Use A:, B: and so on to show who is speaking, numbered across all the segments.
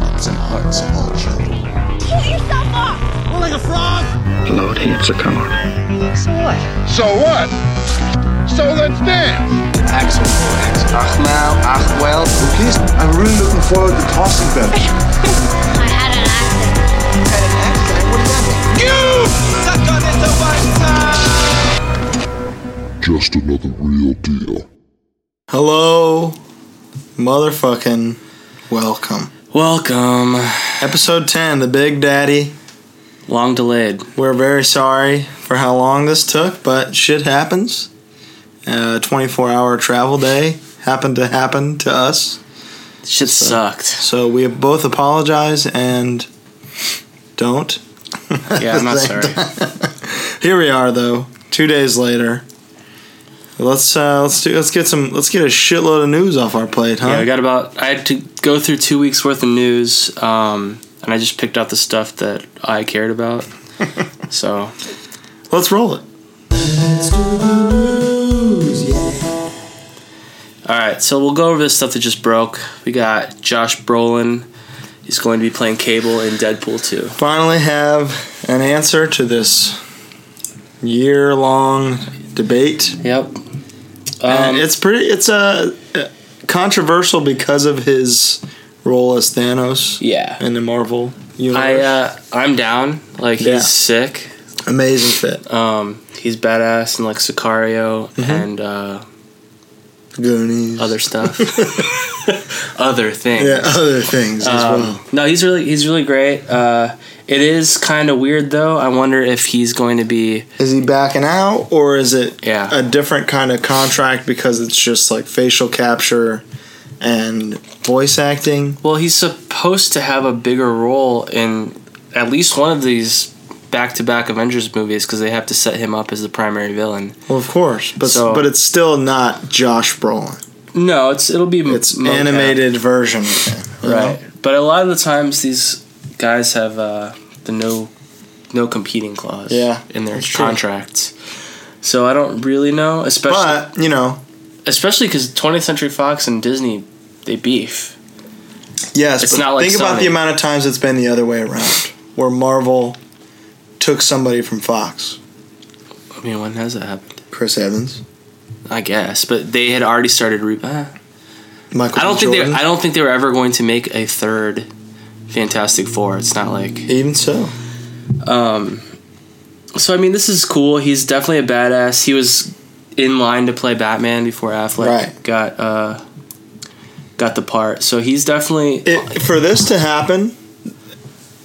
A: hearts of all children.
B: Kill yourself off!
C: More like a frog!
D: Lord hates a coward.
B: So what?
E: So what? So let's dance!
F: Axel, Axel. Ach now, ach well.
G: Please, I'm really looking forward to tossing them.
B: I had an accident.
F: You had an accident? What does that mean? You suck on it the
H: white side! Just another real deal.
I: Hello, motherfucking welcome.
J: Welcome.
I: Episode 10, The Big Daddy.
J: Long delayed.
I: We're very sorry for how long this took, but shit happens. A 24 hour travel day happened to happen to us.
J: Shit
I: so,
J: sucked.
I: So we both apologize and don't.
J: Yeah, I'm not sorry.
I: Here we are though, two days later. Let's uh, let's do let's get some let's get a shitload of news off our plate, huh?
J: Yeah, I got about. I had to go through two weeks worth of news, um, and I just picked out the stuff that I cared about. so,
I: let's roll it.
J: Let's news, yeah. All right, so we'll go over the stuff that just broke. We got Josh Brolin. He's going to be playing Cable in Deadpool 2.
I: Finally, have an answer to this year-long debate.
J: Yep.
I: Um, it's pretty. It's a uh, controversial because of his role as Thanos.
J: Yeah.
I: In the Marvel universe.
J: I uh, I'm down. Like he's
I: Yeah.
J: sick.
I: Amazing fit.
J: Um, he's badass and like Sicario
I: Mm-hmm.
J: and uh,
I: Goonies.
J: other stuff, other things.
I: Yeah, other things as
J: Um,
I: well.
J: No, he's really he's really great. Uh, it is kind of weird though. I wonder if he's going to be
I: Is he backing out, or is it
J: Yeah.
I: a different kind of contract because it's just like facial capture and voice acting?
J: well. He's supposed to have a bigger role in at least one of these back-to-back Avengers movies because they have to set him up as the primary villain.
I: Well, of course, but
J: So-
I: but it's still not Josh Brolin.
J: No, it's it'll be m-
I: It's
J: Mm, mocap.
I: animated version of him, you know?
J: right? But a lot of the times these guys have uh, the no no competing clause
I: Yeah,
J: in their
I: that's true.
J: contracts. So I don't really know, especially
I: But you know,
J: especially because 20th Century Fox and Disney they beef.
I: Yes,
J: It's
I: but
J: not like
I: think about
J: Sony.
I: the amount of times it's been the other way around, where Marvel took somebody from Fox,
J: I mean, when has that happened?
I: Chris Evans,
J: I guess, but they had already started. Re- ah.
I: Michael.
J: I don't
I: B.
J: think they.
I: Uh, Jordan.
J: I don't think they were ever going to make a third Fantastic Four. It's not like.
I: Even so,
J: Um, so I mean, this is cool. He's definitely a badass. He was in line to play Batman before Affleck
I: Right.
J: got uh, got the part. So he's definitely
I: it, for this to happen,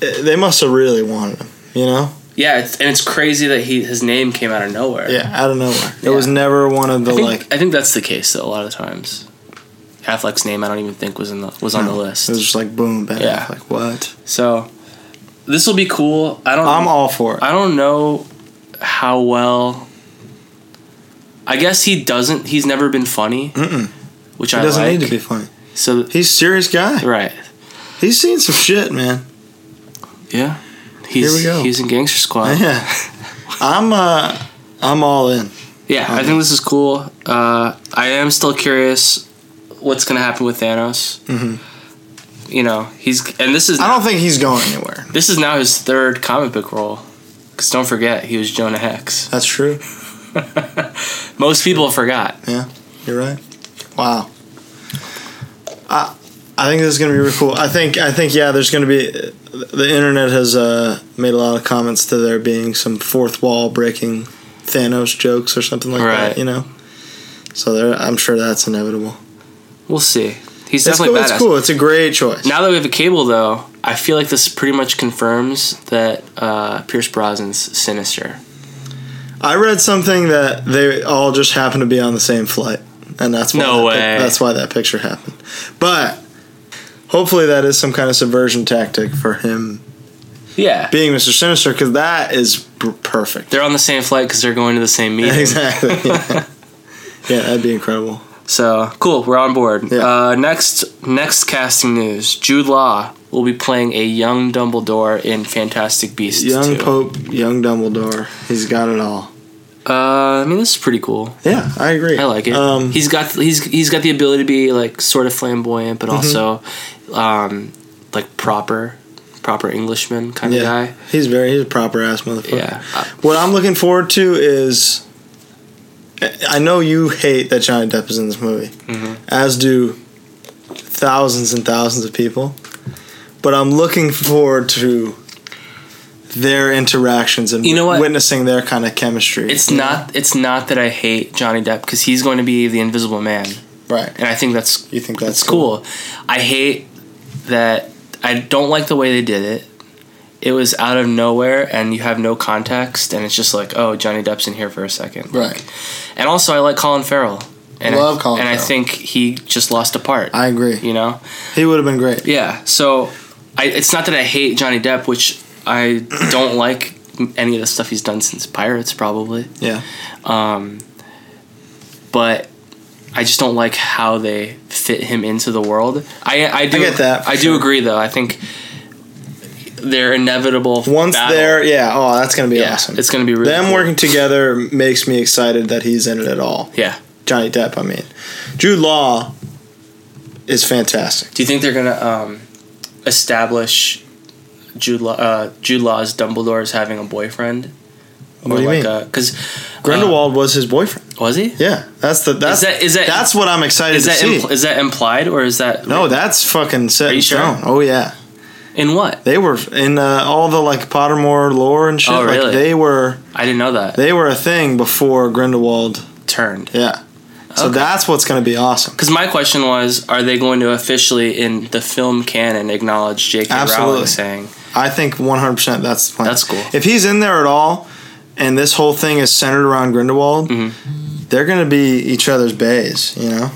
I: eh, they must have really wanted him. You know?
J: yeah. It's, and it's crazy that he his name came out of nowhere.
I: Yeah, out of nowhere. It
J: Yeah.
I: was never one of the
J: I think,
I: like.
J: I think that's the case though. A lot of times, Affleck's name I don't even think was in the was on the
I: no,
J: list.
I: It was just like boom, bang.
J: Yeah.
I: Like what?
J: so this will be cool. I don't.
I: I'm all for it.
J: Um, I don't know how well. I guess he doesn't. He's never been funny,
I: Mm-mm.
J: which
I: He
J: I
I: doesn't
J: like.
I: need to be funny.
J: So
I: He's a serious guy.
J: right,
I: He's seen some shit, man.
J: yeah. He's,
I: Here we go.
J: He's in Gangster Squad. Yeah,
I: Yeah. I'm uh, I'm all in.
J: I think this is cool. Uh, I am still curious what's gonna happen with Thanos.
I: Mhm.
J: You know, he's and this is
I: I don't think he's going anywhere.
J: this is now his third comic book role. Because don't forget, he was Jonah Hex.
I: That's true.
J: Most people forgot.
I: Yeah, you're right. Wow. I I think this is gonna be really cool. I think I think yeah, there's gonna be the internet has uh, made a lot of comments to there being some fourth wall breaking Thanos jokes or something like
J: Right.
I: that. You know. So there, I'm sure that's inevitable.
J: We'll see. He's
I: It's
J: definitely
I: cool.
J: badass.
I: It's cool. It's a great choice.
J: Now that we have a cable, though, I feel like this pretty much confirms that uh, Pierce Brosnan's sinister.
I: I read something that they all just happened to be on the same flight, and that's why
J: No
I: that pic-
J: way.
I: that's why that picture happened. But hopefully, that is some kind of subversion tactic for him
J: Yeah.
I: being Mister Sinister because that is b- perfect.
J: They're on the same flight because they're going to the same meeting.
I: exactly. Yeah. Yeah, that'd be incredible.
J: So cool, we're on board.
I: Yeah.
J: Uh, next, next casting news: Jude Law will be playing a young Dumbledore in Fantastic Beasts.
I: Young
J: 2.
I: Pope, young Dumbledore. He's got it all.
J: Uh, I mean, this is pretty cool.
I: Yeah, I agree.
J: I like it.
I: Um, Mm-hmm.
J: he's got he's he's got the ability to be like sort of flamboyant, but also um, like proper, proper Englishman kind of
I: Yeah,
J: guy.
I: he's very he's a proper ass motherfucker.
J: Yeah, Uh, I-
I: What I'm looking forward to is, I know you hate that Johnny Depp is in this movie,
J: Mm-hmm.
I: as do thousands and thousands of people, but I'm looking forward to their interactions and
J: You know what?
I: witnessing their kind of chemistry.
J: it's not. It's not that I hate Johnny Depp because he's going to be the Invisible Man,
I: right.
J: and I think that's
I: You think
J: that's
I: that's
J: cool. I hate that. I don't like the way they did it. It was out of nowhere, and you have no context, and it's just like, oh, Johnny Depp's in here for a second.
I: Right.
J: And also, I like Colin Farrell. And
I: Love
J: I,
I: Colin
J: And I
I: Farrell.
J: think he just lost a part.
I: I agree.
J: you know.
I: He would have been great.
J: Yeah. So, I, it's not that I hate Johnny Depp, which I don't like any of the stuff he's done since Pirates, probably.
I: Yeah.
J: Um, but I just don't like how they fit him into the world. I I do
I: I get that, for
J: I do
I: sure.
J: agree though. I think they're inevitable.
I: Once
J: battle.
I: they're yeah, oh, that's gonna be
J: yeah,
I: awesome.
J: it's gonna be really
I: Them
J: cool.
I: working together makes me excited that he's in it at all.
J: Yeah.
I: Johnny Depp, I mean. Jude Law is fantastic.
J: Do you think they're gonna um, establish Jude Law, uh, Jude Law's Dumbledore as having a boyfriend? Oh,
I: What do you mean?
J: Because
I: Grindelwald was his boyfriend.
J: uh, was he?
I: Yeah, that's the that's
J: Is that- is that-
I: that's what I'm excited
J: Is
I: to
J: that
I: see.
J: impl- is that implied or is that
I: no, that's fucking set
J: Are you
I: in
J: sure?
I: stone. Oh yeah,
J: in what?
I: they were in uh, all the like Pottermore lore and shit.
J: Oh, really?
I: Like they were
J: I didn't know that
I: they were a thing before Grindelwald.
J: turned.
I: Yeah, so
J: Okay.
I: that's what's gonna be awesome.
J: Because my question was, are they going to officially in the film canon acknowledge J.K. Rowling
I: Absolutely.
J: saying
I: I think 100 percent that's the plan.
J: That's cool.
I: If he's in there at all, and this whole thing is centered around Grindelwald,
J: Mm-hmm.
I: they're gonna be each other's bays. You know,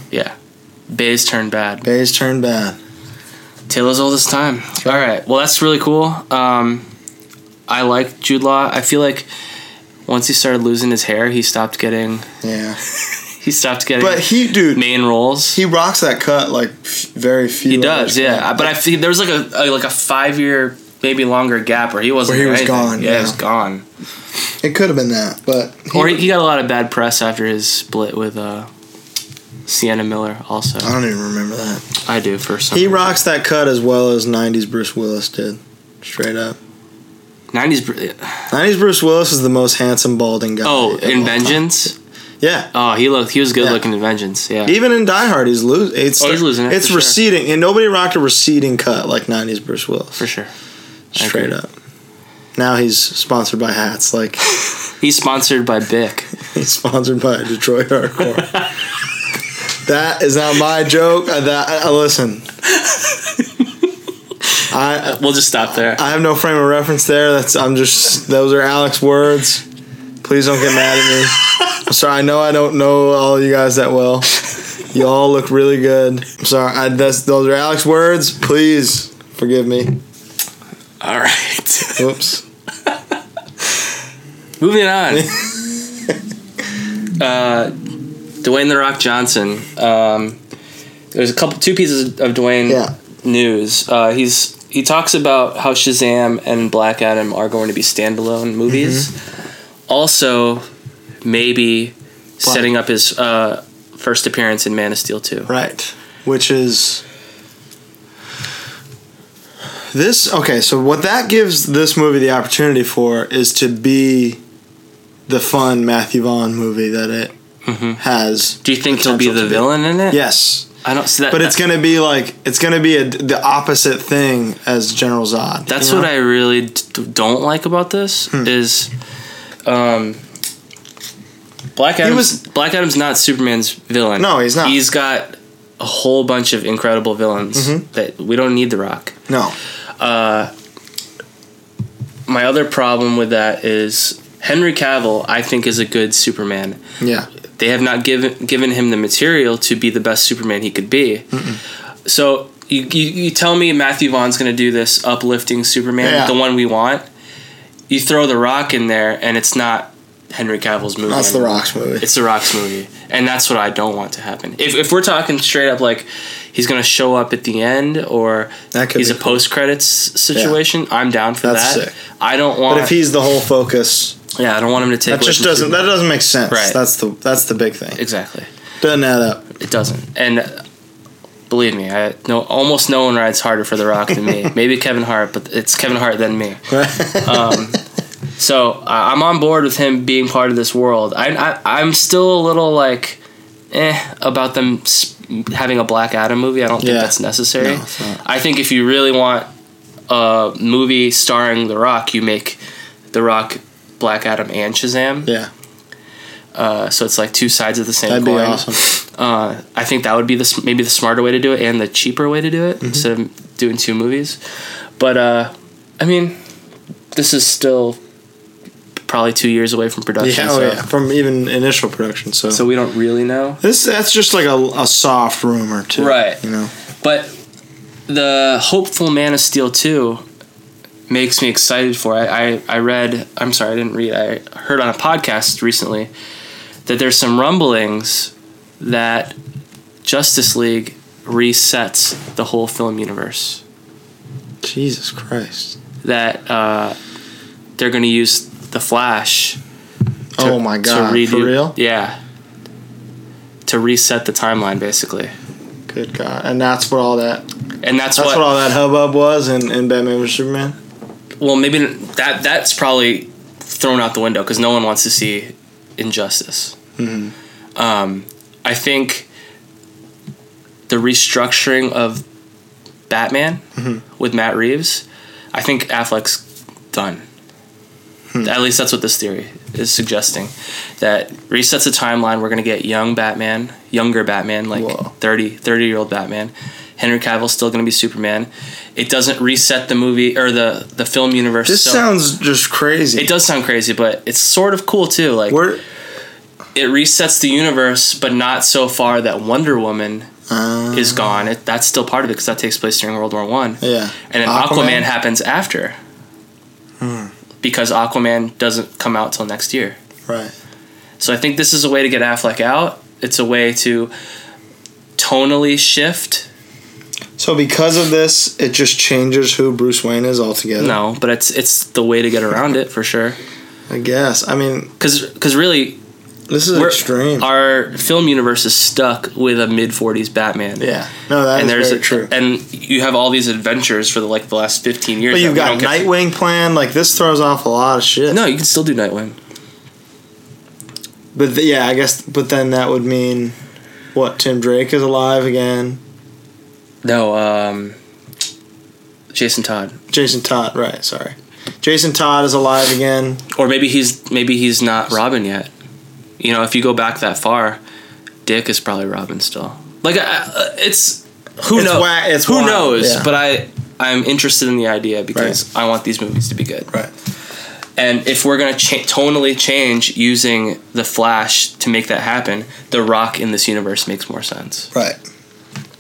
J: Bay's turned bad?
I: bays turn bad.
J: Taylor's all this time. All right. Well, that's really cool. Um, I like Jude Law. I feel like once he started losing his hair, he stopped getting
I: Yeah,
J: he stopped getting
I: but he, dude,
J: main roles. He,
I: he rocks that cut like f- very few.
J: does,
I: others
J: yeah.
I: can.
J: But I feel there was like a, a like a five year, maybe longer gap where he wasn't.
I: Where he
J: doing
I: was
J: anything.
I: gone,
J: Yeah, he
I: yeah.
J: was gone.
I: it could have been that. But he-
J: Or he, he got a lot of bad press after his split with uh, Sienna Miller. Also,
I: I don't even remember that.
J: I do for some.
I: He
J: reason.
I: rocks that cut as well as '90s Bruce Willis did, straight up.
J: nineties. Br-
I: '90s Bruce Willis is the most handsome balding guy.
J: Oh,
I: of
J: in
I: all time.
J: Vengeance.
I: Yeah.
J: Oh, he looked. He was good
I: Yeah.
J: looking in Vengeance. Yeah.
I: Even in Die Hard, he's losing. It's
J: Oh, he's losing it,
I: It's
J: for sure.
I: receding, and nobody rocked a receding cut like '90s Bruce Willis.
J: for sure. I
I: straight
J: agree.
I: up. Now he's sponsored by hats. Like
J: He's sponsored by Bic.
I: He's sponsored by Detroit Hardcore. that is not my joke. Uh, that uh, listen, I
J: We'll just stop there.
I: I have no frame of reference there. That's I'm just those are Alex's words. Please don't get mad at me. I'm sorry. I know I don't know all you guys that well. You all look really good. I'm sorry. I, that's, those are Alex's words. Please forgive me.
J: All right.
I: Whoops.
J: Moving on. uh, Dwayne the Rock Johnson. Um, there's a couple, two pieces of Dwayne
I: Yeah.
J: news. Uh, he's he talks about how Shazam and Black Adam are going to be standalone movies.
I: Mm-hmm.
J: Also, maybe setting up his uh, first appearance in Man of Steel two.
I: Right. Which is this okay, so what that gives this movie the opportunity for is to be the fun Matthew Vaughn movie that it
J: Mm-hmm.
I: has.
J: Do you think he'll be
I: potential
J: the
I: to be.
J: villain in it?
I: Yes.
J: I don't see that.
I: But it's going to be like it's going to be a, the opposite thing as General Zod.
J: That's what I really d- don't like about this
I: Hmm.
J: is, um, Black Adam's
I: was-
J: Black Adam's not Superman's villain.
I: No, he's not.
J: He's got a whole bunch of incredible villains
I: Mm-hmm.
J: that we don't need the Rock.
I: No.
J: My other problem with that is Henry Cavill. I think is a good Superman.
I: Yeah.
J: They have not given given him the material to be the best Superman he could be. So. You, you, you tell me Matthew Vaughn's going to do this uplifting Superman,
I: Yeah.
J: the one we want. you throw The Rock in there, and it's not Henry Cavill's movie.
I: That's the
J: anymore.
I: Rock's movie.
J: It's The Rock's movie, and that's what I don't want to happen. If, if we're talking straight up, like he's gonna show up at the end, or
I: That could
J: he's a
I: be cool.
J: post credits situation, I'm down for
I: That's
J: that.
I: sick.
J: I don't want.
I: But if he's the whole focus,
J: yeah, I don't want him to take.
I: that
J: away
I: just
J: from
I: doesn't that
J: Superman.
I: doesn't make sense.
J: Right.
I: That's the that's the big thing.
J: exactly.
I: Doesn't add up.
J: It doesn't, and uh, Believe me, I no almost no one rides harder for The Rock than me. Maybe Kevin Hart, but it's Kevin Hart than me. Um, so uh, I'm on board with him being part of this world. I, I I'm still a little like, eh, about them s- having a Black Adam movie. I don't think
I: Yeah.
J: that's necessary.
I: No, it's not.
J: I think if you really want a movie starring The Rock, you make The Rock, Black Adam, and Shazam.
I: Yeah,
J: Uh, so it's like two sides of the same
I: that'd be
J: coin.
I: awesome.
J: Uh, I think that would be the s- maybe the smarter way to do it and the cheaper way to do
I: Mm-hmm.
J: it instead of doing two movies. But uh, I mean, this is still probably two years away from production.
I: Yeah, oh
J: so,
I: yeah, from even initial production. So,
J: so we don't really know.
I: this that's just like a, a soft rumor too,
J: Right.
I: You know,
J: But the hopeful Man of Steel two makes me excited for it. I, I read I'm sorry I didn't read I heard on a podcast recently that there's some rumblings that Justice League resets the whole film universe.
I: Jesus Christ.
J: That uh, they're going to use the Flash. To,
I: oh my God, for real?
J: Yeah. To reset the timeline, basically,
I: Good God, and that's what all that that's
J: and that's,
I: what, all that hubbub was in, in Batman vs Superman.
J: well maybe that that's probably thrown out the window because no one wants to see injustice um, i think the restructuring of batman with matt reeves i think affleck's done at least that's what this theory is suggesting that resets the timeline we're going to get young batman younger batman like
I: Whoa.
J: 30 30 year old batman henry cavill's still going to be superman it doesn't reset the movie or the the film universe
I: This
J: so-
I: sounds just crazy.
J: it does sound crazy, but it's sort of cool too. Like
I: We're
J: it resets the universe, but not so far that Wonder Woman
I: uh,
J: is gone. It, that's still part of it because that takes place during World War One,
I: Mm-hmm. yeah,
J: and then Aquaman, happens after,
I: Hmm.
J: because Aquaman doesn't come out till next year.
I: right?
J: So I think this is a way to get Affleck out. It's a way to tonally shift.
I: So because of this, it just changes who Bruce Wayne is altogether.
J: No, but it's it's the way to get around it for sure.
I: I guess. I mean,
J: Because because really,
I: this is
J: we're-
I: extreme.
J: our film universe is stuck with a mid '40s Batman.
I: yeah, no, that
J: and
I: is
J: there's
I: very true.
J: and you have all these adventures for the like the last 15 years
I: but
J: that
I: you've
J: we don't
I: got
J: get to-
I: Nightwing planned. Like this throws off a lot of shit.
J: no you can still do nightwing
I: But th- yeah, I guess. But then that would mean what? Tim Drake is alive again.
J: no um jason todd
I: Jason Todd. Right. Sorry. Jason Todd is alive again.
J: or maybe he's maybe he's not robin yet you know if you go back that far dick is probably robin still like I- I, it's who
I: It's
J: knows
I: wa- it's
J: who
I: wild,
J: knows
I: yeah.
J: but i i'm interested in the idea because i want these movies to be good
I: Right.
J: And if we're gonna cha- tonally change using the Flash to make that happen, the Rock in this universe makes more sense.
I: Right.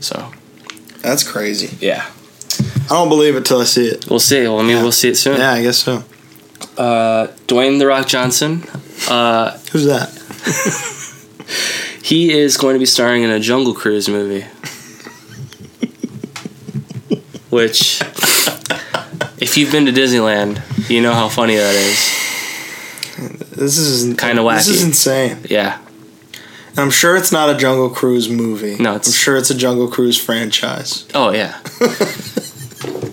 J: So
I: That's crazy.
J: yeah,
I: I don't believe it till I see it.
J: we'll see. Well, I mean, we'll see it soon.
I: Yeah, I guess so.
J: Uh, Dwayne the Rock Johnson, uh,
I: Who's that?
J: he is going to be starring in a Jungle Cruise movie, which, if you've been to Disneyland, you know how funny that is.
I: This is
J: Kinda
I: This is
J: wacky.
I: insane.
J: Yeah,
I: I'm sure it's not a Jungle Cruise movie.
J: No, it's-
I: I'm sure it's a Jungle Cruise franchise.
J: Oh yeah.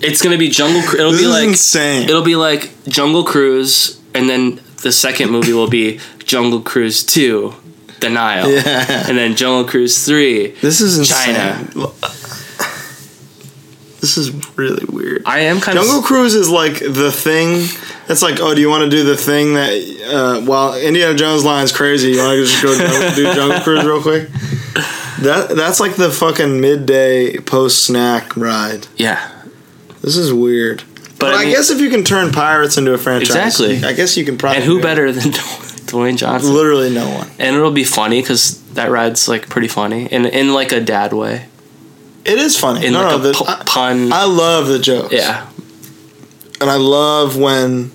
J: it's gonna be Jungle. Cru- It'll
I: This
J: be
I: is
J: like
I: insane.
J: It'll be like Jungle Cruise, and then the second movie will be Jungle Cruise Two, The Nile,
I: Yeah.
J: and then Jungle Cruise Three.
I: This is insane.
J: China.
I: This is really weird.
J: I am kind
I: Jungle
J: of
I: Cruise is like the thing. That's like, oh, do you want to do the thing that? Uh, well, Indiana Jones line's crazy. You want to just go jung- do Jungle Cruise real quick? That that's like the fucking midday post snack ride.
J: yeah,
I: This is weird.
J: but,
I: But, I,
J: mean,
I: guess if you can turn pirates into a franchise,
J: Exactly.
I: I guess you can probably.
J: and who
I: do it.
J: better than Dwayne Johnson?
I: Literally no one.
J: And it'll be funny because that ride's like pretty funny, and in like a dad way,
I: It is funny.
J: in
I: no,
J: like
I: no,
J: a
I: the,
J: pu-
I: I,
J: pun.
I: I love the jokes.
J: yeah,
I: and I love when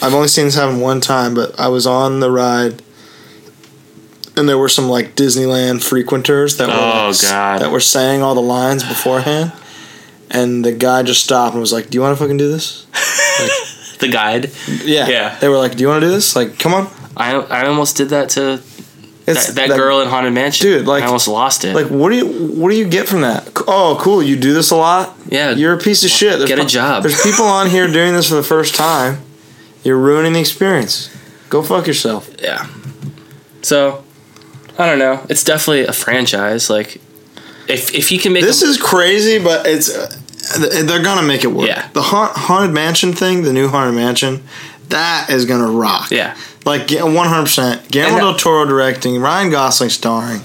I: I've only seen this happen one time, but I was on the ride, and there were some like Disneyland frequenters that were
J: Oh,
I: like,
J: God.
I: that were saying all the lines beforehand, and the guy just stopped and was like, "Do you want to fucking do this?"
J: the guide.
I: Yeah,
J: Yeah.
I: They were like, "Do you want to do this?" Like, come on.
J: I I almost did that to That, that girl in Haunted Mansion.
I: Dude, like-
J: I almost lost it.
I: Like, what do you what do you get from that? Oh, cool. You do this a lot.
J: Yeah.
I: You're a piece of shit. There's
J: Get a
I: pro-
J: job.
I: There's people on here doing this for the first time. You're ruining the experience. Go fuck yourself.
J: yeah. So, I don't know. It's definitely a franchise. Like, if if he can make
I: This
J: a-
I: is crazy, but it's uh, th- they're gonna make it work.
J: Yeah.
I: The ha- haunted mansion thing, the new haunted mansion, that is gonna rock.
J: yeah.
I: Like one hundred percent. Guillermo
J: And that-
I: del Toro directing, Ryan Gosling starring.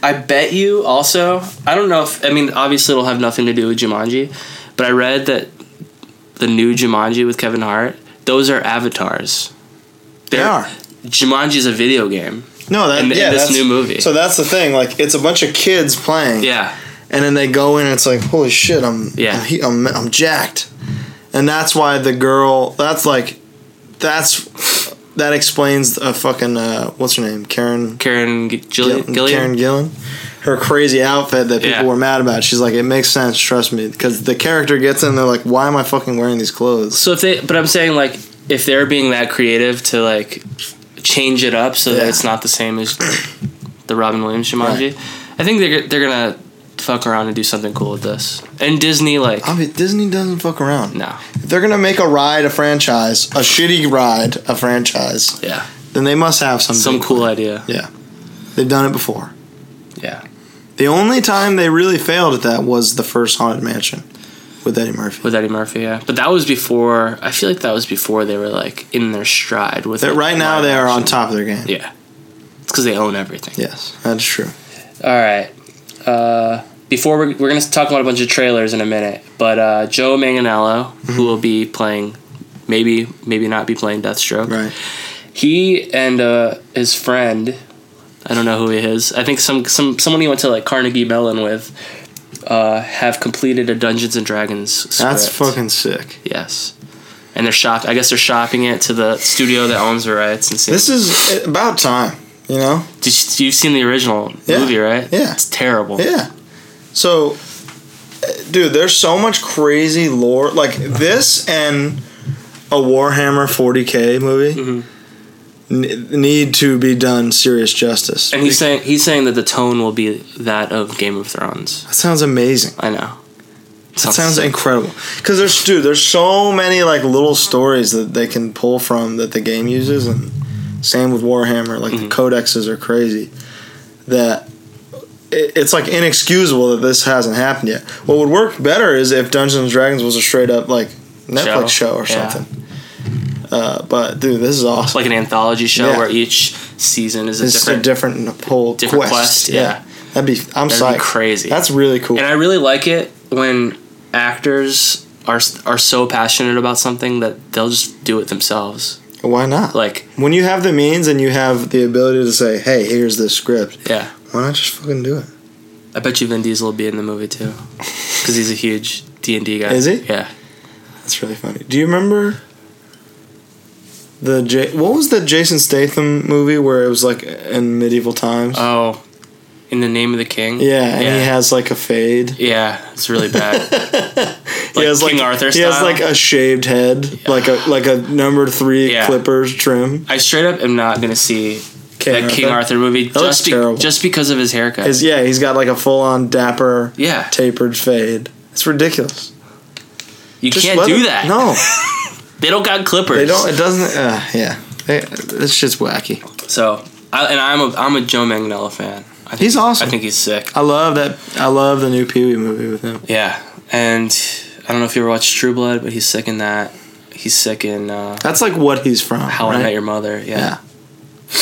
J: I bet you also. I don't know if I mean obviously it'll have nothing to do with Jumanji, but I read that the new Jumanji with Kevin Hart. Those are avatars.
I: They
J: They're-
I: are.
J: Jumanji's a video game.
I: No, that
J: in the- in
I: yeah,
J: this
I: that's-
J: new movie.
I: So that's the thing. Like, it's a bunch of kids playing.
J: Yeah.
I: and then they go in and it's like holy shit i'm
J: Yeah.
I: I'm, he- I'm, I'm jacked and that's why the girl that's like that's that explains a fucking uh, what's her name karen
J: Karen G- Gilli-
I: Gill-
J: Gillian.
I: karen gillan her crazy outfit that people
J: Yeah.
I: were mad about she's like it makes sense trust me because the character gets in they're like why am i fucking wearing these clothes
J: So if they, but I'm saying like if they're being that creative to like change it up so that
I: Yeah.
J: it's not the same as the Robin Williams Jumanji, I think they're they're gonna fuck around and do something cool with this. And Disney like
I: I mean, Disney doesn't fuck around.
J: no,
I: If they're gonna make a ride a franchise, a shitty ride a franchise,
J: yeah,
I: then they must have some
J: some
I: big-
J: cool idea,
I: Yeah, they've done it before.
J: yeah,
I: The only time they really failed at that was the first Haunted Mansion with Eddie Murphy.
J: with Eddie Murphy, yeah. But that was before. I feel like that was before they were like in their stride with
I: That
J: like,
I: right now
J: live
I: they are on
J: action.
I: top of their game.
J: Yeah, it's because they own everything.
I: Yes, that's true.
J: All right. Uh, before we're, we're going to talk about a bunch of trailers in a minute, but uh, Joe Manganiello,
I: Mm-hmm.
J: who will be playing, maybe maybe not be playing Deathstroke.
I: Right.
J: He and uh, his friend, I don't know who he is. I think some some someone he went to like Carnegie Mellon with, uh, have completed a Dungeons and Dragons. Script.
I: That's fucking sick.
J: yes. And they're shop. I guess they're shopping it to the studio that owns the rights and seeing.
I: This is about time, you know?
J: Did you, you've seen the original
I: Yeah.
J: movie, right?
I: Yeah.
J: It's terrible.
I: Yeah. So, uh, dude, there's so much crazy lore. Like this and a Warhammer 40K movie n- need to be done serious justice.
J: And he's saying he's saying that the tone will be that of Game of Thrones.
I: that sounds amazing.
J: I know.
I: That sounds incredible. Because there's dude, there's so many like little stories that they can pull from that the game uses, and same with Warhammer. Like
J: Mm-hmm.
I: the codexes are crazy. That it, it's like inexcusable that this hasn't happened yet. What would work better is if Dungeons and Dragons was a straight up like Netflix
J: Show.
I: show, or
J: Yeah.
I: something. Uh, but dude, this is awesome.
J: like an anthology show
I: Yeah.
J: where each season is a
I: it's
J: different.
I: a different whole
J: different
I: quest.
J: quest,
I: Yeah.
J: yeah.
I: that'd be. I'm
J: That'd
I: psyched.
J: be crazy.
I: That's really cool.
J: and I really like it when actors are are so passionate about something that they'll just do it themselves.
I: Why not?
J: Like
I: when you have the means and you have the ability to say, "Hey, here's this script."
J: yeah,
I: Why not just fucking do it?
J: I bet you Vin Diesel will be in the movie too because he's a huge D and D guy.
I: Is he?
J: Yeah.
I: That's really funny. Do you remember the J- what was the Jason Statham movie where it was like in medieval times?
J: Oh, in the name of the king.
I: yeah, and
J: yeah.
I: he has like a fade.
J: yeah, it's really bad.
I: he
J: Like
I: has
J: King
I: like
J: Arthur
I: he has
J: style?
I: like a shaved head, like a like a number three
J: Yeah.
I: clippers trim.
J: I straight up am not gonna see
I: King
J: that King Arthur movie
I: looks
J: just, be-
I: terrible.
J: just because of his haircut.
I: Is yeah, he's got like a full on dapper
J: yeah,
I: tapered fade. It's ridiculous.
J: you
I: Just
J: can't
I: let
J: do
I: it-
J: that.
I: No,
J: they don't got clippers.
I: they don't. It doesn't. Uh, yeah, They- it's just wacky.
J: So, I, and I'm a I'm a Joe Manganiello fan. I think,
I: He's awesome.
J: I think he's sick.
I: I love that. I love the new Pee Wee movie with him.
J: Yeah, and I don't know if you ever watched True Blood, but he's sick in that. He's sick in uh,
I: That's like what he's from.
J: How
I: right?
J: I Met Your Mother. Yeah.
I: Yeah.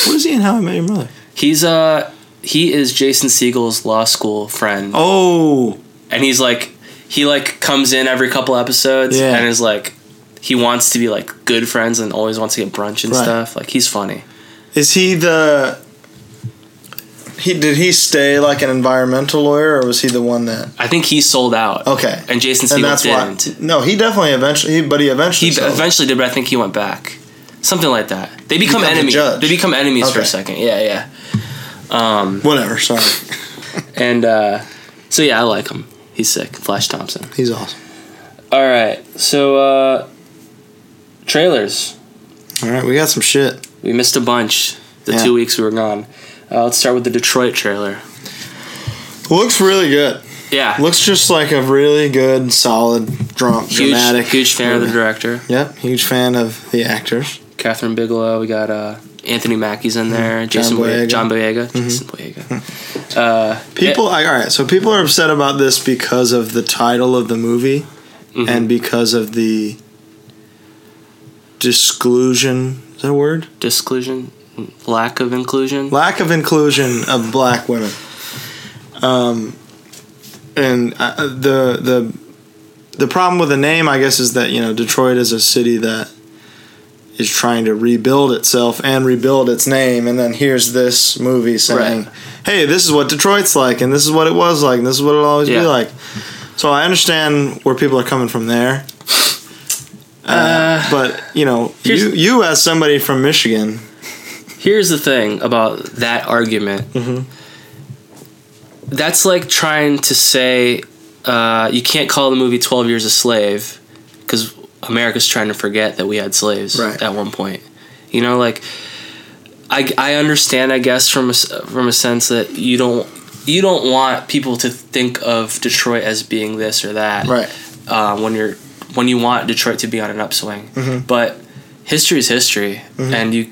I: What is he in How I Met Your Mother?
J: he's uh he is Jason Siegel's law school friend,
I: Oh,
J: and he's like he like comes in every couple episodes
I: Yeah.
J: and is like. He wants to be like good friends and always wants to get brunch and
I: Right.
J: stuff. Like he's funny.
I: is he the? He did he stay like an environmental lawyer, or was he the one that?
J: I think he sold out.
I: Okay,
J: And Jason
I: and
J: Segel
I: that's why.
J: didn't.
I: No, he definitely eventually. He, but he
J: He
I: eventually. sold.
J: eventually did, but I think he went back. Something like that. They become
I: becomes a
J: enemies.
I: judge.
J: They become enemies for a
I: Okay.
J: second. Yeah, yeah.
I: Whatever. Sorry,
J: And uh, so yeah, I like him. He's sick. Flash Thompson.
I: he's awesome.
J: All right. So uh, trailers.
I: All right, we got some shit.
J: We missed a bunch the
I: Yeah.
J: two weeks we were gone. Uh, let's start with the Detroit trailer.
I: Looks really good.
J: Yeah,
I: Looks just like a really good, solid, drum,
J: huge,
I: dramatic.
J: huge fan of the
I: movie.
J: director,
I: Yep, huge fan of the actors.
J: Catherine Bigelow. We got uh, Anthony Mackie's in there, Jason
I: Mm-hmm.
J: Boyega,
I: Boyega. Mm-hmm.
J: John Boyega, Jason Boyega. Uh,
I: People, I, all right. So people are upset about this because of the title of the movie
J: Mhm.
I: and because of the disclusion. Is that a word?
J: disclusion, lack of inclusion.
I: lack of inclusion of black women. Um, and uh, the the the problem with the name, I guess, is that you know Detroit is a city that is trying to rebuild itself and rebuild its name, and then here's this movie saying, "Hey, this is what Detroit's like, and this is what it was like, and this is what it'll always
J: Yeah.
I: be like." So I understand where people are coming from there. Uh, but you know,
J: here's-
I: you you as somebody from Michigan,
J: Here's the thing about that argument. That's like trying to say uh, you can't call the movie Twelve Years a Slave because America's trying to forget that we had slaves
I: Right.
J: at one point. You know, like I, I understand, I guess, from a, s- from a sense that you don't you don't want people to think of Detroit as being this or that uh, when you're when you want Detroit to be on an upswing.
I: Mm-hmm.
J: But history is history, and you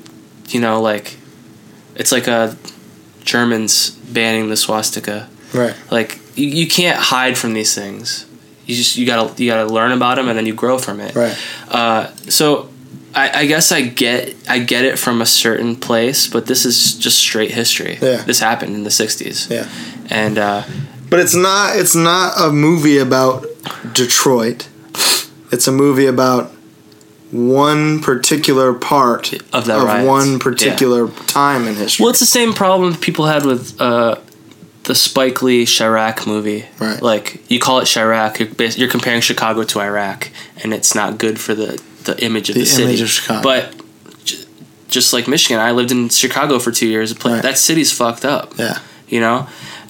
J: you know like it's like uh Germans banning the swastika.
I: Right.
J: Like you, you can't hide from these things. You just you gotta you gotta learn about them and then you grow from it.
I: Right.
J: Uh, so. I, I guess I get I get it from a certain place, but this is just straight history.
I: Yeah.
J: This happened in the '60s,
I: Yeah.
J: and uh,
I: But it's not it's not a movie about Detroit. It's a movie about one particular part
J: Of that riot. Yeah.
I: one particular time in history.
J: Well, it's the same problem people had with uh, the Spike Lee Chirac movie.
I: Right.
J: Like you call it Chirac, you're, bas- you're comparing Chicago to Iraq, and it's not good for the the image of the,
I: The
J: city.
I: image of Chicago.
J: But j- just like Michigan, I lived in Chicago for two years. Pla-
I: Right.
J: That city's fucked up.
I: yeah.
J: You know,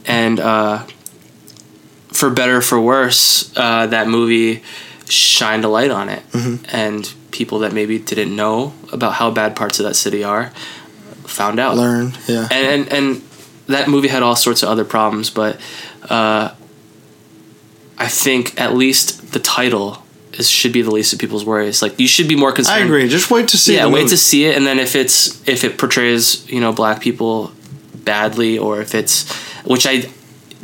J: and uh, for better or for worse, uh, that movie shined a light on it,
I: Mm-hmm.
J: and people that maybe didn't know about how bad parts of that city are found out
I: Learned. Yeah.
J: and and, and that movie had all sorts of other problems, but uh, I think at least the title is should be the least of people's worries. Like you should be more
I: I
J: concerned.
I: agree. Just wait to see
J: yeah,
I: the
J: wait
I: movie.
J: to see it, and then if it's if it portrays you know black people badly, or if it's which I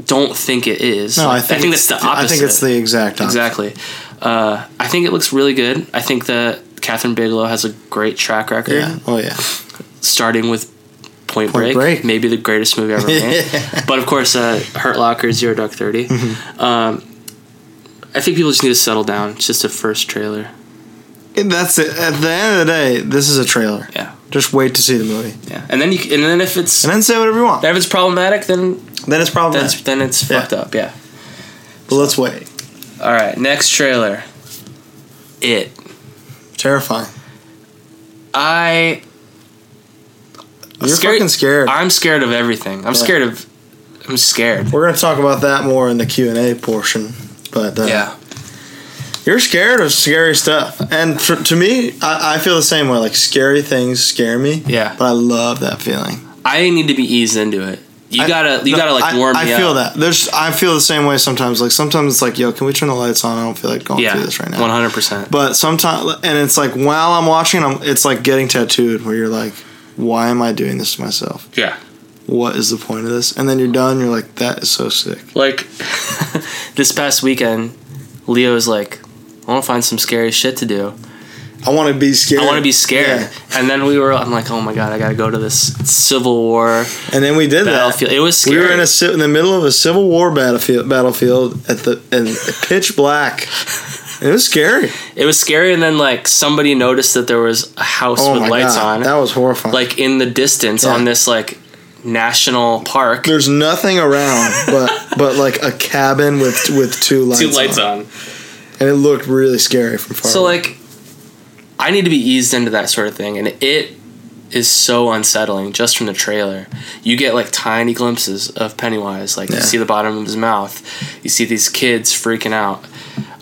J: don't think it is.
I: No, I
J: Like,
I: think,
J: that's
I: it's-
J: the opposite.
I: I think it's the exact opposite.
J: Exactly. Uh, I think it looks really good. I think that Catherine Bigelow has a great track record
I: Yeah. Oh yeah.
J: starting with Point,
I: Point
J: Break,
I: Break.
J: maybe the greatest movie ever made. But of course, uh, Hurt Locker, Zero Dark 30
I: Mm-hmm.
J: Um, I think people just need to settle down. It's just a first trailer.
I: And That's it. At the end of the day, this is a trailer.
J: Yeah,
I: Just wait to see the movie.
J: yeah. And then you, c- and then if it's
I: And then say whatever you want.
J: if it's problematic, then
I: Then it's
J: then
I: problematic.
J: it's, then it's
I: Yeah.
J: fucked up. Yeah.
I: But let's wait.
J: All right. Next trailer. It.
I: Terrifying.
J: I.
I: You're fucking scared.
J: I'm scared of everything. I'm scared of. I'm scared.
I: We're gonna talk about that more in the Q and A portion. But uh, You're scared of scary stuff, and for, to me, I, I feel the same way. Like scary things scare me,
J: Yeah.
I: but I love that feeling.
J: I need to be eased into it. You
I: I-
J: gotta. You
I: no,
J: gotta like
I: I,
J: warm
I: I
J: me up.
I: feel that. There's, I feel the same way sometimes. Like sometimes it's like, yo, can we turn the lights on? I don't feel like going
J: yeah,
I: through this right now.
J: One hundred percent.
I: But sometimes, and it's like while I'm watching, I'm, it's like getting tattooed, where you're like, why am I doing this to myself?
J: Yeah,
I: What is the point of this? And then you're done. You're like, that is so sick.
J: like this past weekend, Leo's like, I want to find some scary shit to do.
I: I want to be scared.
J: I want to be scared.
I: Yeah.
J: And then we were, I'm like, oh my god, I gotta go to this Civil War
I: And then we did that.
J: battlefield. It was scary.
I: We were in a ci- in the middle of a Civil War battlefield battlefield at the and pitch black. It was scary.
J: it was scary, and then like somebody noticed that there was a house
I: Oh
J: with
I: my
J: lights
I: god,
J: on,
I: that was horrifying.
J: like in the distance
I: Yeah.
J: on this like national park.
I: there's nothing around but but like a cabin with with two lights,
J: Two lights on.
I: and it looked really scary from far.
J: So
I: away.
J: like, I need to be eased into that sort of thing, and it is so unsettling just from the trailer. You get like tiny glimpses of Pennywise, like you
I: Yeah.
J: see the bottom of his mouth, you see these kids freaking out.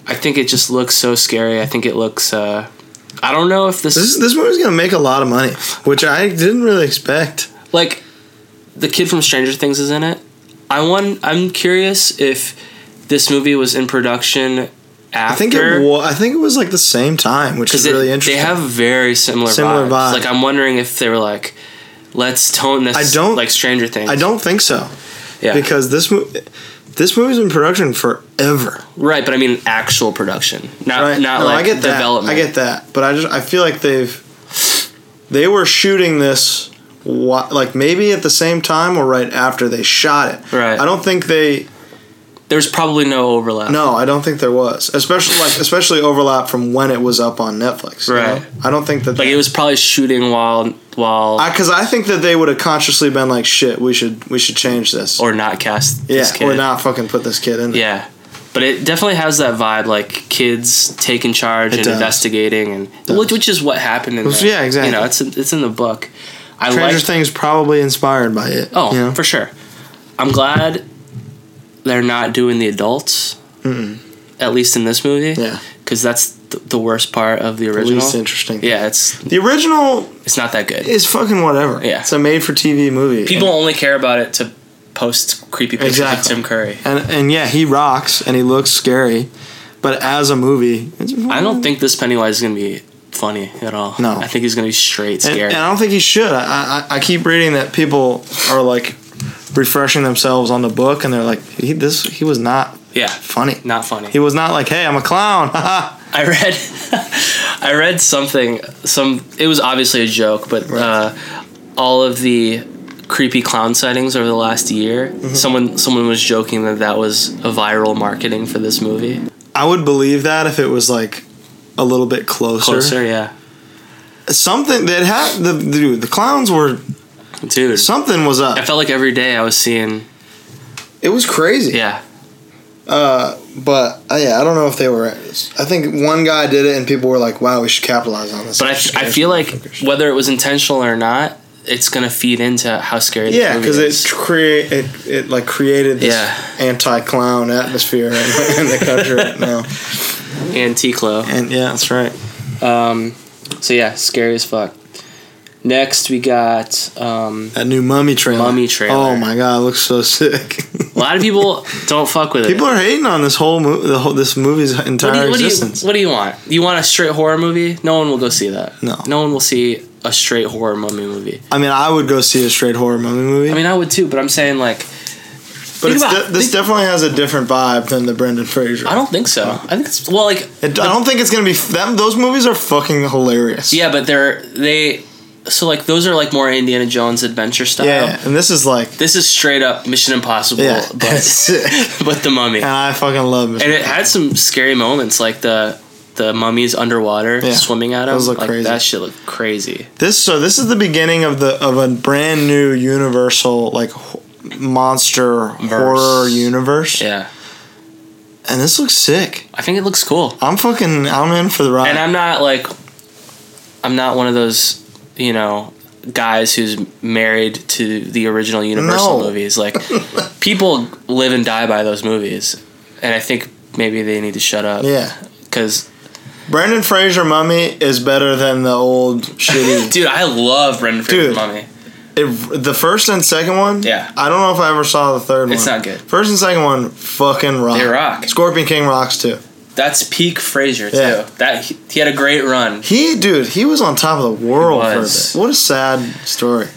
J: I think it just looks so scary. I think it looks. uh I don't know if this
I: this this movie's gonna make a lot of money, which I didn't really expect.
J: like the kid from Stranger Things is in it. I want. I'm curious if this movie was in production after.
I: I think it was. I think it was like the same time, which is
J: it-
I: really interesting.
J: They have very similar,
I: Similar
J: vibes.
I: vibe.
J: Like I'm wondering if they were like, let's tone this.
I: I don't-
J: like Stranger Things.
I: I don't think so
J: Yeah.
I: because this movie, this movie's in production forever.
J: right, but I mean actual production, not
I: Right?
J: not
I: No,
J: like
I: I get that.
J: development.
I: I get that, but I just I feel like they've they were shooting this whi- like maybe at the same time or right after they shot it.
J: Right.
I: I don't think they.
J: There's probably no overlap.
I: No, I don't think there was, especially like especially overlap from when it was up on Netflix. you
J: Right.
I: know? I don't think that
J: Like it was probably shooting while while
I: because I, think that they would have consciously been like, "Shit, we should we should change this."
J: or not cast
I: yeah,
J: this kid.
I: or not fucking put this kid in. there.
J: Yeah. But it definitely has that vibe, like kids taking charge
I: It
J: and
I: does.
J: investigating, and
I: does.
J: which, which is what happened in.
I: Which-
J: the,
I: yeah, exactly.
J: You know, it's in, it's in the book. I
I: Stranger
J: like.
I: Things probably inspired by it.
J: Oh,
I: you know?
J: for sure. I'm glad they're not doing the adults, at least in this movie.
I: Yeah.
J: because that's th- the worst part of the
I: At
J: original.
I: least interesting.
J: Yeah, it's
I: The original
J: it's not that good.
I: is fucking whatever.
J: Yeah.
I: It's a made for TV movie.
J: People only care about it to post creepy pictures
I: Exactly.
J: of Tim Curry.
I: And, and and yeah, he rocks and he looks scary, but as a movie, it's,
J: I don't think this Pennywise is gonna be funny at all.
I: No.
J: I think he's gonna be straight
I: And,
J: scary.
I: and I don't think he should. I, I I keep reading that people are like refreshing themselves on the book, and they're like, he this he was not
J: yeah,
I: funny.
J: not funny.
I: He was not like, hey, I'm a clown.
J: I read, I read something. Some it was obviously a joke, but uh, all of the creepy clown sightings over the last year, someone someone was joking that that was a viral marketing for this movie.
I: I would believe that if it was like a little bit closer.
J: Closer, yeah,
I: Something that had the dude, the clowns were
J: dude.
I: something was
J: I
I: up.
J: felt like every day I was seeing.
I: It was crazy.
J: Yeah,
I: Uh, but uh, yeah, I don't know if they were. I think one guy did it, and people were like, "Wow, we should capitalize on this."
J: but I, I feel like whether it was intentional or not, it's gonna feed into how scary. the
I: yeah,
J: movie
I: because
J: is.
I: it create it, it like created this
J: Yeah.
I: anti-clown atmosphere in, in the country right now.
J: and Ticlo.
I: And yeah, that's right.
J: Um, so yeah, scary as fuck. Next we got. Um,
I: That new mummy trailer.
J: Mummy trailer.
I: Oh my god, it looks so sick.
J: A lot of people don't fuck with it.
I: People are hating on this whole movie. The whole this movie's entire
J: what do, you, what, do you,
I: existence.
J: what do you want? You want a straight horror movie? No one will go see that.
I: No.
J: No one will see a straight horror mummy movie.
I: I mean, I would go see a straight horror mummy movie.
J: I mean, I would too, but I'm saying like,
I: but
J: think
I: it's
J: about-
I: de- this
J: think-
I: definitely has a different vibe than the Brendan Fraser.
J: I don't think so. I think it's well, like,
I: It, I don't think it's gonna be. f- That, those movies are fucking hilarious.
J: yeah, but they're they. So like, those are like more Indiana Jones adventure style.
I: Yeah, and this is like.
J: This is straight up Mission Impossible,
I: Yeah, that's
J: but
I: sick.
J: but the mummy,
I: And I fucking love it.
J: and it had some scary moments, like the the mummies underwater
I: Yeah.
J: swimming at him.
I: Those look
J: like,
I: crazy.
J: That shit looked crazy.
I: This so this is the beginning of the of a brand new Universal like h- monster horror universe.
J: Yeah,
I: and this looks sick.
J: I think it looks cool.
I: I'm fucking. I'm in for the ride.
J: and I'm not like I'm not one of those you know guys who's married to the original Universal
I: No.
J: movies. Like people live and die by those movies, and I think maybe they need to shut up.
I: yeah,
J: because
I: Brendan Fraser Mummy is better than the old shitty.
J: dude, I love Brendan Fraser
I: Dude.
J: Mummy.
I: It, the first and second one.
J: Yeah.
I: I don't know if I ever saw the third one.
J: It's not good.
I: First and second one fucking rock.
J: They rock.
I: Scorpion King rocks too.
J: That's peak Fraser too.
I: Yeah.
J: That he, he had a great run.
I: He dude, he was on top of the world for a
J: was.
I: bit. What a sad story.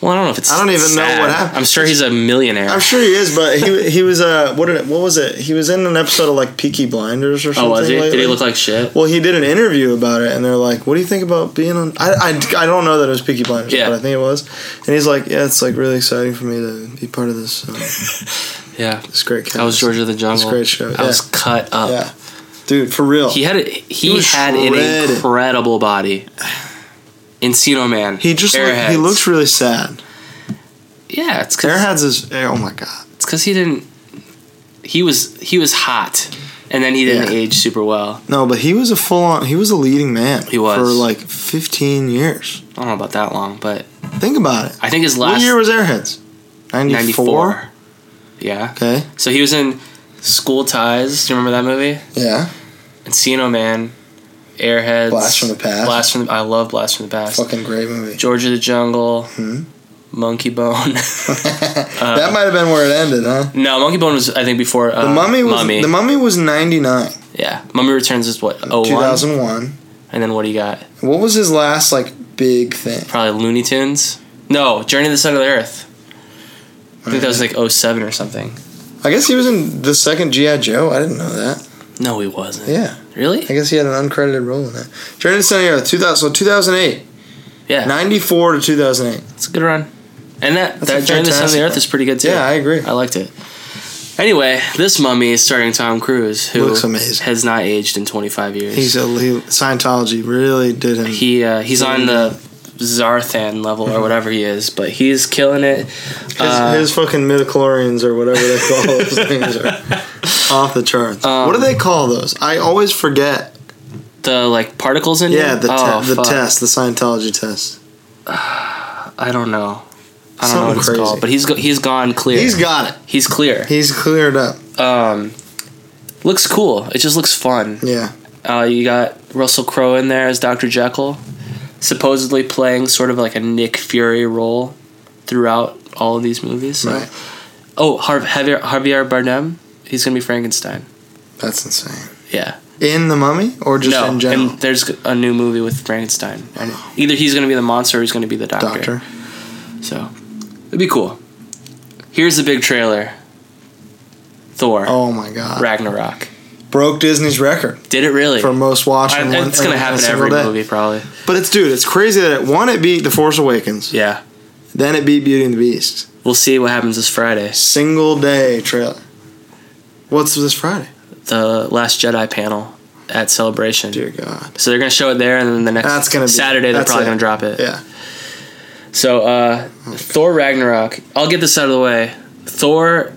J: Well, I don't know if it's.
I: I don't even know
J: sad.
I: what happened.
J: I'm sure he's a millionaire.
I: I'm sure he is, but he he was uh what did it, what was it? He was in an episode of like Peaky Blinders or
J: oh,
I: something.
J: was he? Did
I: lately.
J: he look like shit?
I: Well, he did an interview about it, and they're like, "What do you think about being on?" I, I, I don't know that it was Peaky Blinders,
J: Yeah.
I: but I think it was. And he's like, "Yeah, it's like really exciting for me to be part of this uh,
J: Yeah.
I: this great cast."
J: That was Georgia the Jungle.
I: great show,
J: I was
I: yeah.
J: cut up.
I: Yeah, dude, for real.
J: He
I: He,
J: had a, he,
I: was
J: had an
I: shredded.
J: incredible body. Encino Man.
I: just look, he
J: Airheads.
I: looks really sad.
J: yeah. It's because
I: Airheads is oh my god.
J: he didn't. He was he was hot, and then he didn't
I: Yeah.
J: age super well.
I: No, but he was a full on. He was a leading man.
J: He was.
I: for like 15 years.
J: I don't know about that long, but
I: Think about it.
J: I think his
I: what
J: last
I: year was Airheads? 94?
J: '94. Yeah.
I: Okay.
J: So he was in School Ties. Do you remember that movie?
I: Yeah.
J: Encino Man, Airheads,
I: Blast from the Past.
J: Blast from the, I love Blast from the Past.
I: Fucking great movie. Hmm?
J: Georgia the Jungle. Monkey Bone.
I: that might have been where it ended, huh?
J: no, Monkey Bone was I think before uh,
I: The mummy was the mummy was ninety nine,
J: yeah, Mummy Returns is what
I: two
J: 01?
I: thousand one.
J: and then what do you got?
I: What was his last like big thing?
J: Probably Looney Tunes. No, Journey to the Center of the Earth. I think that was like 07 or something.
I: I guess he was in the second GI Joe. I didn't know that.
J: No, he wasn't.
I: Yeah,
J: Really?
I: I guess he had an uncredited role in that. Journey to Sunny Earth, two thousand. So two thousand eight.
J: Yeah.
I: 94 to 2008.
J: It's a good run. And that,
I: That's a
J: that Journey to the Center of the
I: fantastic
J: Earth
I: run.
J: is pretty good too.
I: Yeah, I agree.
J: I liked it. Anyway, this mummy is starring Tom Cruise, who
I: Looks amazing.
J: has not aged in 25 years.
I: He's a he, Scientology really did him.
J: he uh, he's on the Zarthan level
I: Mm-hmm.
J: or whatever he is, but he's killing it.
I: his,
J: uh,
I: his fucking midichlorians or whatever they call those things are off the charts. what do
J: Um,
I: they call those? I always forget.
J: The like particles in
I: Yeah,
J: him?
I: the te-
J: Oh,
I: the
J: fuck.
I: test, the Scientology test.
J: I don't know. I don't know
I: Something
J: what it's
I: crazy.
J: called, but he's go- he's gone clear.
I: He's got it.
J: he's clear.
I: He's cleared up.
J: Um, looks cool. It just looks fun.
I: Yeah,
J: Uh, you got Russell Crowe in there as Dr. Jekyll, supposedly playing sort of like a Nick Fury role throughout all of these movies. So.
I: Right.
J: Oh, Har- Javier, Javier Bardem, he's gonna be Frankenstein.
I: that's insane.
J: Yeah.
I: In the Mummy or just
J: no,
I: in general?
J: and there's a new movie with Frankenstein. And either he's gonna be the monster or he's gonna be the doctor.
I: Doctor.
J: So it'd be cool. Here's the big trailer. Thor
I: Oh my God!
J: Ragnarok.
I: Broke Disney's record
J: Did it really?
I: for most watched.
J: I,
I: in one-
J: it's gonna
I: in a
J: happen
I: single
J: every
I: day.
J: movie, probably.
I: But it's dude, it's crazy that it, one it beat The Force Awakens,
J: Yeah.
I: then it beat Beauty and the Beast.
J: We'll see what happens this Friday.
I: Single day trailer. What's this Friday?
J: The Last Jedi panel at Celebration.
I: Dear God.
J: So they're gonna show it there, and then the next
I: That's gonna be
J: Saturday they're
I: that's
J: probably
I: it.
J: gonna drop it.
I: Yeah.
J: So uh, Thor Ragnarok. I'll get this out of the way. Thor,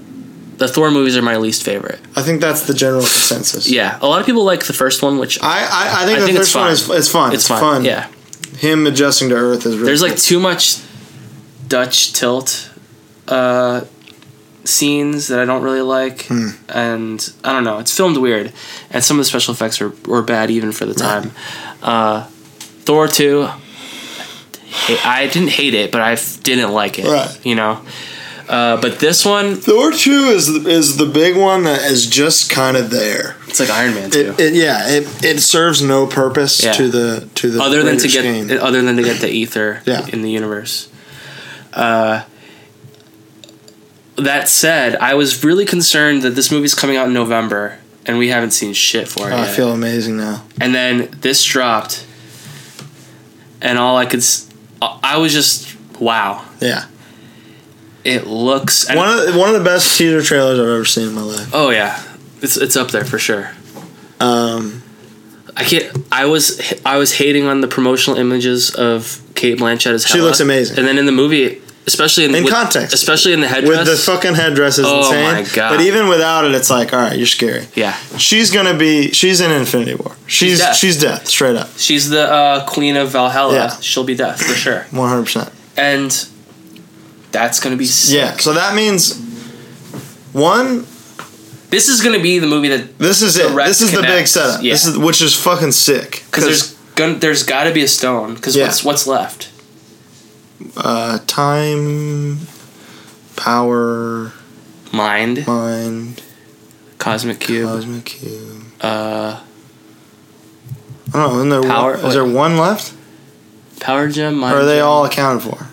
J: the Thor movies are my least favorite.
I: I think that's the general consensus.
J: Yeah, a lot of people like the first one, which
I: I, I, I think
J: I
I: the
J: think it's
I: first one
J: fun.
I: is Oh, it's fun.
J: it's, fun. Yeah,
I: Him adjusting to Earth is really
J: there's like
I: cool.
J: too much Dutch tilt uh, scenes that I don't really like,
I: Hmm.
J: and I don't know. It's filmed weird, and some of the special effects are were bad even for the time. Uh, Thor two, I- I didn't hate it, but I f- didn't like it.
I: Right.
J: You know, uh, but this one,
I: Thor two is is the big one that is just kind of there.
J: it's like Iron Man two.
I: It, it yeah it, it serves no purpose
J: Yeah.
I: to the to the
J: other than to
I: greater
J: get
I: scheme.
J: other than to get the ether
I: Yeah.
J: in the universe. Uh, that said, I was really concerned that this movie's coming out in November and we haven't seen shit for it.
I: Oh, I
J: yet.
I: feel amazing now.
J: and then this dropped, and all I could, s- I I was just wow.
I: Yeah,
J: It looks and-
I: one of the, one of the best teaser trailers I've ever seen in my life.
J: oh yeah, it's it's up there for sure.
I: Um,
J: I can't. I was I was hating on the promotional images of Kate Blanchett as
I: She
J: Hela.
I: looks amazing.
J: and then in the movie, especially in,
I: In
J: with-
I: context.
J: especially in the headdress,
I: with the fucking headdress is
J: Oh,
I: insane.
J: my God.
I: But even without it, it's like all right, you're scary.
J: yeah,
I: She's gonna be. She's in Infinity War. She's she's
J: death.
I: death, straight up,
J: she's the uh, queen of Valhalla.
I: Yeah.
J: She'll be death for sure,
I: one hundred percent.
J: and that's gonna be sick.
I: Yeah. So that means one.
J: This is gonna be the movie that
I: This is it.
J: Direct
I: This is the big
J: connects,
I: setup.
J: yeah.
I: This is which is fucking sick.
J: because there's gonna there's got to be a stone because
I: Yeah.
J: what's what's left?
I: uh, time, power,
J: Mind,
I: mind,
J: cosmic cube,
I: cosmic cube.
J: uh,
I: I don't know. Isn't there
J: Power-
I: One, is there one left?
J: power gem. Mind
I: Or are they
J: gem.
I: all accounted for?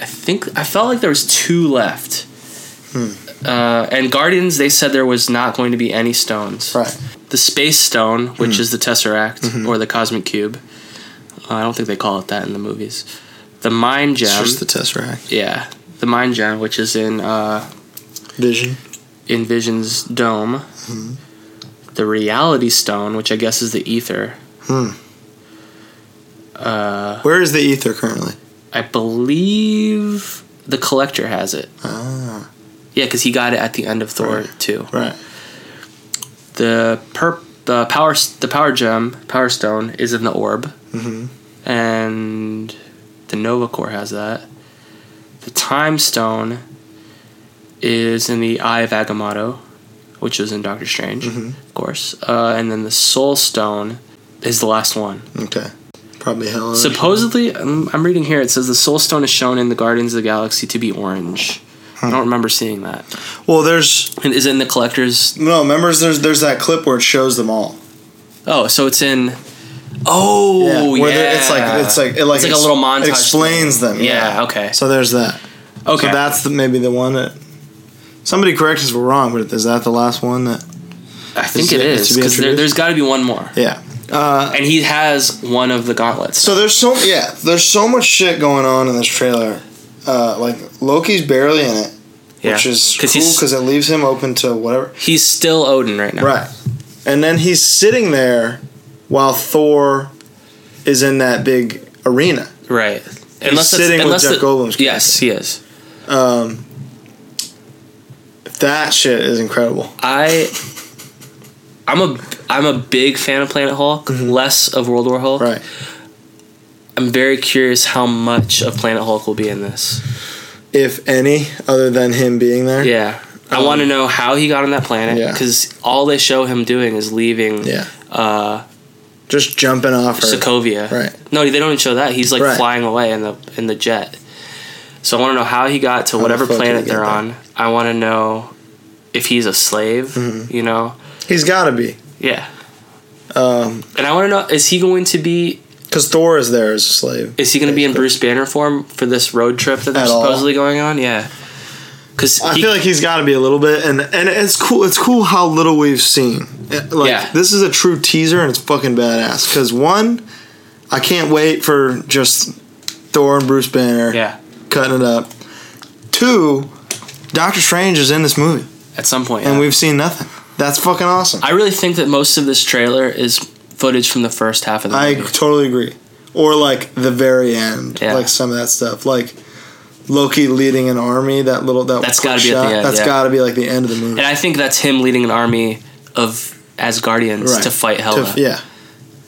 J: I think I felt like there was two left.
I: Hmm.
J: Uh, and Guardians, they said there was not going to be any stones.
I: Right. Hmm. Mm-hmm.
J: The Space Stone, which is the Tesseract or the Cosmic Cube. Uh, I don't think they call it that in the movies. The Mind
I: It's
J: Gem,
I: just the tesseract.
J: yeah, the Mind Gem, which is in uh,
I: Vision.
J: in Vision's dome.
I: Mm-hmm.
J: The Reality Stone, which I guess is the Ether.
I: Hmm.
J: Uh,
I: Where is the ether currently?
J: I believe the Collector has it.
I: Ah,
J: Yeah, because he got it at the end of Thor
I: Right.
J: too.
I: right.
J: the per the power the power gem power stone is in the orb,
I: Mm-hmm.
J: and the Nova Core has that. The time stone is in the Eye of Agamotto, which was in Doctor Strange, of course. Uh, and then the Soul Stone is the last one.
I: Okay. probably hellish.
J: Supposedly, I'm, I'm reading here. It says the Soul Stone is shown in the Guardians of the Galaxy to be orange. I don't remember seeing that.
I: well, there's
J: And is it in the collector's?
I: no members. There's there's that clip where it shows them all.
J: Oh, so it's in. Oh, yeah.
I: where they're- It's like it's like it like,
J: It's like a little montage
I: It explains them.
J: Yeah, okay.
I: So there's that.
J: okay.
I: So that's the, maybe the one that somebody correct us if we're wrong, but is that the last one that?
J: I
I: is
J: think it
I: it
J: is
I: to be
J: because there,
I: introduced?
J: there's got to be one more,
I: Yeah. Uh,
J: and he has one of the gauntlets.
I: So there's so yeah, there's so much shit going on in this trailer. Uh, like Loki's barely in it, which is cool
J: he's
I: because it leaves him open to whatever.
J: he's still Odin right now.
I: Right. And then he's sitting there while Thor is in that big arena.
J: Right. it's-
I: sitting with Jeff Goldblum's
J: Yes, he is.
I: Um, that shit is incredible.
J: I I'm a I'm a big fan of Planet Hulk, less of World War Hulk.
I: Mm-hmm. Right.
J: I'm very curious how much of Planet Hulk will be in this.
I: If any, other than him being there.
J: Yeah. I
I: Um,
J: want to know how he got on that planet
I: Yeah.
J: because all they show him doing is leaving
I: Yeah.
J: uh,
I: Just jumping off her.
J: Sokovia.
I: Right.
J: No, they don't even show that. He's like
I: Right.
J: flying away in the in the jet. So I want to know how he got to
I: the
J: whatever
I: fuck did he
J: planet
I: get
J: they're
I: there?
J: on. I want to know if he's a slave.
I: Mm-hmm.
J: You know.
I: He's got to be.
J: Yeah.
I: Because
J: And I want to know is he going to be
I: Thor is there as a slave.
J: Is he going to be in Bruce Banner form for this road trip that they're
I: At all.
J: supposedly going on? Yeah, because
I: I feel like he's got to be a little bit, and and it's cool. It's cool how little we've seen. Eh, Like
J: Yeah.
I: this is a true teaser, and it's fucking badass. Because one, I can't wait for just Thor and Bruce Banner
J: yeah,
I: cutting it up. Two, Doctor Strange is in this movie,
J: at some point.
I: and
J: yeah.
I: we've seen nothing. That's fucking awesome.
J: I really think that most of this trailer is footage from the first half of the
I: I
J: movie.
I: totally agree. Or like the very end,
J: Yeah.
I: like some of that stuff, like Loki leading an army. That little that
J: That's
I: quick
J: gotta be at the end,
I: That's
J: yeah.
I: got to be like the end of the movie.
J: and I think that's him leading an army of Asgardians
I: Right.
J: to fight
I: To-
J: Hela.
I: yeah,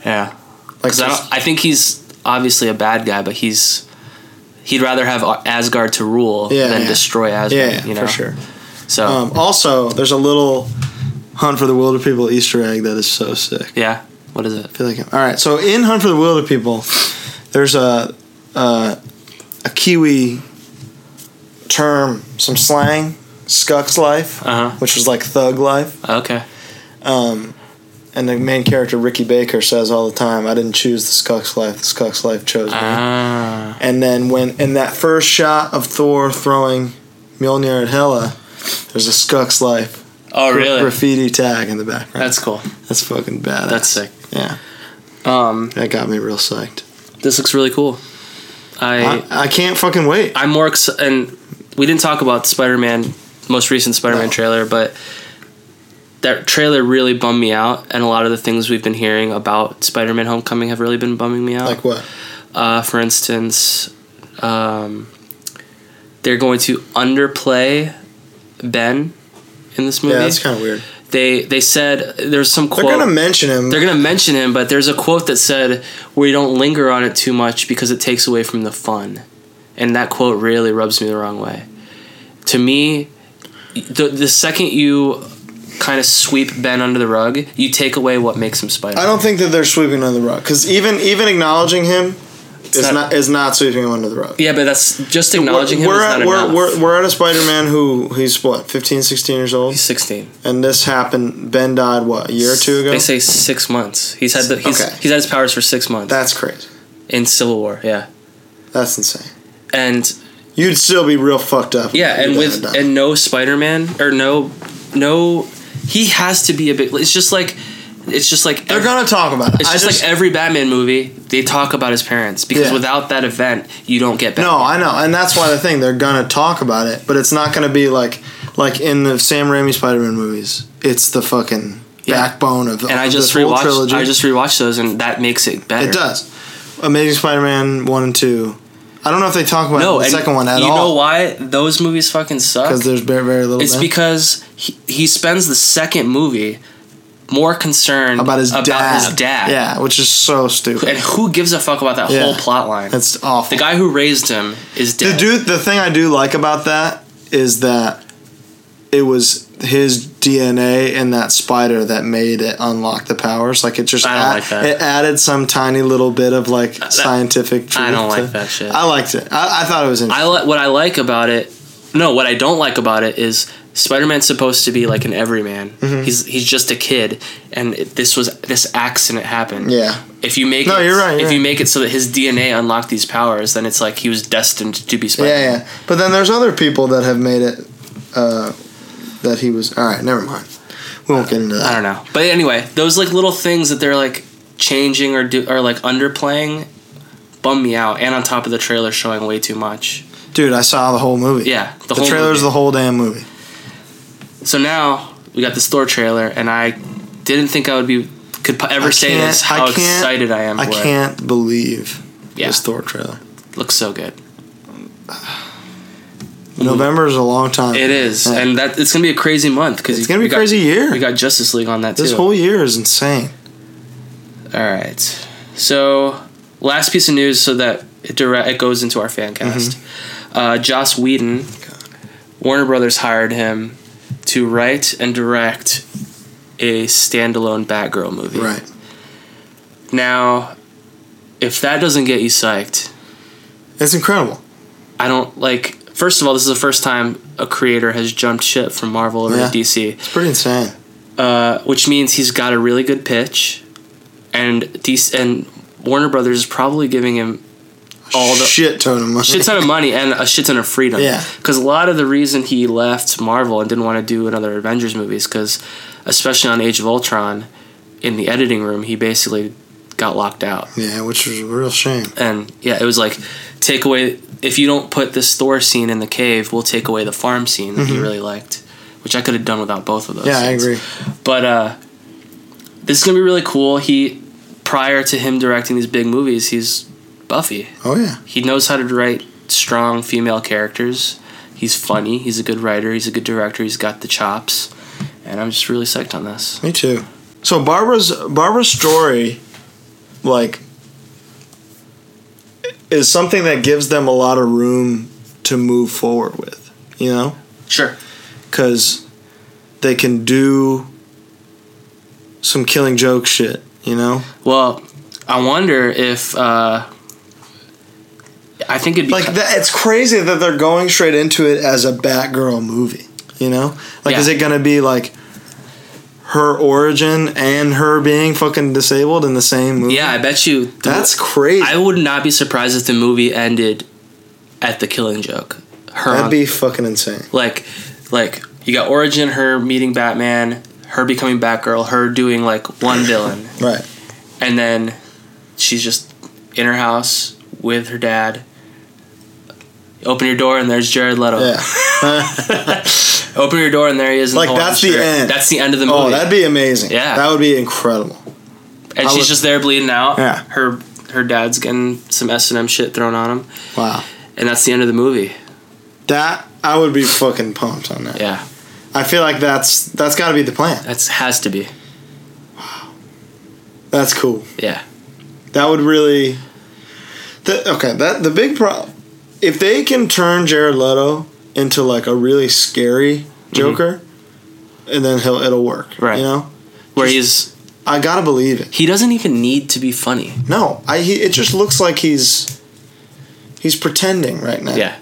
J: yeah,
I: like
J: because I,
I: just-
J: don't- I think he's obviously a bad guy, but he's he'd rather have Asgard to rule
I: Yeah,
J: than
I: yeah.
J: destroy Asgard.
I: yeah, yeah,
J: you know?
I: for sure.
J: So
I: Um, also, there's a little Hunt for the Wilder People Easter egg that is so sick.
J: yeah, what is it?
I: I feel like all right. So in Hunt for the Wilder People, there's a a, a Kiwi term, some slang, Skux life,
J: Uh
I: which was like thug life.
J: huh. Okay.
I: Um, and the main character Ricky Baker says all the time, "I didn't choose the Skux life. The Skux life chose me."
J: Ah.
I: And then when in that first shot of Thor throwing Mjolnir at Hela, there's a Skux life
J: Oh
I: gra-
J: really?
I: graffiti tag in the background.
J: That's cool.
I: That's fucking badass.
J: That's sick.
I: yeah.
J: Um,
I: That got me real psyched.
J: this looks really cool. I,
I: I, I can't fucking wait.
J: I am more ex- and we didn't talk about Spider Man most recent Spider Man
I: No.
J: trailer, but that trailer really bummed me out, and a lot of the things we've been hearing about Spider Man Homecoming have really been bumming me out.
I: Like what?
J: uh, for instance, um, they're going to underplay Ben in this movie.
I: Yeah, that's kind of weird.
J: they they said there's some quote.
I: They're gonna mention him.
J: They're going to mention him, but there's a quote that said, We don't linger on it too much because it takes away from the fun. And that quote really rubs me the wrong way. To me, the, the second you kind of sweep Ben under the rug, you take away what makes him Spider
I: I
J: Man.
I: don't think that they're sweeping him under the rug because even even acknowledging him is
J: not-
I: not, is not sweeping him under the rug.
J: Yeah, but that's just acknowledging
I: we're,
J: him
I: at,
J: is not
I: we're,
J: enough.
I: We're, we're at a Spider-Man who he's what 15, 16 years old,
J: He's 16.
I: and this happened. Ben died what a year or two ago.
J: They say six months. He's had the, he's,
I: Okay.
J: he's had his powers for six months
I: that's crazy.
J: in Civil War. Yeah,
I: That's insane.
J: and
I: You'd still be real fucked up. if
J: Yeah,
I: you
J: and
I: died
J: with
I: died.
J: and no Spider Man or no no, he has to be a big. It's just like it's just like
I: they're
J: ev-
I: gonna talk about it.
J: It's
I: I
J: just, like every Batman movie. They talk about his parents because
I: Yeah.
J: without that event, you don't get Batman.
I: No, I know, and that's why the thing they're gonna talk about it, but it's not gonna be like like in the Sam Raimi Spider-Man movies. It's the fucking
J: Yeah.
I: backbone of the
J: and I
I: of
J: just
I: this whole
J: rewatched.
I: trilogy.
J: I just rewatched those, and that makes it better.
I: it does. Amazing Spider-Man one and two. I don't know if they talk about
J: No,
I: the
J: and
I: second one at
J: you know
I: all
J: why those movies fucking suck?
I: because there's very very little.
J: It's
I: there.
J: because he, he spends the second movie more concerned
I: about his dad.
J: his dad.
I: Yeah, which is so
J: And
I: stupid.
J: who gives a fuck about that
I: Yeah.
J: whole plot line?
I: That's awful.
J: The guy who raised him is
I: The
J: dead.
I: dude, the thing I do like about that is that it was his DNA in that spider that made it unlock the powers. Like it just
J: I don't like that. Uh,
I: it added some tiny little bit of like scientific truth.
J: I don't
I: to-
J: like that shit.
I: I liked it. I, I thought it was interesting.
J: I li- what I like about it. No, what I don't like about it is Spider-Man's supposed to be like an everyman.
I: Mm-hmm.
J: He's he's just a kid, and it- this was this accident happened.
I: yeah.
J: If you make
I: No,
J: it,
I: you're right,
J: if
I: you're
J: you
I: right.
J: make it so that his DNA unlocked these powers, then it's like he was destined to be
I: Yeah,
J: Spider. man
I: yeah. But then there's other people that have made it uh, that he was. All right, never mind. We won't get into that.
J: I don't know. But anyway, those like little things that they're like changing or do or like underplaying bum me out. And on top of the trailer showing way too much.
I: Dude, I saw the whole movie.
J: Yeah,
I: The,
J: whole
I: trailer's
J: movie.
I: the whole damn movie.
J: So now we got this Thor trailer, and I didn't think I would be could po- ever
I: I
J: say
I: can't-
J: this
I: I
J: how
I: can't-
J: excited I am.
I: I
J: for it.
I: can't believe
J: Yeah,
I: this Thor trailer.
J: looks so good.
I: November is a long time.
J: It is,
I: Yeah.
J: and that it's gonna be a crazy month because
I: it's gonna be a crazy year.
J: We got Justice League on that
I: this
J: too.
I: whole year is insane.
J: All right. So, last piece of news, so that it direct it goes into our fan
I: Mm-hmm.
J: cast. Uh, Joss Whedon, Warner Brothers hired him to write and direct a standalone Batgirl movie.
I: Right.
J: now, if that doesn't get you psyched,
I: It's incredible.
J: I don't like. First of all, this is the first time a creator has jumped ship from Marvel over
I: Yeah.
J: to DC.
I: It's pretty insane.
J: uh, which means he's got a really good pitch, and these and Warner Brothers is probably giving him all the shit,
I: shit ton of money.
J: ton of money and a shit ton of freedom.
I: Yeah.
J: because a lot of the reason he left Marvel and didn't want to do another Avengers movie is because, especially on Age of Ultron, in the editing room, he basically got locked out.
I: yeah, which is a real shame.
J: And yeah, it was like take away if you don't put this Thor scene in the cave, we'll take away the farm scene that he really liked, which I could have done without both of those.
I: Mm-hmm. Yeah, I
J: scenes.
I: agree.
J: But uh, this is gonna be really cool. He, prior to him directing these big movies, he's Buffy.
I: Oh yeah,
J: He knows how to write strong female characters. He's funny. He's a good writer. He's a good director. He's got the chops, and I'm just really psyched on this.
I: me too. So Barbara's Barbara's story, like, is something that gives them a lot of room to move forward with. You know.
J: Sure.
I: because they can do some killing joke shit, you know?
J: Well, I wonder if uh, I think it'd be
I: Like, that, it's crazy that they're going straight into it as a Batgirl movie, you know? Like, is
J: Yeah.
I: it going to be like her origin and her being fucking disabled in the same movie?
J: yeah. I bet you the-
I: That's crazy.
J: I would not be surprised if the movie ended at the Killing Joke. Her
I: That'd
J: on-
I: be fucking insane.
J: like like you got origin her meeting batman her becoming batgirl her doing like one villain
I: Right.
J: and then she's just in her house with her dad open your door and there's jared leto
I: Yeah.
J: open your door and there he is in
I: Like,
J: the Hawaiian
I: that's the
J: shirt.
I: end.
J: that's the end of the movie
I: Oh, that'd be amazing.
J: Yeah.
I: That would be incredible.
J: and
I: I
J: she's
I: would-
J: just there bleeding out
I: Yeah.
J: her her dad's getting some s&m shit thrown on him
I: Wow.
J: and that's the end of the movie
I: That, I would be fucking pumped on that.
J: yeah
I: I feel like that's, that's gotta be the plan.
J: that's has to be
I: That's cool.
J: yeah
I: That would really. That, okay, that the big problem. If they can turn Jared Leto into like a really scary Joker, and then he'll it'll work.
J: Mm-hmm. Right.
I: You know,
J: where he's
I: I gotta believe it.
J: he doesn't even need to be funny
I: No, I he, it just looks like he's he's pretending right now.
J: yeah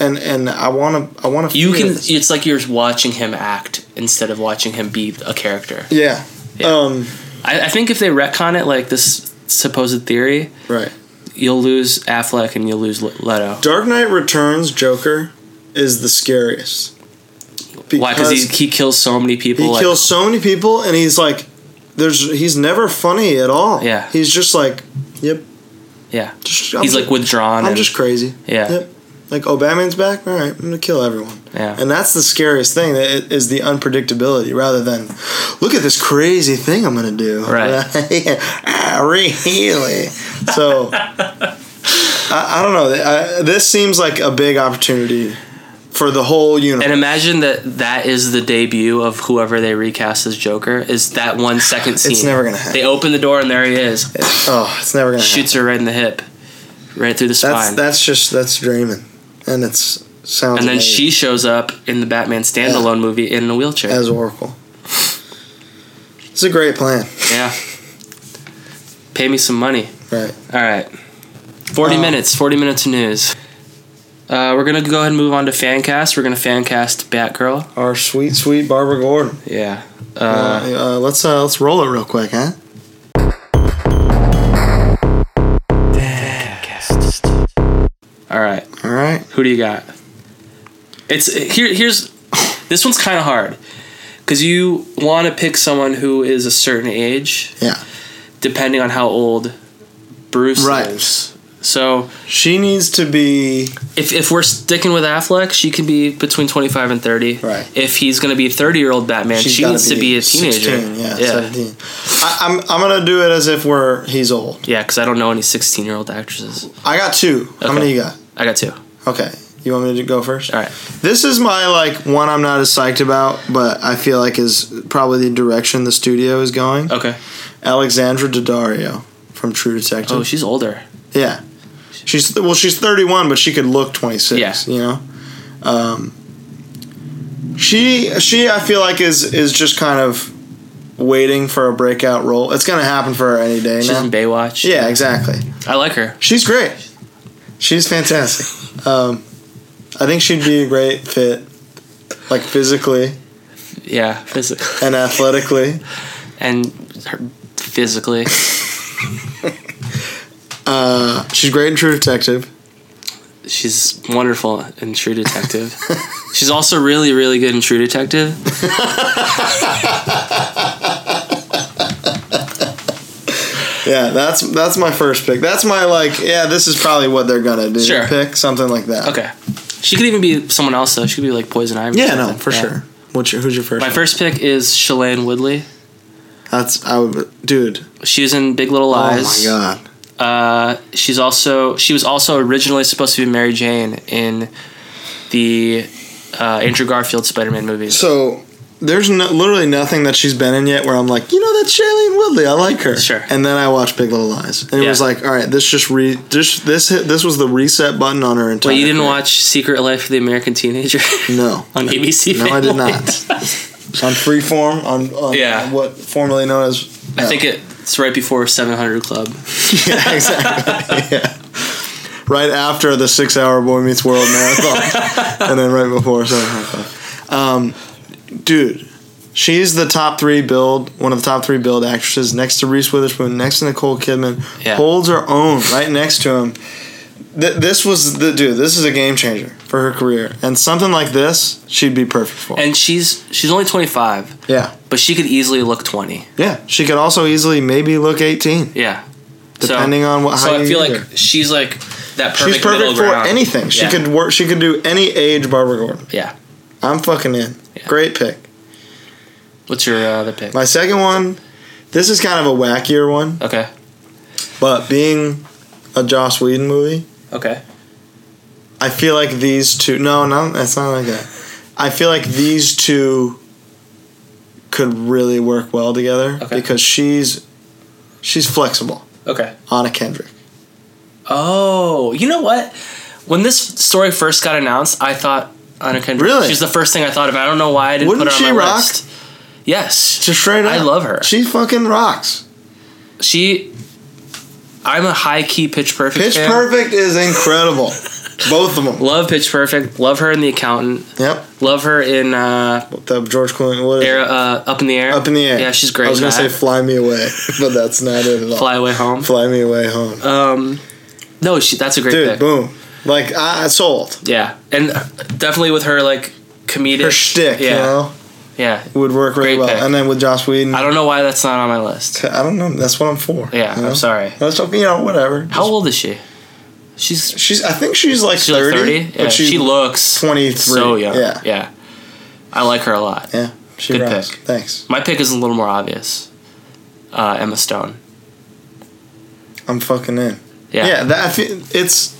I: And and I wanna I wanna.
J: You
I: feel
J: can.
I: this.
J: It's like you're watching him act instead of watching him be a character.
I: Yeah.
J: Yeah.
I: Um.
J: I, I think if they retcon it like this supposed theory,
I: Right.
J: you'll lose Affleck and you'll lose Le- Leto.
I: Dark Knight Returns Joker is the scariest.
J: Why? Because he, he kills so many people.
I: He
J: like-
I: kills so many people, and he's like, there's he's never funny at all.
J: Yeah.
I: he's just like, yep.
J: Yeah.
I: Just, I'm
J: he's
I: just,
J: like withdrawn.
I: I'm
J: and,
I: just crazy.
J: Yeah.
I: Yep. Like, oh, Batman's back. All right, I'm gonna kill everyone.
J: Yeah.
I: And that's the scariest thing that it- is the unpredictability, rather than, look at this crazy thing I'm gonna do.
J: Right.
I: Ah, really. So. I, I don't know. I, this seems like a big opportunity for the whole universe.
J: and imagine that that is the debut of whoever they recast as Joker. Is that one second scene?
I: It's never gonna happen.
J: They open the door and there he is.
I: oh, it's never gonna. happen.
J: Shoots her right in the hip, right through the
I: That's
J: spine.
I: that's just that's dreaming, and it's Sounds
J: and then
I: amazing.
J: she shows up in the Batman standalone movie in a wheelchair.
I: as Oracle. It's a great plan,
J: yeah. Pay me some money.
I: right?
J: All right. 40
I: Um,
J: minutes. 40 minutes of news. Uh, we're going to go ahead and move on to fan cast. We're going to fan cast Batgirl.
I: Our sweet, sweet Barbara Gordon.
J: Yeah.
I: Uh,
J: Uh,
I: uh, let's uh, let's roll it real quick, huh?
J: all right.
I: All right.
J: Who do you got? It's here. Here's this one's kind of hard because you want to pick someone who is a certain age,
I: Yeah.
J: depending on how old Bruce is. So
I: She needs to be
J: if if we're sticking with Affleck, she can be between twenty five and thirty.
I: Right.
J: If he's gonna be a thirty year old Batman,
I: she's
J: she
I: gotta
J: needs to be a teenager.
I: 16, yeah,
J: yeah,
I: 17. I, I'm I'm gonna do it as if we're he's old.
J: yeah. Because I don't know any sixteen year old actresses.
I: I got two. How
J: Okay.
I: many you got?
J: I got two.
I: Okay. You want me to go first?
J: All right.
I: This is my like one I'm not as psyched about, but I feel like is probably the direction the studio is going.
J: Okay.
I: Alexandra Daddario from True Detective.
J: Oh, she's older.
I: Yeah. She's well, she's 31, but she could look 26.
J: Yeah.
I: You know. Um, she she I feel like is is just kind of waiting for a breakout role. It's gonna happen for her any day
J: She's
I: now.
J: in Baywatch.
I: yeah, exactly.
J: I like her.
I: She's great. She's fantastic. Um, I think she'd be a great fit, like physically
J: Yeah, physically.
I: and athletically.
J: and her physically.
I: She's great in True Detective.
J: She's wonderful in True Detective. She's also really, really good in True Detective.
I: Yeah, that's that's my first pick. That's my like. Yeah, this is probably what they're gonna do.
J: Sure.
I: Pick something like that.
J: Okay. She could even be someone else, though. She could be like Poison Ivy. or
I: Yeah, no,
J: something.
I: for
J: Yeah.
I: sure. What's your who's your first?
J: My
I: one?
J: first pick is Shalane Woodley.
I: That's I would, dude.
J: She was in Big Little Lies.
I: Oh my god.
J: Uh, she's also she was also originally supposed to be Mary Jane in the uh, Andrew Garfield Spider-Man movies.
I: So there's no, literally nothing that she's been in yet where I'm like, you know, that's Shailene Woodley. I like her.
J: Sure.
I: And then I watched Big Little Lies, and it
J: Yeah.
I: was like, all right, this just re this this hit, this was the reset button on her entire.
J: Wait, you didn't
I: career.
J: watch Secret Life of the American Teenager
I: No.
J: on ABC?
I: No, I did
J: Family?
I: not. on Freeform, on, on
J: Yeah.
I: what formerly known as.
J: I think it, it's right before 700 Club.
I: yeah, exactly. yeah. Right after the six-hour Boy Meets World marathon, and then right before. So, um, dude, she's the top three build, one of the top three build actresses, next to Reese Witherspoon, next to Nicole Kidman.
J: Yeah.
I: Holds her own right next to him. Th- this was the dude. This is a game changer for her career, and something like this, she'd be perfect for.
J: And she's she's only 25,
I: yeah,
J: but she could easily look 20.
I: yeah. She could also easily maybe look eighteen,
J: Yeah.
I: depending on what.
J: so,
I: how
J: so I
I: you
J: feel
I: get
J: like
I: her.
J: she's like that perfect
I: She's
J: middle
I: perfect for
J: ground.
I: anything. She
J: Yeah.
I: could work. She could do any age Barbara Gordon.
J: Yeah.
I: I'm fucking in.
J: Yeah.
I: Great pick.
J: What's your uh, other pick?
I: My second one. This is kind of a wackier one,
J: Okay.
I: but being a Joss Whedon movie,
J: Okay.
I: I feel like these two. No, no, that's not like that. I feel like these two could really work well together
J: Okay.
I: because she's she's flexible.
J: Okay.
I: Anna Kendrick.
J: Oh, you know what? When this story first got announced, I thought Anna Kendrick.
I: Really?
J: She's the first thing I thought of. I don't know why I didn't
I: Wouldn't
J: put her
I: she
J: on my
I: rock?
J: list. Yes.
I: Just straight up.
J: I love her.
I: She fucking rocks.
J: She. I'm a high key Pitch Perfect.
I: Pitch
J: fan.
I: Perfect is incredible. Both of them.
J: Love Pitch Perfect. Love her in The Accountant.
I: Yep.
J: Love her in uh,
I: The George Clooney. What is it?
J: air, uh, Up in the Air.
I: Up in the air.
J: Yeah, she's great.
I: I was
J: in
I: gonna
J: that.
I: say "Fly Me Away," but that's not it at all.
J: Fly Away Home.
I: Fly me away home,
J: Um, no, she, that's a great
I: dude.
J: pick.
I: Boom. Like I I sold
J: Yeah, and definitely with her like comedic
I: her shtick.
J: Yeah,
I: You know,
J: yeah.
I: would work really
J: Great
I: well.
J: pick.
I: And then with Joss Whedon,
J: I don't know why that's not on my list.
I: I don't know. That's what I'm for.
J: Yeah,
I: you know?
J: I'm sorry.
I: That's what- you know whatever.
J: How old is she? She's
I: She's. I think she's like
J: she's like
I: thirty.
J: thirty.
I: But
J: Yeah,
I: she's
J: she looks
I: 23.
J: so young.
I: Yeah.
J: Yeah, yeah. I like her a lot.
I: Yeah. She
J: Good
I: rocks.
J: pick.
I: Thanks.
J: My pick is a little more obvious. Uh, Emma Stone.
I: I'm fucking in.
J: Yeah,
I: that, I feel, it's.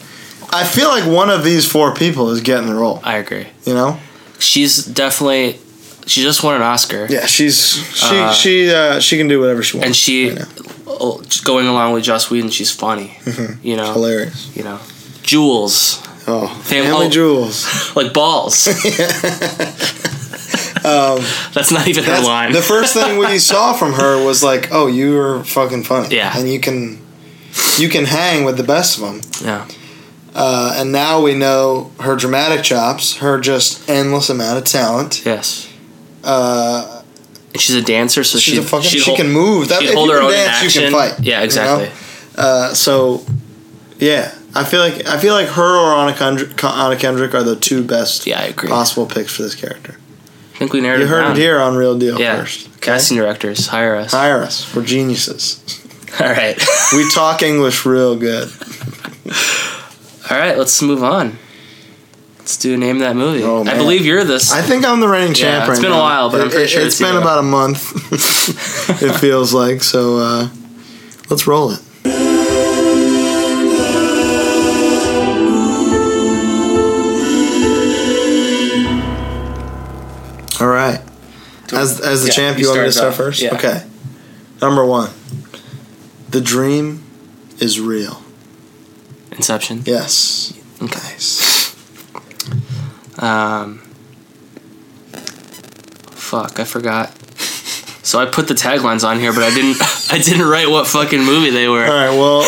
I: I feel like one of these four people is getting the role.
J: I agree.
I: You know.
J: She's definitely. She just won an Oscar.
I: Yeah, she's she
J: Uh,
I: she uh, she can do whatever she wants.
J: And she,
I: right now. Mm-hmm.
J: oh, going along with Joss Whedon, she's funny. You know,
I: hilarious.
J: you know, Jules.
I: Oh,
J: Fam-
I: family
J: oh.
I: jewels.
J: like balls. that's not even her
I: That's-
J: line.
I: The first thing we saw from her was like, "Oh, you are fucking funny."
J: Yeah.
I: and you can, you can hang with the best of them.
J: yeah.
I: Uh, and now we know her dramatic chops, her just endless amount of talent.
J: Yes.
I: Uh,
J: And she's a dancer, so
I: she's
J: she
I: a fucking,
J: she'd
I: she
J: hold-
I: can move. That,
J: she'd
I: if
J: hold
I: you
J: her
I: can
J: own
I: dance,
J: in action.
I: you can fight. you
J: Yeah,
I: know?
J: exactly.
I: Uh, so, yeah, I feel like I feel like her or Anna Kendrick, Anna Kendrick are the two best
J: Yeah, I agree.
I: possible picks for this character.
J: I think we narrowed
I: You
J: it
I: heard
J: down.
I: it here on Real Deal
J: Yeah.
I: first.
J: Casting directors, hire us.
I: Hire us. We're geniuses.
J: All right.
I: We talk English real good.
J: All right, let's move on. Let's do name that movie.
I: Oh,
J: I
I: man.
J: believe you're this.
I: I think I'm the reigning champ.
J: it's
I: right
J: been a
I: now.
J: while, but I'm pretty sure
I: it's
J: it's you.
I: been about a month. it feels like so. Uh, let's roll it. All right. As as the
J: Yeah,
I: champ,
J: you
I: you want me to start
J: start us off.
I: first?
J: Yeah.
I: Okay. Number one, the dream is real.
J: Inception.
I: Yes.
J: Okay.
I: Nice.
J: Um, fuck, I forgot. So I put the taglines on here, but I didn't. I didn't write what fucking movie they
I: All
J: were.
I: right. Well.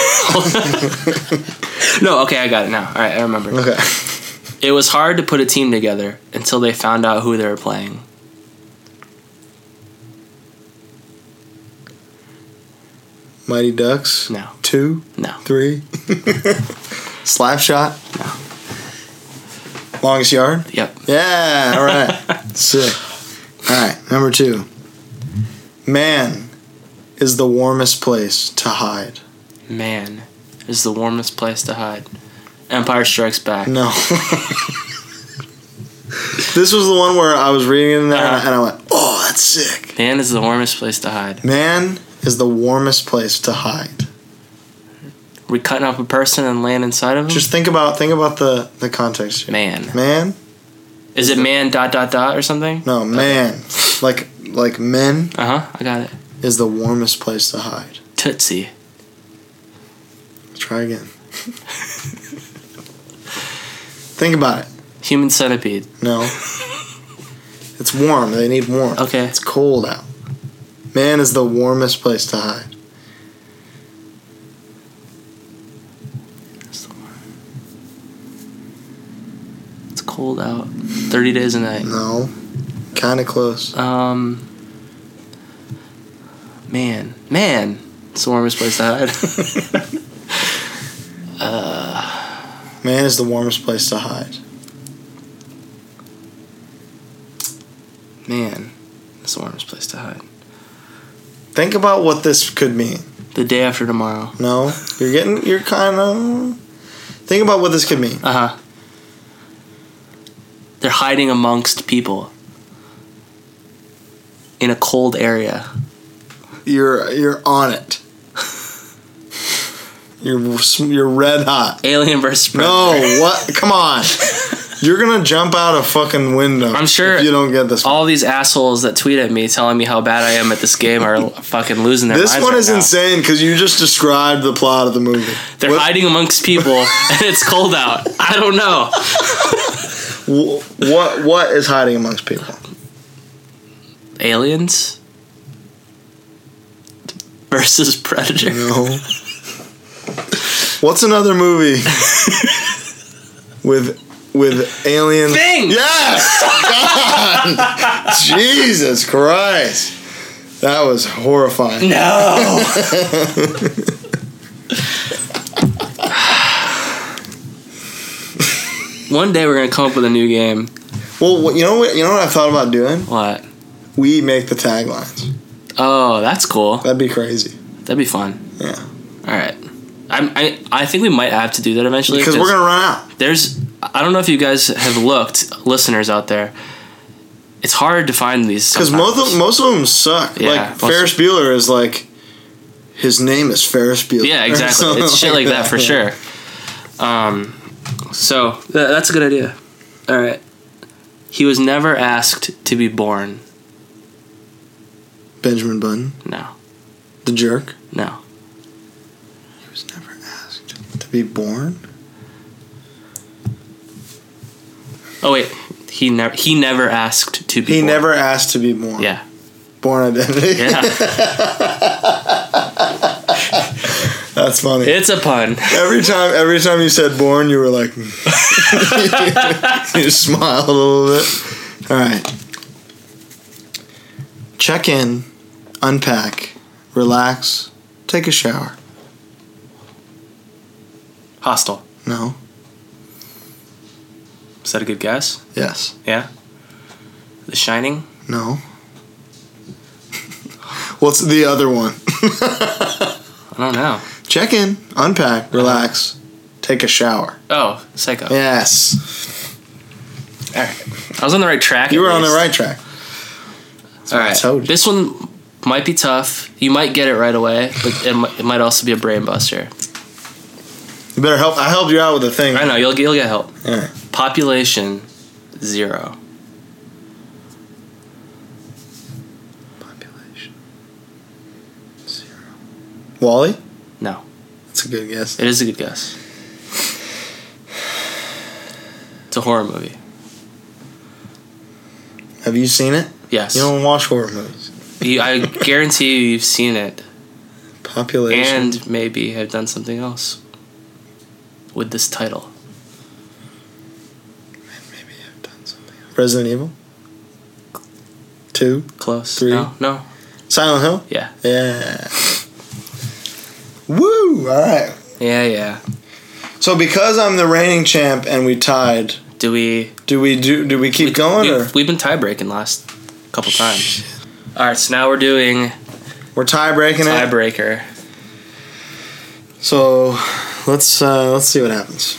J: No, okay, I got it now. All right, I remember.
I: Okay.
J: It was hard to put a team together until they found out who they were playing.
I: Mighty Ducks.
J: No,
I: Two.
J: no.
I: Three. Slap shot.
J: No.
I: Longest yard.
J: Yep.
I: Yeah. All right. Sick. All right. Number two. Man is the warmest place to hide.
J: Man is the warmest place to hide. Empire Strikes Back.
I: No. this was the one where I was reading it and I-
J: Uh-huh.
I: and I went, "Oh, that's sick."
J: Man is the warmest place to hide.
I: Man is the warmest place to hide.
J: We cutting up a person and land inside of him.
I: Just think about think about the the context here.
J: man.
I: Man
J: Is it man dot dot dot or something?
I: No, man. Like like men
J: Uh huh. I got it.
I: is the warmest place to hide.
J: Tootsie.
I: Try again. Think about it.
J: Human centipede.
I: No. It's warm. They need warmth.
J: Okay.
I: It's cold out. Man is the warmest place to hide.
J: It's cold out. Thirty days a night.
I: No. Kind of close.
J: Um. Man, man, it's the warmest place to hide.
I: Man is the warmest place to hide.
J: man, it's the warmest place to hide.
I: Think about what this could mean.
J: The day after tomorrow.
I: No. You're getting you're kind of Think about what this could mean.
J: Uh huh. They're hiding amongst people. In a cold area.
I: You're you're on it. You're sm- you're red hot.
J: Alien versus Predator.
I: No, what? Come on. You're gonna jump out a fucking window.
J: I'm sure
I: if you don't get this. one.
J: all these assholes that tweet at me telling me how bad I am at this game are fucking losing their
I: This
J: minds.
I: one
J: right
I: is
J: now.
I: insane because you just described the plot of the movie.
J: They're
I: What-
J: hiding amongst people and it's cold out. I don't know.
I: wh- what what is hiding amongst people?
J: Aliens versus Predator.
I: No. What's another movie with with aliens?
J: Thing!
I: Yes. God. Jesus Christ. That was horrifying.
J: No. One day we're gonna come up with a new game.
I: Well, what- you know what? You know what I thought about doing?
J: What?
I: We make the taglines.
J: Oh, that's cool.
I: That'd be crazy.
J: That'd be fun.
I: Yeah.
J: All right. I'm, I I think we might have to do that eventually
I: Because we're gonna run out.
J: there's I don't know if you guys have looked, listeners out there. It's hard to find these
I: Because
J: sometimes.
I: most of, most of them suck.
J: Yeah,
I: like
J: most-
I: Ferris Bueller is like, his name is Ferris Bueller.
J: yeah,
I: or
J: exactly.
I: something
J: It's shit like that for
I: yeah.
J: sure. Um, so th- that's a good idea. All right. He was never asked to be born.
I: Benjamin Button,
J: No,
I: the jerk.
J: no.
I: He was never asked to be born.
J: Oh wait, he never he never asked to be.
I: He
J: born.
I: never asked to be born.
J: Yeah.
I: Born identity.
J: Yeah.
I: That's funny.
J: it's a pun.
I: Every time, every time you said "born," you were like, you smiled a little bit. All right. Check in, unpack, relax, take a shower.
J: Hostile.
I: No.
J: Is that a good guess?
I: Yes.
J: Yeah. The Shining.
I: No. What's the other one?
J: I don't know.
I: Check in, unpack, relax, take a shower.
J: Oh, Psycho.
I: Yes.
J: I was on the right track.
I: You
J: at
I: were on the
J: least.
I: right track.
J: All right.
I: told you.
J: This one might be tough. You might get it right away, but it, mi- it might also be a brain buster.
I: You better help. I helped you out with the thing.
J: I know you'll you'll get help.
I: All right.
J: Population zero.
I: Population. Zero. Wally?
J: No,
I: That's a good guess.
J: it is a good guess. It's a horror movie.
I: Have you seen it?
J: Yes,
I: You don't watch horror movies.
J: You- I guarantee you you've seen it,
I: Population.
J: and maybe have done something else with this title.
I: Maybe I've done something. else. Resident Evil? Two?
J: Close.
I: Three.
J: No, no.
I: Silent Hill?
J: Yeah,
I: Yeah. Woo! All right.
J: yeah, yeah.
I: So because I'm the reigning champ and we tied,
J: Do we?
I: do we do do we keep going
J: We've,
I: or
J: we've been tie breaking last couple times. All right, so now we're doing
I: we're tie breaking it?
J: tiebreaker.
I: So let's uh, let's see what happens.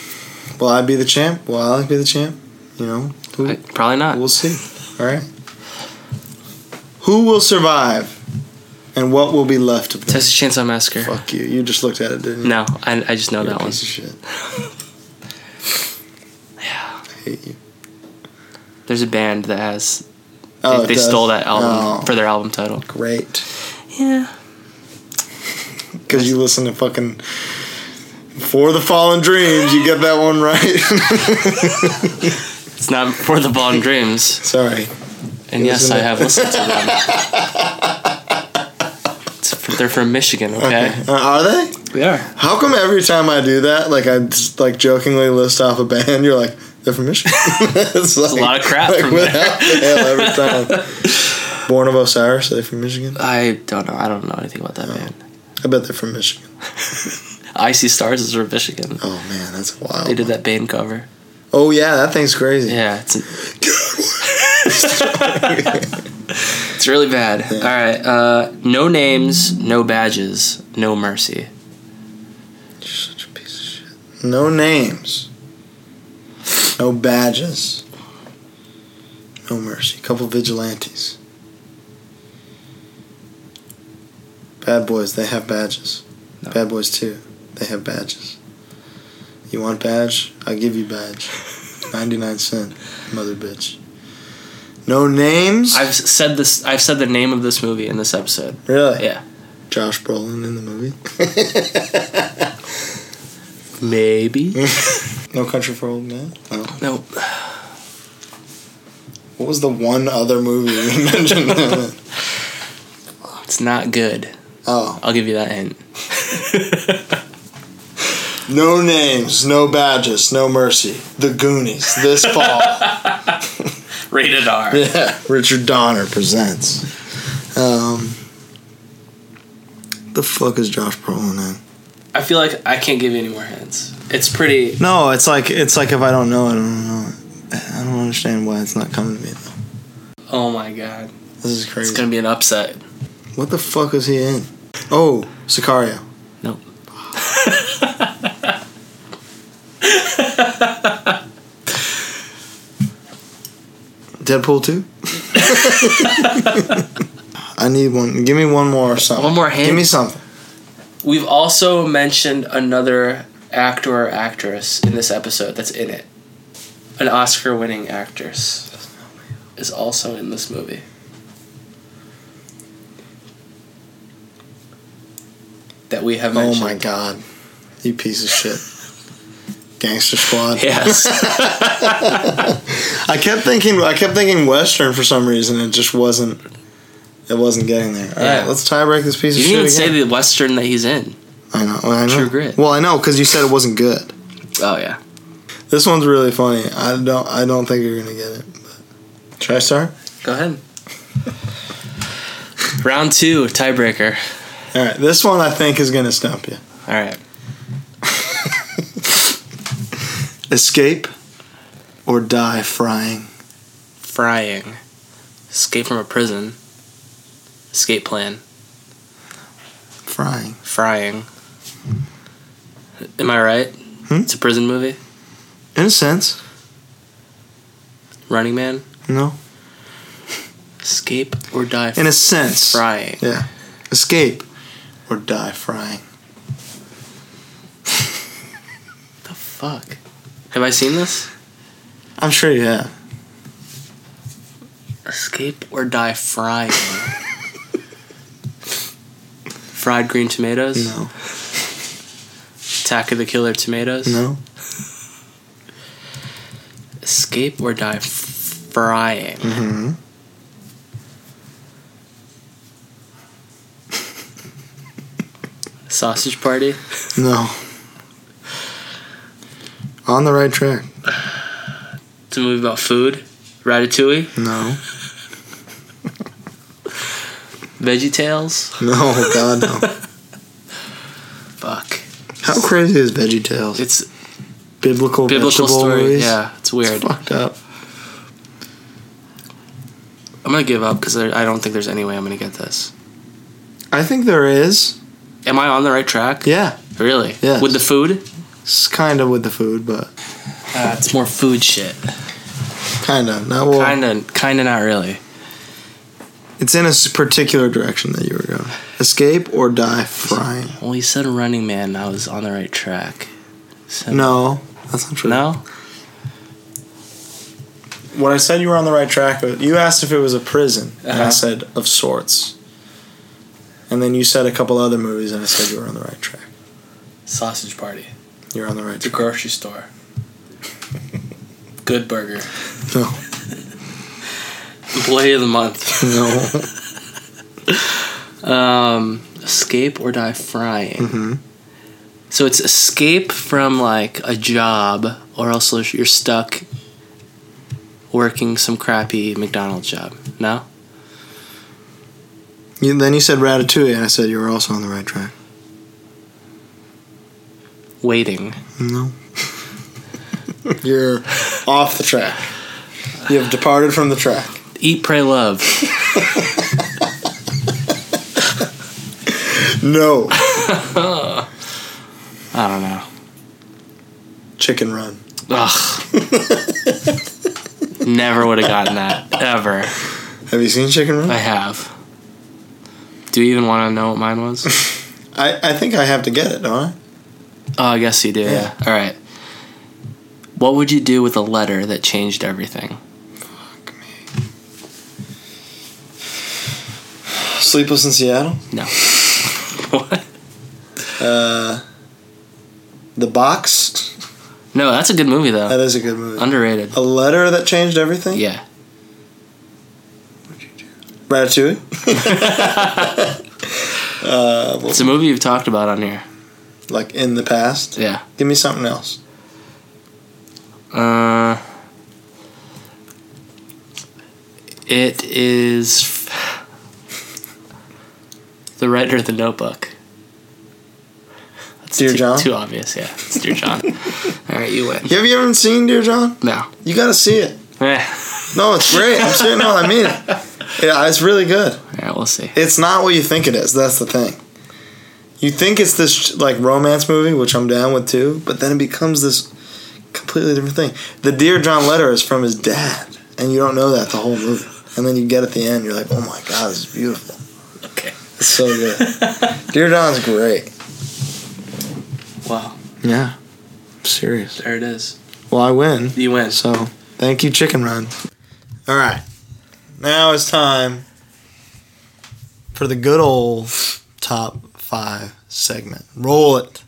I: Will I be the champ? Will Alec be the champ? You know, who,
J: I- Probably not.
I: we'll see. All right. Who will survive, and what will be left of them?
J: Texas Chainsaw Massacre.
I: Fuck you! You just looked at it, didn't you?
J: No, I, I just know
I: You're a
J: that one.
I: piece of shit. I hate you.
J: There's a band that has
I: Oh, it
J: they, they
I: does?
J: stole that album
I: Oh,
J: for their album title.
I: great.
J: Yeah.
I: Because you listen to fucking For the Fallen Dreams, you get that one right.
J: It's not for the Fallen Dreams.
I: Sorry.
J: And
I: You
J: yes,
I: listen
J: I
I: to-
J: have listened to them. It's fr- they're from Michigan, okay?
I: Uh, are they?
J: We are.
I: How come every time I do that, like I just like jokingly list off a band, you're like, they're from Michigan. it's like,
J: a lot of crap
I: Like
J: from
I: without fail every time. Born of Osiris, are they from Michigan?
J: I don't know. I don't know anything about that band.
I: I bet they're from Michigan.
J: Icy Stars is from Michigan.
I: Oh man, that's wild.
J: They did that Bane cover.
I: Oh yeah, that thing's crazy.
J: Yeah, it's. it's really bad. All right. Uh, no names, no badges, no mercy.
I: You're such a piece of shit. No names. No badges. No mercy. Couple vigilantes. Bad boys, they have badges.
J: No.
I: Bad boys too. They have badges. You want badge? I'll give you badge. 99 cent, mother bitch. No names?
J: I've said this. I've said the name of this movie in this episode.
I: really?
J: Yeah.
I: Josh Brolin in the movie?
J: Maybe.
I: No Country for Old Men? No.
J: no.
I: What was the one other movie you mentioned?
J: It's not good.
I: oh.
J: I'll give you that hint.
I: No names, no badges, no mercy. The Goonies, this fall.
J: Rated R.
I: yeah. Richard Donner presents. Um, the fuck is Josh Brolin in?
J: I feel like I can't give you any more hints. It's pretty.
I: No, it's like it's like if I don't know it, I don't know it. I don't understand why it's not coming to me though.
J: Oh my god.
I: This is
J: It's
I: crazy.
J: gonna be an upset.
I: what the fuck is he in? Oh, Sicario.
J: Nope.
I: Deadpool 2? I need one. Give me one more or something.
J: One more
I: Give
J: hint?
I: me something.
J: We've also mentioned another actor or actress in this episode that's in it. An Oscar winning actress is also in this movie. That we have
I: Oh
J: mentioned.
I: Oh my god. You piece of shit. Gangster Squad.
J: Yes.
I: I kept thinking I kept thinking Western for some reason. It just wasn't. It wasn't getting there. All
J: Yeah.
I: right, let's tie break this piece
J: you
I: of
J: didn't even
I: shit
J: say
I: again.
J: the western that he's in.
I: I know. Well, I know.
J: True Grit.
I: Well, I know because you said it wasn't good.
J: Oh yeah.
I: This one's really funny. I don't. I don't think you're gonna get it. But. Should I start?
J: Go ahead. Round two, tiebreaker.
I: All right. This one I think is gonna stump you.
J: All right.
I: Escape or die frying.
J: Frying. Escape from a prison. Escape plan.
I: Frying.
J: Frying. Am I right?
I: Hmm?
J: It's a prison movie.
I: In a sense.
J: Running Man.
I: No.
J: Escape or die.
I: In a sense.
J: frying.
I: Yeah. Escape or die frying.
J: The fuck. Have I seen this?
I: I'm sure you have.
J: Escape or die frying. Fried green tomatoes.
I: No.
J: Attack of the killer tomatoes.
I: No.
J: Escape or die f- frying.
I: Mm-hmm.
J: Sausage party.
I: No. On the right track.
J: It's a movie about food. Ratatouille.
I: No.
J: Veggie Tales.
I: No. God no.
J: Fuck.
I: How crazy is Veggie Tales?
J: It's
I: Biblical,
J: biblical
I: vegetable
J: story.
I: movies.
J: Yeah, it's
I: It's
J: weird.
I: fucked up.
J: I'm gonna give up because I don't think there's any way I'm gonna get this.
I: I think there is.
J: Am I on the right track?
I: Yeah.
J: Really?
I: Yes.
J: With the food?
I: It's kind of with the food, but
J: Uh, it's more food shit.
I: kind of. Not well.
J: Kinda, kinda not really.
I: It's in a s- particular direction that you were going. Escape or die frying.
J: Well, you said Running Man. I was on the right track. Said-
I: No. That's not true.
J: No.
I: When I said you were on the right track, of it, you asked if it was a prison, and I
J: Uh-huh.
I: said of sorts. And then you said a couple other movies, and I said you were on the right track.
J: Sausage party.
I: You're on the right track.
J: grocery store. Good burger.
I: No,
J: Employee of the month.
I: no.
J: Um, escape or die frying.
I: Mm-hmm.
J: So it's escape from like a job, or else you're stuck working some crappy McDonald's job. No,
I: you, then you said Ratatouille, and I said you were also on the right track.
J: waiting.
I: No. You're off the track. You have departed from the track.
J: Eat, pray, love.
I: No.
J: I don't know.
I: Chicken Run.
J: Ugh. Never would have gotten that ever.
I: Have you seen Chicken Run?
J: I have. Do you even want to know what mine was?
I: I, I think I have to get it, don't I?
J: oh, I guess you do.
I: Yeah.
J: Yeah. All right. What would you do with a letter that changed everything?
I: Sleepless in Seattle.
J: No. what?
I: Uh, the Box.
J: No, that's a good movie though.
I: That is a good movie.
J: Underrated.
I: A letter that changed everything?
J: Uh, Yeah.
I: Ratatouille? uh, well,
J: It's a movie you've talked about on here.
I: like in the past?
J: Yeah.
I: Give me something else.
J: Uh, it is the writer of the notebook. That's
I: Dear
J: too,
I: John?
J: Too obvious, yeah. It's Dear John. All right, you win.
I: Have you ever seen Dear John?
J: No.
I: You gotta see it.
J: Eh.
I: No, it's great. I'm serious. No, I mean it. Yeah, it's really good.
J: All right, we'll see.
I: It's not what you think it is. That's the thing. You think it's this like romance movie, which I'm down with too, but then it becomes this completely different thing. The Dear John letter is from his dad, and you don't know that the whole movie. And then you get at the end, you're like, oh my god, this is beautiful.
J: Okay.
I: It's so good. Dear John's great.
J: Wow.
I: Yeah, I'm serious.
J: There it is.
I: Well, I win.
J: You win.
I: So thank you, Chicken Run. All right, now it's time for the good old top five segment. Roll it.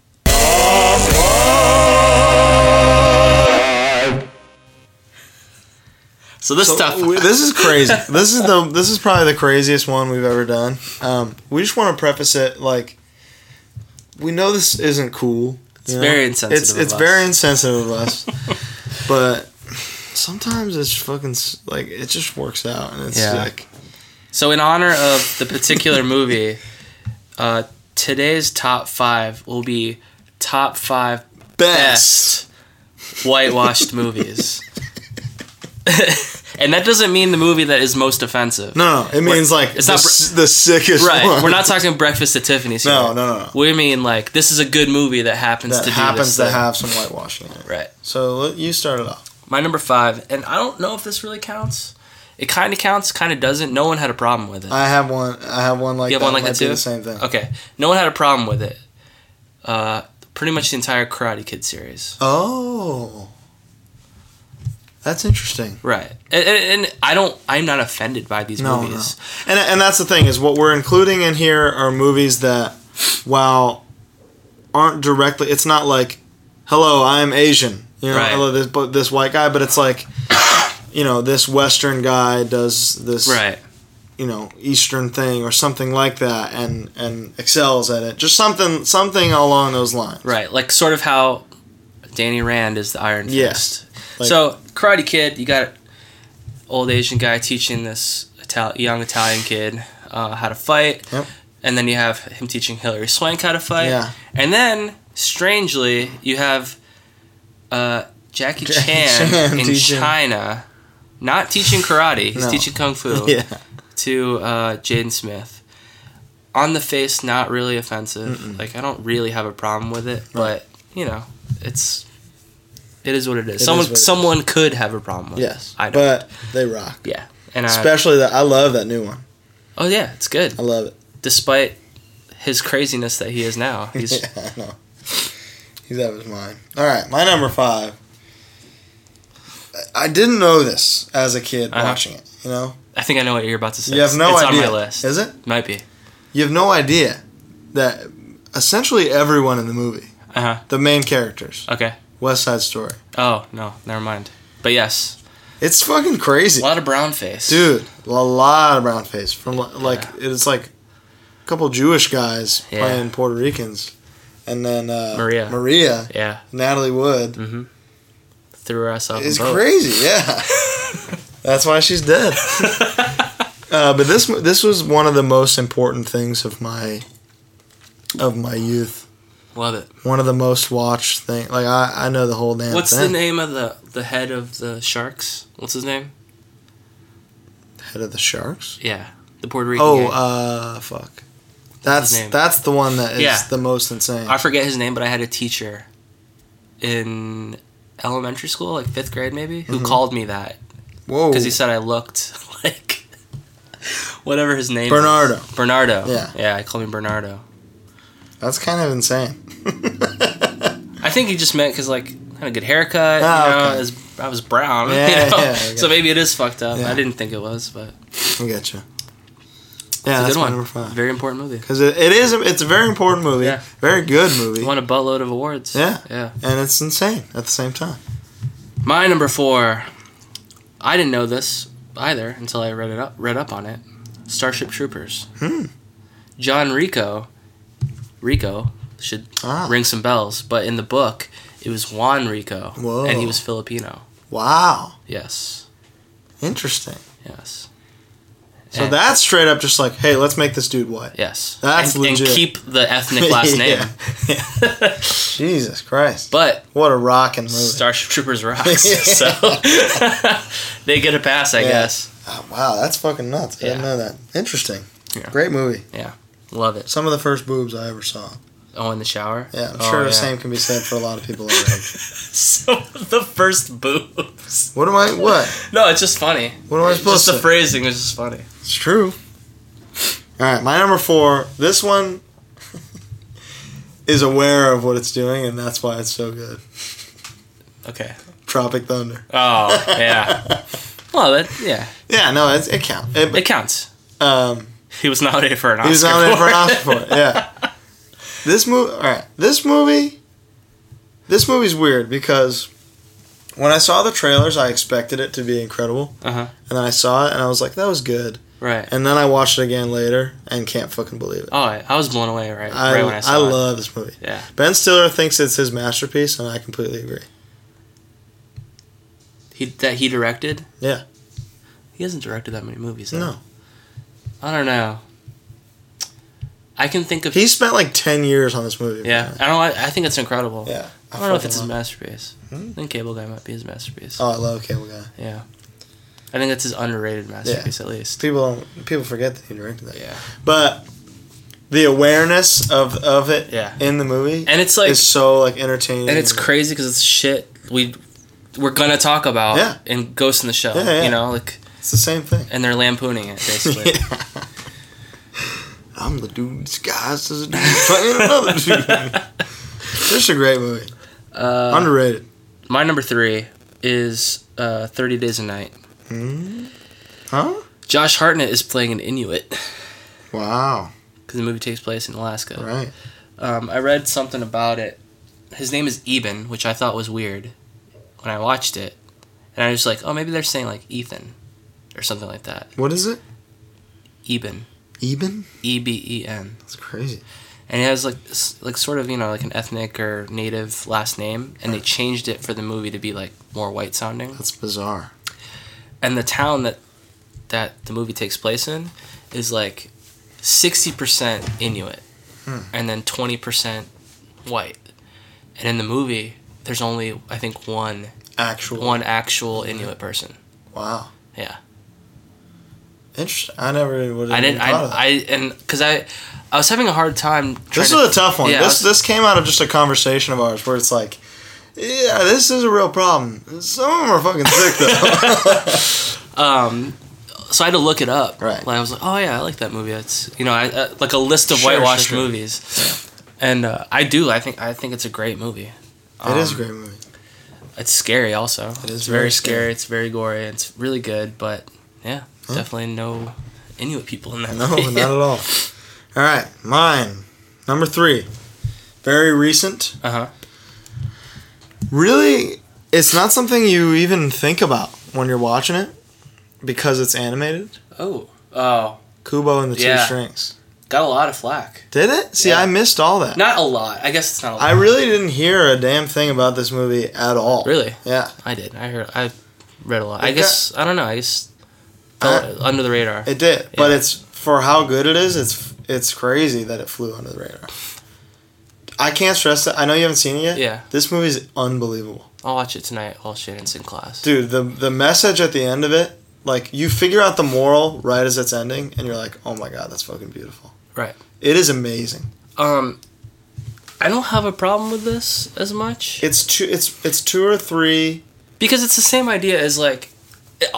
J: So this
I: So,
J: stuff.
I: we- this is crazy. this is the this is probably the craziest one we've ever done. Um, we just want to preface it like we know this isn't cool. It's
J: very insensitive
I: It's
J: of
I: it's
J: us.
I: very insensitive of us. but sometimes it's fucking s- like it just works out, and it's
J: Yeah.
I: like
J: So in honor of the particular movie, uh, today's top five will be top five best whitewashed movies. and that doesn't mean the movie that is most offensive.
I: No, no, it means like
J: it's
I: the,
J: not br-
I: s- the sickest
J: Right,
I: one.
J: we're not talking Breakfast at Tiffany's.
I: No,
J: here.
I: no, no, no.
J: We mean like this is a good movie that happens
I: that
J: to do
I: happens
J: happens
I: to have some whitewashing in it.
J: right.
I: So let- you started off.
J: My number five, and I don't know if this really counts. It kind of counts, kind of doesn't. No one had a problem with it.
I: I have one. I have one like
J: You have
I: that.
J: one like
I: might
J: that
I: be
J: too?
I: The same thing.
J: Okay. No one had a problem with it. Uh, pretty much the entire Karate Kid series.
I: Oh, that's interesting.
J: Right. And, and, and I don't. I'm not offended by these
I: No,
J: movies.
I: And and that's the thing is what we're including in here are movies that, while aren't directly, it's not like, hello, I'm Asian. You know,
J: Right.
I: hello, this but this white guy, but it's like, you know, this Western guy does this,
J: Right.
I: you know, Eastern thing or something like that, and and excels at it. Just something something along those lines.
J: Right. Like sort of how Danny Rand is the Iron Fist.
I: Yeah. Like-
J: so Karate Kid, you got old Asian guy teaching this Ital- young Italian kid uh, how to fight,
I: Yep.
J: and then you have him teaching Hilary Swank how to fight.
I: Yeah.
J: And then strangely, you have uh, Jackie,
I: Jackie
J: Chan,
I: Chan
J: in
I: teaching-
J: China, not teaching karate. He's
I: No.
J: teaching kung fu
I: Yeah.
J: to uh, Jaden Smith. On the face, not really offensive. Like I don't really have a problem with it, but you know, it's it is what it is.
I: is
J: someone
I: what it is.
J: someone could have a problem with.
I: Yes.
J: it. I don't.
I: But they rock.
J: yeah, and I,
I: Especially that I love that new one.
J: oh yeah, it's good.
I: I love it.
J: Despite his craziness that he is now, he's
I: yeah, I know. He's out of his mind. All right, my number five. I- I didn't know this as a kid
J: Uh-huh.
I: watching it. You know,
J: I think I know what you're about to say.
I: you have no
J: it's
I: idea.
J: on my list.
I: Is it?
J: Might be.
I: You have no idea that essentially everyone in the movie,
J: Uh huh.
I: the main characters,
J: Okay.
I: West Side Story.
J: Oh no, never mind. But yes,
I: It's fucking crazy,
J: a lot of brown face,
I: dude. A lot of brown face from li- like it's like a couple Jewish guys
J: Yeah.
I: playing Puerto Ricans, and then uh,
J: Maria.
I: Maria,
J: Yeah,
I: Natalie Wood.
J: threw us off.
I: It's
J: the boat.
I: crazy, yeah. That's why she's dead. uh, but this this was one of the most important things of my of my youth.
J: Love it.
I: One of the most watched thing. Like I, I know the whole damn
J: What's
I: thing.
J: the name of the the head of the sharks? What's his name?
I: Head of the Sharks.
J: Yeah, the Puerto Rican.
I: Oh,
J: guy.
I: uh, fuck. That's
J: his name?
I: that's the one that is
J: Yeah.
I: the most insane.
J: I forget his name, but I had a teacher in elementary school, like fifth grade maybe, who
I: Mm-hmm.
J: called me that
I: Whoa.
J: because he said I looked like whatever his name.
I: Bernardo.
J: Is. Bernardo.
I: Yeah.
J: Yeah, I called him Bernardo.
I: That's kind of insane.
J: I think he just meant because like I had a good haircut.
I: Ah,
J: you know,
I: okay.
J: I was- I was brown.
I: Yeah,
J: you know?
I: yeah, I
J: so
I: got
J: maybe it is fucked up.
I: Yeah.
J: I didn't think it was, but it's
I: I getcha. Yeah,
J: a
I: that's
J: good
I: my
J: one.
I: number five.
J: Very important movie.
I: Because it, it is it's a very important movie.
J: Yeah.
I: Very good movie.
J: Won a buttload of awards.
I: Yeah.
J: Yeah.
I: and it's insane at the same time.
J: My number four. I didn't know this either until I read it up. Read up on it. Starship Troopers.
I: Hmm.
J: John Rico. Rico should
I: Ah.
J: ring some bells, but in the book, it was Juan Rico,
I: Whoa.
J: and he was Filipino.
I: Wow.
J: Yes.
I: Interesting.
J: Yes.
I: So
J: And-
I: that's straight up just like, hey, let's make this dude white.
J: Yes.
I: That's
J: and,
I: legit.
J: And keep the ethnic last name.
I: Yeah. Jesus Christ.
J: But
I: what a rocking movie.
J: Starship Troopers rocks, so they get a pass, I
I: Yeah.
J: guess.
I: Oh, wow, that's fucking nuts. I
J: Yeah.
I: didn't know that. Interesting.
J: Yeah.
I: Great movie.
J: Love it.
I: Some of the first boobs I ever saw.
J: Oh, in the shower.
I: Yeah, I'm
J: Oh,
I: sure the
J: yeah.
I: same can be said for a lot of people. our age.
J: So the first boobs.
I: what am I? What?
J: No, it's just funny.
I: What am I supposed
J: Just the
I: to?
J: phrasing is just funny.
I: It's true. All right, my number four. This one is aware of what it's doing, and that's why it's so good.
J: Okay.
I: Tropic Thunder.
J: Oh yeah. well, that yeah,
I: Yeah, no, it's, it counts. It,
J: it counts.
I: um,
J: He was nominated for an Oscar.
I: he was nominated for an
J: it.
I: Oscar for it. Yeah. This movie, all right. This movie, this movie's weird because when I saw the trailers, I expected it to be incredible,
J: Uh huh.
I: and then I saw it and I was like, that was good.
J: Right.
I: And then I watched it again later and can't fucking believe it.
J: Oh, I, I was blown away. Right.
I: I,
J: right when I saw
I: I
J: it.
I: love this movie.
J: Yeah.
I: Ben Stiller thinks it's his masterpiece, and I completely agree.
J: He that he directed.
I: Yeah.
J: He hasn't directed that many movies. though.
I: No,
J: I don't know. I can think of.
I: he spent like ten years on this movie.
J: yeah. I don't. I, I think it's incredible.
I: yeah.
J: I don't know if
I: fucking
J: it's
I: love
J: his
I: it. Hmm?
J: masterpiece. I think Cable Guy might be his masterpiece.
I: Oh, I love Cable Guy.
J: Yeah. I think that's his underrated masterpiece, at least.
I: People don't, people forget that he directed that.
J: Yeah.
I: But the awareness of of it
J: Yeah.
I: in the movie
J: And it's like,
I: is so like entertaining.
J: and it's crazy because it's shit we we're gonna talk about
I: Yeah.
J: in Ghost in the Shell.
I: Yeah, yeah.
J: You know, like,
I: It's the same thing.
J: and they're lampooning it basically.
I: I'm the dude disguised as a dude playing another dude. This is a great movie.
J: Uh,
I: Underrated.
J: My number three is uh, Thirty Days a Night.
I: Huh?
J: Josh Hartnett is playing an Inuit
I: Wow.
J: because the movie takes place in Alaska.
I: Right.
J: Um, I read something about it. His name is Eben, which I thought was weird when I watched it, and I was like, oh, maybe they're saying like Ethan or something like that.
I: What is it?
J: Eben,
I: Eben?
J: E B E N.
I: That's crazy.
J: and he has like s- like sort of you know like an ethnic or native last name and they changed it for the movie to be like more white sounding
I: That's bizarre.
J: and the town that that the movie takes place in is like 60% inuit
I: Hmm.
J: and then 20% white and in the movie there's only i think one
I: Actual.
J: one actual inuit person
I: Wow.
J: yeah
I: Interesting. I never would have
J: i didn't i,
I: thought of that.
J: I and because i i was having a hard time trying
I: this
J: to-
I: is a tough one.
J: Yeah, I
I: this
J: was-
I: this came out of just a conversation of ours where it's like, yeah, this is a real problem. Some of them are fucking sick though.
J: Um, so I had to look it up.
I: Right.
J: Like I was like, oh yeah, I like that movie. That's you know, I, uh, like a list of
I: Sure, sure,
J: whitewashed
I: sure.
J: movies, and uh, I do. I think I think it's a great movie.
I: it
J: Um,
I: is a great movie.
J: It's scary also. It
I: is
J: it's very
I: very
J: scary.
I: scary.
J: It's very gory. It's really good, but yeah, definitely no Inuit people in that
I: No,
J: movie.
I: not at all. All right, mine number three. Very recent.
J: Uh huh.
I: Really, it's not something you even think about when you're watching it because it's animated.
J: Oh, oh,
I: Kubo and the Two
J: Yeah.
I: Strings.
J: got a lot of flack.
I: Did it? See,
J: Yeah.
I: I missed all that.
J: Not a lot. I guess it's not a lot.
I: I really didn't hear a damn thing about this movie at all.
J: Really?
I: Yeah.
J: I did. I heard. I read a lot. I
I: It got-
J: guess I don't know. I guess fell under the radar.
I: It did, but it's for how good it is. It's it's crazy that it flew under the radar. I can't stress that. I know you haven't seen it yet.
J: Yeah.
I: This movie's unbelievable,
J: I'll watch it tonight while Shannon's in class.
I: dude. The the message at the end of it, like you figure out the moral right as it's ending, and you're like, oh my god, that's fucking beautiful.
J: Right.
I: It is amazing.
J: Um, I don't have a problem with this as much
I: It's two. It's it's two or three.
J: because it's the same idea as like, it,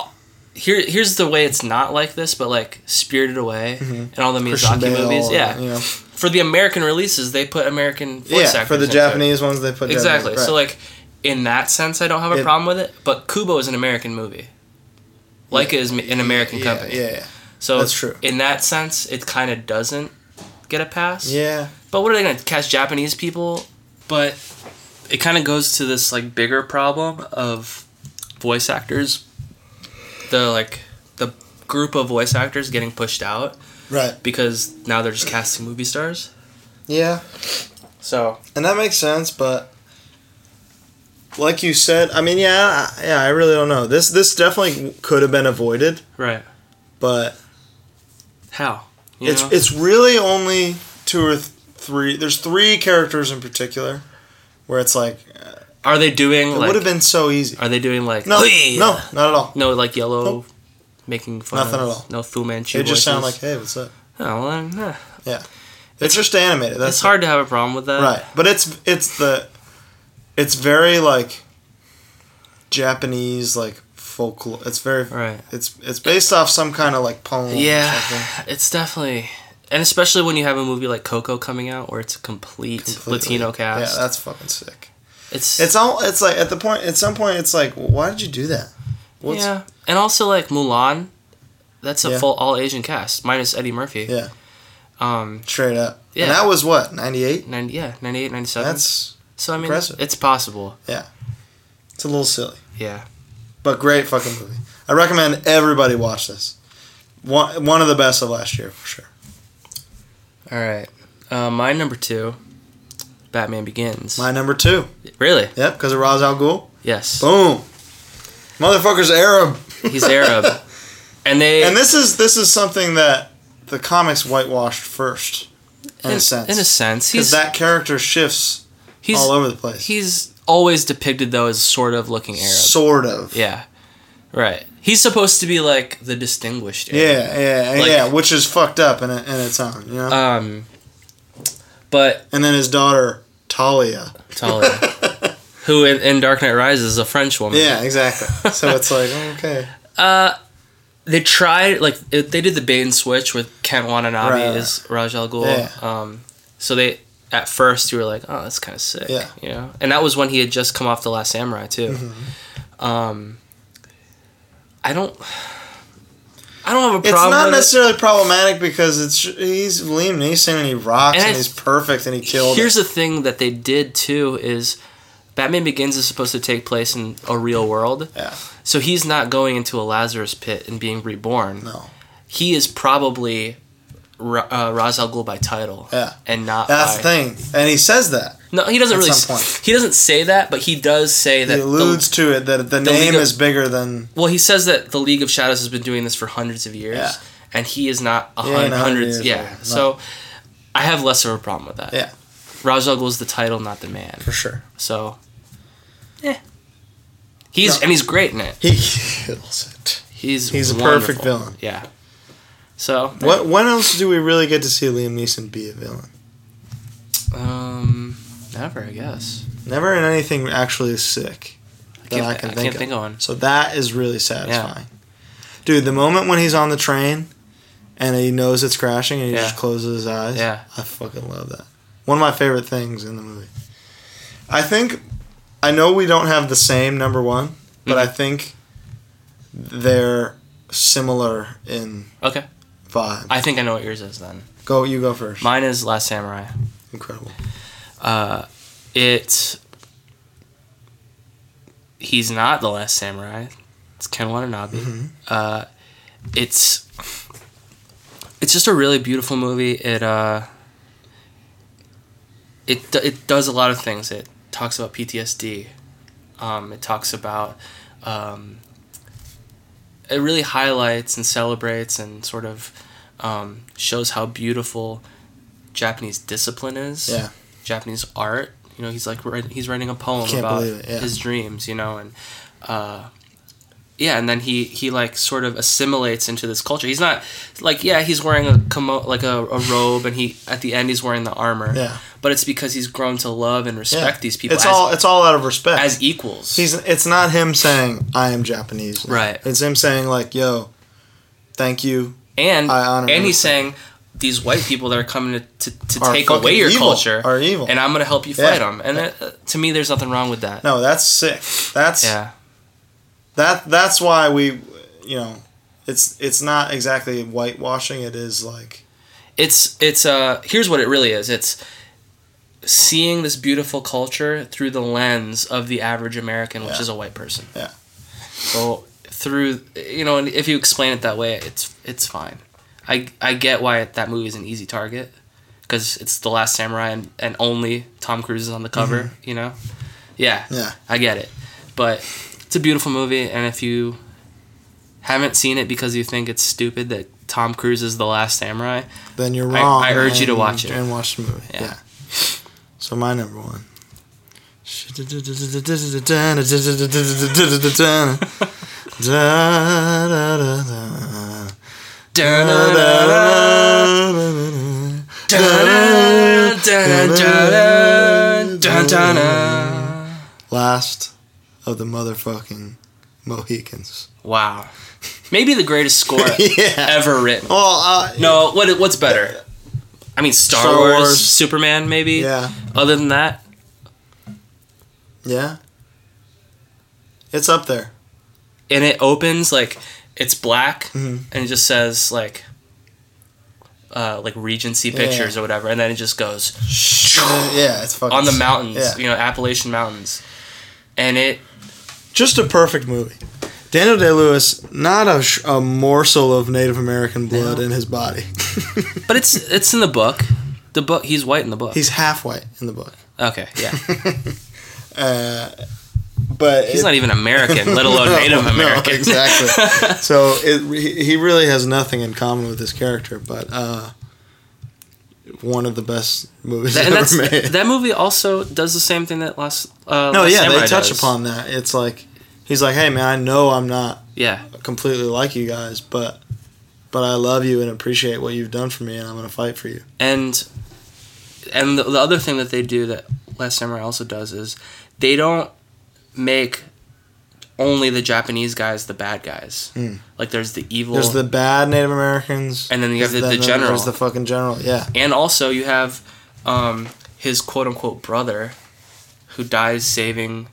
J: here here's the way it's not like this, but like Spirited Away and all the
I: Mm-hmm. Christian
J: Miyazaki
I: Bale,
J: movies. Yeah,
I: You know.
J: for the American releases, they put American voice
I: Yeah.
J: actors
I: For the
J: into it.
I: Japanese ones, they put
J: Exactly.
I: Japanese,
J: So
I: right.
J: like, in that sense, I don't have a
I: It-
J: problem with it. But Kubo is an American movie. Leica is m- an American
I: yeah,
J: company.
I: yeah, yeah,
J: so
I: that's true.
J: In that sense, it kind of doesn't get a pass.
I: yeah.
J: But what are they going to catch Japanese people? But it kind of goes to this like bigger problem of voice actors, the like the group of voice actors getting pushed out
I: Right.
J: because now they're just casting movie stars.
I: Yeah.
J: So
I: And that makes sense, but like you said, I mean, yeah, I- yeah, I really don't know. This this definitely could have been avoided,
J: right,
I: but
J: how? You
I: it's
J: know?
I: it's really only two or th- three. There's three characters in particular where it's like
J: are they doing
I: it
J: like?
I: would have been so easy.
J: Are they doing like?
I: No,
J: "Hey!"
I: no, not at all.
J: no, like yellow.
I: Nope.
J: Making fun
I: Nothing
J: of,
I: at all.
J: No Fu Manchu.
I: They just sound like,
J: voices?
I: hey, what's up?
J: Oh, well, then, eh.
I: Yeah, it's just animated. That's
J: It's hard to have a problem with that.
I: right? But it's it's the it's very like Japanese like folklore. It's very
J: Right.
I: It's it's based off some kind of like poem. or something.
J: Yeah, it's definitely, and especially when you have a movie like Coco coming out where it's a complete
I: Completely.
J: Latino cast.
I: Yeah, that's fucking sick.
J: it's
I: It's all. It's like at the point. At some point, it's like, why did you do that? What's,
J: yeah, and also like Mulan, that's a
I: Yeah.
J: full all Asian cast minus Eddie Murphy.
I: Yeah.
J: Um,
I: Straight up.
J: Yeah.
I: And that was what ninety eight.
J: 90, yeah, 98, 97.
I: That's
J: so I mean,
I: impressive.
J: it's possible.
I: yeah. It's It's a little silly,
J: Yeah.
I: but great fucking movie. I recommend everybody watch this. One one of the best of last year for sure.
J: All right. Uh, my number two, Batman Begins.
I: My number two.
J: really?
I: Yep, because of Ra's al Ghul.
J: Yes.
I: Boom. Motherfucker's Arab.
J: He's Arab. And they
I: And this is this is something that the comics whitewashed first, in, a sense.
J: In a sense,
I: because
J: he's
I: that character shifts
J: he's
I: all over the place.
J: he's always depicted though as sort of looking Arab.
I: Sort of.
J: yeah. Right. He's supposed to be like the distinguished. Arab.
I: Yeah, yeah,
J: Like-
I: yeah, which is fucked up in, a, in its own, you know.
J: Um, but
I: and then his daughter Talia.
J: Talia, who in, in Dark Knight Rises is a French woman. Uh,
I: Yeah, exactly. so it's like okay,
J: They tried like it, they did the bait and switch with Kent Watanabe
I: Right.
J: as Raj Al Ghul.
I: Yeah.
J: Um, so they at first you were like, oh, that's kind of sick.
I: Yeah.
J: You know, and that was when he had just come off the Last Samurai too.
I: Mm-hmm.
J: Um, I don't. I don't have a problem.
I: it's not
J: with it.
I: necessarily problematic because it's he's Liam Neeson and he rocks
J: And
I: and,
J: I-
I: he's perfect and he killed.
J: Here's
I: it.
J: the thing that they did too is Batman Begins is supposed to take place in a real world.
I: Yeah.
J: So he's not going into a Lazarus pit and being reborn.
I: no,
J: He is probably Ra- uh, Ra's al Ghul by title.
I: Yeah.
J: And not
I: that's
J: by-
I: the thing, and he says that
J: No, he doesn't
I: at
J: really.
I: some
J: s-
I: point.
J: He doesn't say that, but he does say that.
I: he
J: the-
I: alludes to it that the, name
J: legal-
I: is bigger than
J: well, he says that the League of Shadows has been doing this for hundreds of years,
I: Yeah.
J: and he is not a
I: He ain't
J: hundred,
I: a hundred
J: hundreds.
I: years
J: Yeah.
I: old, no.
J: So, I have less of a problem with that.
I: Yeah.
J: Ra's al Ghul's the title, not the man.
I: for sure.
J: So, yeah, he's
I: No.
J: and he's great in it.
I: He kills it.
J: He's
I: He's a
J: wonderful.
I: perfect villain.
J: Yeah. So
I: What? When else do we really get to see Liam Neeson be a villain?
J: Um, never, I guess.
I: Never in anything actually sick
J: I
I: that
J: can't,
I: I
J: I
I: can think
J: can't
I: of.
J: think of one.
I: So that is really satisfying. Dude, the moment when he's on the train and he knows it's crashing and he
J: Yeah.
I: just closes his eyes.
J: Yeah.
I: I fucking love that. One of my favorite things in the movie. I think I know we don't have the same number one, but I
J: Mm.
I: think they're similar in
J: Okay,
I: vibe.
J: I think I know what yours is then.
I: Go you go first.
J: Mine is Last Samurai.
I: Incredible.
J: Uh, it. He's not the Last Samurai. It's Ken Watanabe.
I: Mm-hmm.
J: Uh, it's. It's just a really beautiful movie. It uh. It do- it does a lot of things. It talks about PTSD. Um, it talks about. Um, it really highlights and celebrates and sort of um, shows how beautiful Japanese discipline is.
I: Yeah.
J: Japanese art. You know, he's like writ- he's writing a poem
I: Can't
J: about
I: believe it, yeah.
J: his dreams. You know, and uh, yeah, and then he he like sort of assimilates into this culture. He's not like yeah, he's wearing a kimo- like a, a robe, and he at the end he's wearing the armor.
I: Yeah.
J: but it's because he's grown to love and
I: Yeah.
J: respect these people
I: It's
J: as,
I: all it's all out of respect.
J: as equals.
I: He's it's not him saying I am Japanese. now."
J: Right.
I: It's him saying like, yo, thank you.
J: and
I: I honor
J: and
I: him.
J: he's saying these white people that are coming to, to, to
I: Are
J: take
I: fucking
J: away your
I: evil,
J: culture
I: are evil.
J: and I'm gonna help you
I: Yeah.
J: fight them. And uh, to me, there's nothing wrong with that.
I: No, that's sick. That's
J: Yeah,
I: that that's why we you know, it's it's not exactly whitewashing, it is like
J: it's it's uh here's what it really is. It's seeing this beautiful culture through the lens of the average American, which
I: Yeah.
J: is a white person.
I: Yeah.
J: So through you know, and if you explain it that way, it's it's fine. I I get why that movie is an easy target because it's the last samurai and, and only Tom Cruise is on the cover. You know. Yeah.
I: Mm-hmm. Yeah.
J: I get it, but it's a beautiful movie, and if you haven't seen it because you think it's stupid that Tom Cruise is the last samurai,
I: then you're
J: I-
I: wrong.
J: I urge you to
I: and-
J: watch it.
I: And watch the movie.
J: Yeah.
I: Yeah. So my number one.
J: Wow.
I: Last of the motherfucking Mohicans.
J: Maybe the greatest score
I: yeah.
J: ever written.
I: Well, uh,
J: No, what what's better? I mean Star,
I: Star
J: Wars,
I: Wars.
J: Superman maybe.
I: Yeah.
J: Other than that,
I: Yeah. It's up there.
J: and it opens like it's black
I: Mhm.
J: and it just says like uh, like Regency
I: Yeah.
J: Pictures or whatever, and then it just goes
I: Yeah, it's fucking
J: on the
I: sick.
J: mountains,
I: Yeah.
J: you know, Appalachian Mountains. And it
I: just a perfect movie. Daniel Day Lewis, not a, sh- a morsel of Native American blood in his body.
J: But it's it's in the book. The book. He's white in the book.
I: He's half white in the book, Uh,
J: okay. Yeah.
I: but
J: He's
I: it-
J: not even American, let alone
I: No,
J: Native
I: no,
J: American.
I: exactly. so it, he he really has nothing in common with his character, but uh, one of the best movies
J: That, and
I: ever made.
J: that's, that movie also does the same thing that last. Uh,
I: no,
J: Last
I: yeah, they
J: Samurai
I: touch
J: does.
I: upon that. It's like he's like, "Hey, man, I know I'm not
J: Yeah,
I: completely like you guys, but but I love you and appreciate what you've done for me, and I'm gonna fight for you."
J: and and the, the other thing that they do that Last Samurai also does is they don't make only the Japanese guys the bad guys. Like there's the evil.
I: Hmm. There's the bad Native Americans,
J: And then you have
I: there's
J: the- the
I: then
J: general.
I: There's the fucking general. Yeah,
J: and also you have um, his quote unquote brother who dies saving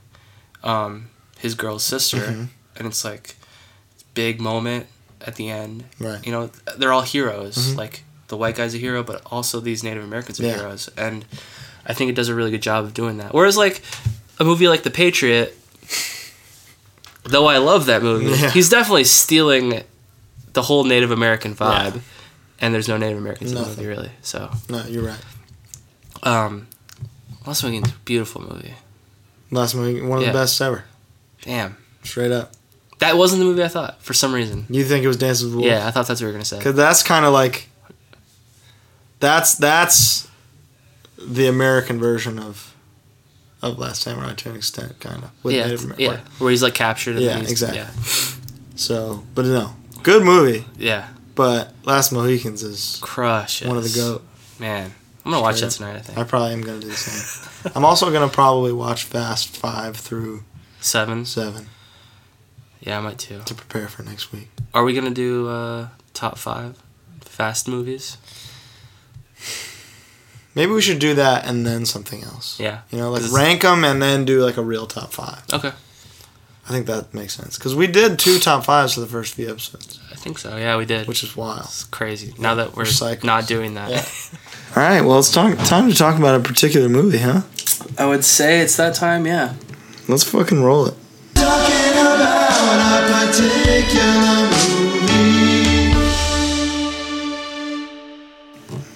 J: um, his girl's sister
I: Mm-hmm.
J: and it's like big moment at the end
I: Right. Mm-hmm.
J: you know they're all heroes like the white guy's a hero but also these native americans are
I: Yeah.
J: heroes and i think it does a really good job of doing that whereas like a movie like the patriot though i love that movie
I: Yeah.
J: he's definitely stealing the whole native american vibe
I: Yeah.
J: and there's no native americans in the
I: Nothing.
J: movie really so
I: no, you're right.
J: um, Lost Weekend's a beautiful movie.
I: Last movie, one of
J: Yeah.
I: the best ever.
J: Damn,
I: Straight up.
J: that wasn't the movie I thought for some reason.
I: You think it was Dances with Wolves?
J: Yeah, I thought that's what we were gonna say.
I: Cause that's kind of like that's that's the American version of of Last Samurai to an extent, kind of.
J: yeah, yeah, where he's like captured. And
I: Yeah,
J: then he's-
I: exactly.
J: Yeah,
I: So, but no, good movie.
J: yeah.
I: But Last Mohicans is
J: crush.
I: one of the goat.
J: Man, I'm gonna watch that tonight. I think
I: I probably am gonna do the same. I'm also gonna probably watch Fast Five through
J: sevens.
I: Seven
J: Yeah, I might too.
I: to prepare for next week.
J: Are we gonna do uh, top five fast movies?
I: Maybe we should do that and then something else.
J: Yeah.
I: You know, like
J: This-
I: rank them and then do like a real top five.
J: Okay,
I: I think that makes sense because we did two top fives for the first few episodes,
J: I think so. Yeah, we did.
I: which is wild.
J: It's crazy. Now that we're
I: we're psychos.
J: not doing that,
I: Yeah. All right, well, it's talk- time to talk about a particular movie, huh?
J: I would say it's that time. Yeah.
I: Let's fucking roll it.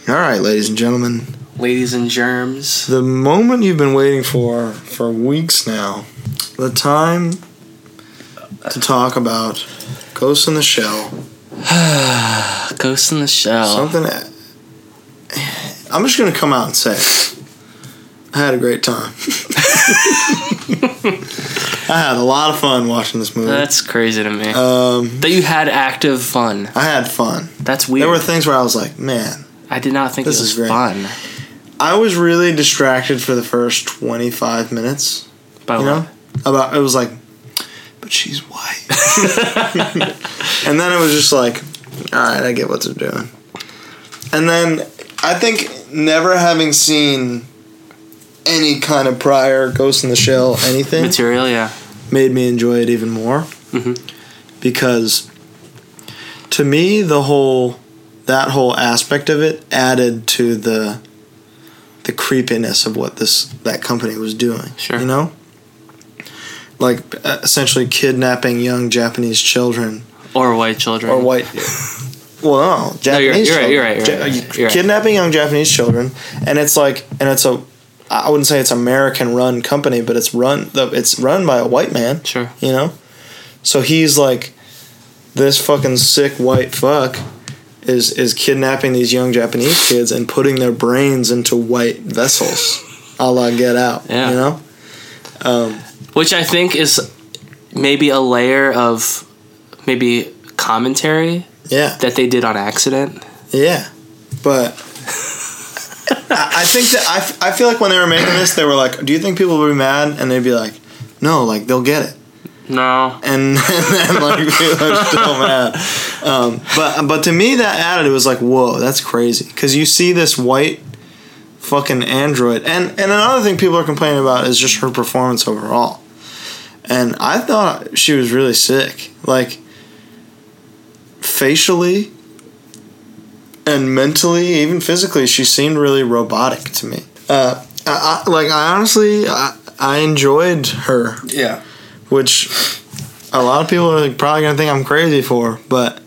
I: All right, ladies and gentlemen,
J: Ladies and germs.
I: the moment you've been waiting for for weeks now, the time to talk about Ghost in the Shell.
J: Ghost in the Shell.
I: Something. that- I'm just gonna come out and say, it. I had a great time. I had a lot of fun watching this movie.
J: That's crazy to me.
I: um,
J: that you had active fun.
I: I had fun.
J: That's
I: There
J: weird.
I: were things where I was like, man,
J: I did not think
I: This
J: it was
I: is great.
J: fun.
I: I was really distracted for the first 25 minutes.
J: By
I: You
J: what?
I: know, about it was like, but she's white, and then it was just like, all right, I get what they're doing. And then I think never having seen any kind of prior Ghost in the Shell anything
J: Material, yeah.
I: made me enjoy it even more
J: Mhm.
I: because to me the whole that whole aspect of it added to the the creepiness of what this that company was doing
J: Sure.
I: you know like uh, essentially kidnapping young japanese children
J: Or white children.
I: or white well no,
J: you're-
I: japanese
J: you're right, you're right,
I: children.
J: you're right,
I: Ja-
J: you're right, you're right.
I: kidnapping young japanese children and it's like and it's a i wouldn't say it's american run company but it's run it's run by a white man
J: Sure.
I: you know? So he's like this fucking sick white fuck is is kidnapping these young Japanese kids and putting their brains into white vessels. a la get out.
J: Yeah.
I: You know? Um,
J: Which I think is maybe a layer of maybe commentary
I: Yeah.
J: that they did on accident.
I: Yeah. But I, I think that I, f- I feel like when they were making this, they were like, Do you think people will be mad? And they'd be like, No, like they'll get it.
J: No.
I: and, and then like people are still mad. Um, but but to me that added it was like whoa that's crazy because you see this white fucking android and and another thing people are complaining about is just her performance overall. And I thought she was really sick, like facially and mentally, even physically. She seemed really robotic to me. Uh, I, I, like I honestly I, I enjoyed her
J: Yeah.
I: which a lot of people are probably gonna think I'm crazy for, but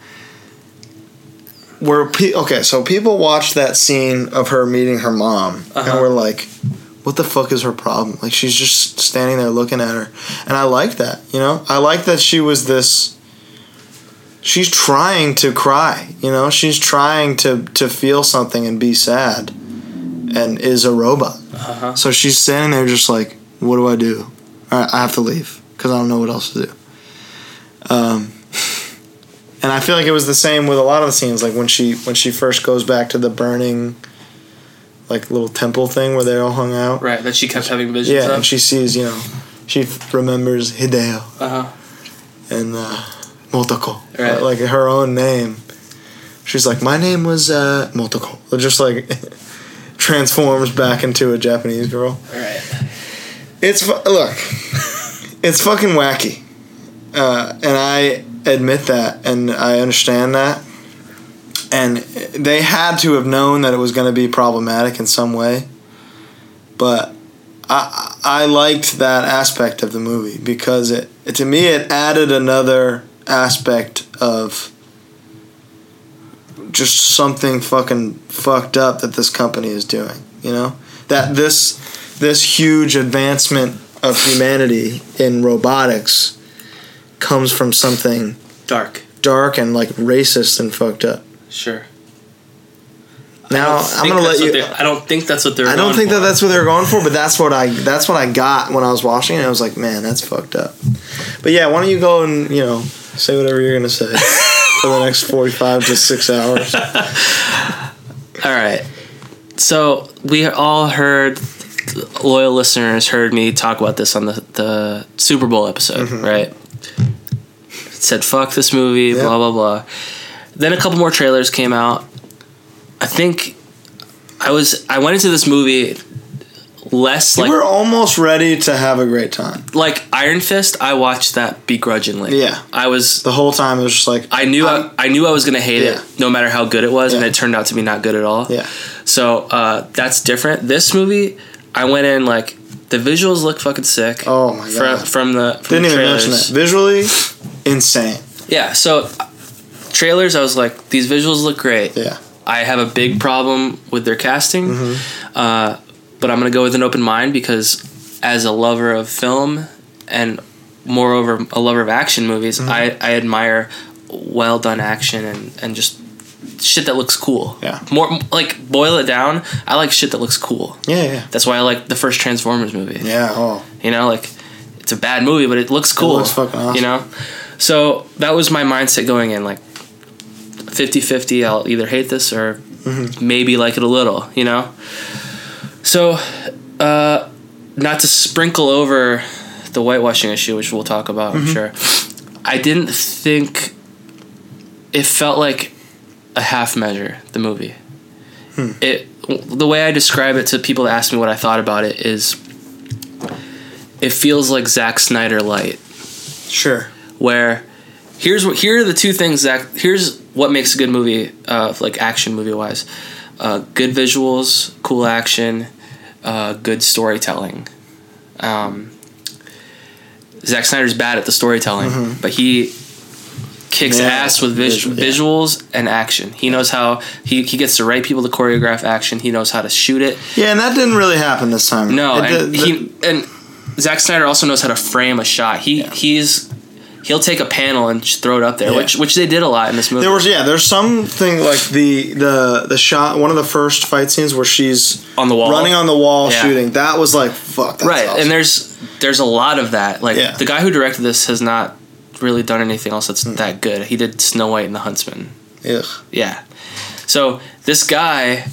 I: we're pe- okay. So people watched that scene of her meeting her mom,
J: Uh-huh.
I: and we're like, "What the fuck is her problem?" Like she's just standing there looking at her, and I like that. You know, I like that she was this. She's trying to cry, you know. She's trying to to feel something and be sad, and is a robot.
J: Uh-huh.
I: So she's standing there just like, what do I do? All right, I have to leave because I don't know what else to do. Um, and I feel like it was the same with a lot of the scenes, like when she when she first goes back to the burning, like little temple thing where they're all hung out.
J: Right, that she kept having visions
I: Yeah,
J: of.
I: and she sees, you know, she remembers Hideo
J: uh-huh.
I: and uh, Motoko,
J: Right.
I: like her own name. She's like, my name was uh, Motoko. Just like transforms back into a Japanese girl.
J: Right.
I: It's fu- look, it's fucking wacky, uh, and I admit that, and I understand that, and they had to have known that it was going to be problematic in some way, but I I liked that aspect of the movie because it, it to me it added another aspect of just something fucking fucked up that this company is doing, you know that this this huge advancement of humanity in robotics comes from something
J: Dark.
I: dark and like racist and fucked up.
J: Sure.
I: Now
J: I
I: I'm
J: think
I: gonna
J: that's
I: let
J: what
I: you.
J: they- I don't think that's what they're.
I: I don't
J: going
I: think that
J: for.
I: that's what they were going for, but that's what I that's what I got when I was watching it. I was like, man, that's fucked up. But yeah, why don't you go and you know say whatever you're gonna say for the next 45 to six hours?
J: All right. So we all heard, loyal listeners heard me talk about this on the, the Super Bowl episode, right? said, fuck this movie,
I: Mm-hmm. Yeah.
J: blah, blah, blah. Then a couple more trailers came out. I think I was, I went into this movie less like,
I: we're almost ready to have a great time.
J: like Iron Fist. I watched that begrudgingly.
I: Yeah,
J: I was,
I: the whole time it was just like
J: I knew, I,
I: I'm-
J: I knew I was going to hate
I: Yeah.
J: it no matter how good it was. And
I: Yeah.
J: it turned out to be not good at all.
I: yeah,
J: So uh, that's different. This movie, I went in like the visuals look fucking sick.
I: Oh my
J: From,
I: God.
J: from the
I: didn't
J: from the
I: even mention that.
J: trailers.
I: Visually, insane.
J: Yeah. So uh, trailers, I was like, these visuals look great.
I: Yeah.
J: I have a big problem with their casting,
I: Mm-hmm.
J: uh, but I'm gonna go with an open mind because, as a lover of film, and moreover a lover of action movies,
I: Mm-hmm.
J: I, I admire well done action and and just shit that looks cool.
I: Yeah.
J: More like boil it down, I like shit that looks cool.
I: Yeah, yeah.
J: That's why I like the first Transformers movie.
I: Yeah, oh.
J: You know, like it's a bad movie, but it looks cool.
I: looks fucking awesome.
J: You know? So that was my mindset going in, like 50 50, I'll either hate this or
I: Mm-hmm.
J: maybe like it a little, you know? So, uh, not to sprinkle over the whitewashing issue, which we'll talk about,
I: Mm-hmm.
J: I'm sure. I didn't think it felt like a half measure, the movie.
I: Hmm.
J: It the way I describe it to people that ask me what I thought about it is it feels like Zack Snyder light,
I: Sure.
J: where here's what here are the two things Zack here's what makes a good movie, uh, like action movie wise, uh, good visuals, cool action, uh, good storytelling. Um, Zack Snyder's bad at the storytelling, but he kicks
I: Mm-hmm. Yeah,
J: ass with vis-
I: visual- yeah.
J: visuals and action. He knows how he, he gets the right people to choreograph action. He knows how to shoot it.
I: Yeah, and that didn't really happen this time.
J: No,
I: It
J: and
I: did-
J: he and Zack Snyder also knows how to frame a shot. He he's he'll take a panel and just throw it up there,
I: Yeah.
J: which which they did a lot in this movie.
I: there was yeah, there's something like the the the shot one of the first fight scenes where she's
J: on the wall
I: running on the wall
J: Yeah.
I: shooting. That was like fuck. That's
J: right,
I: awesome.
J: and there's there's a lot of that. Like
I: Yeah. Hmm.
J: the guy who directed this has not really done anything else that's that good. He did Snow White and the Huntsman.
I: Ugh.
J: Yeah. So this guy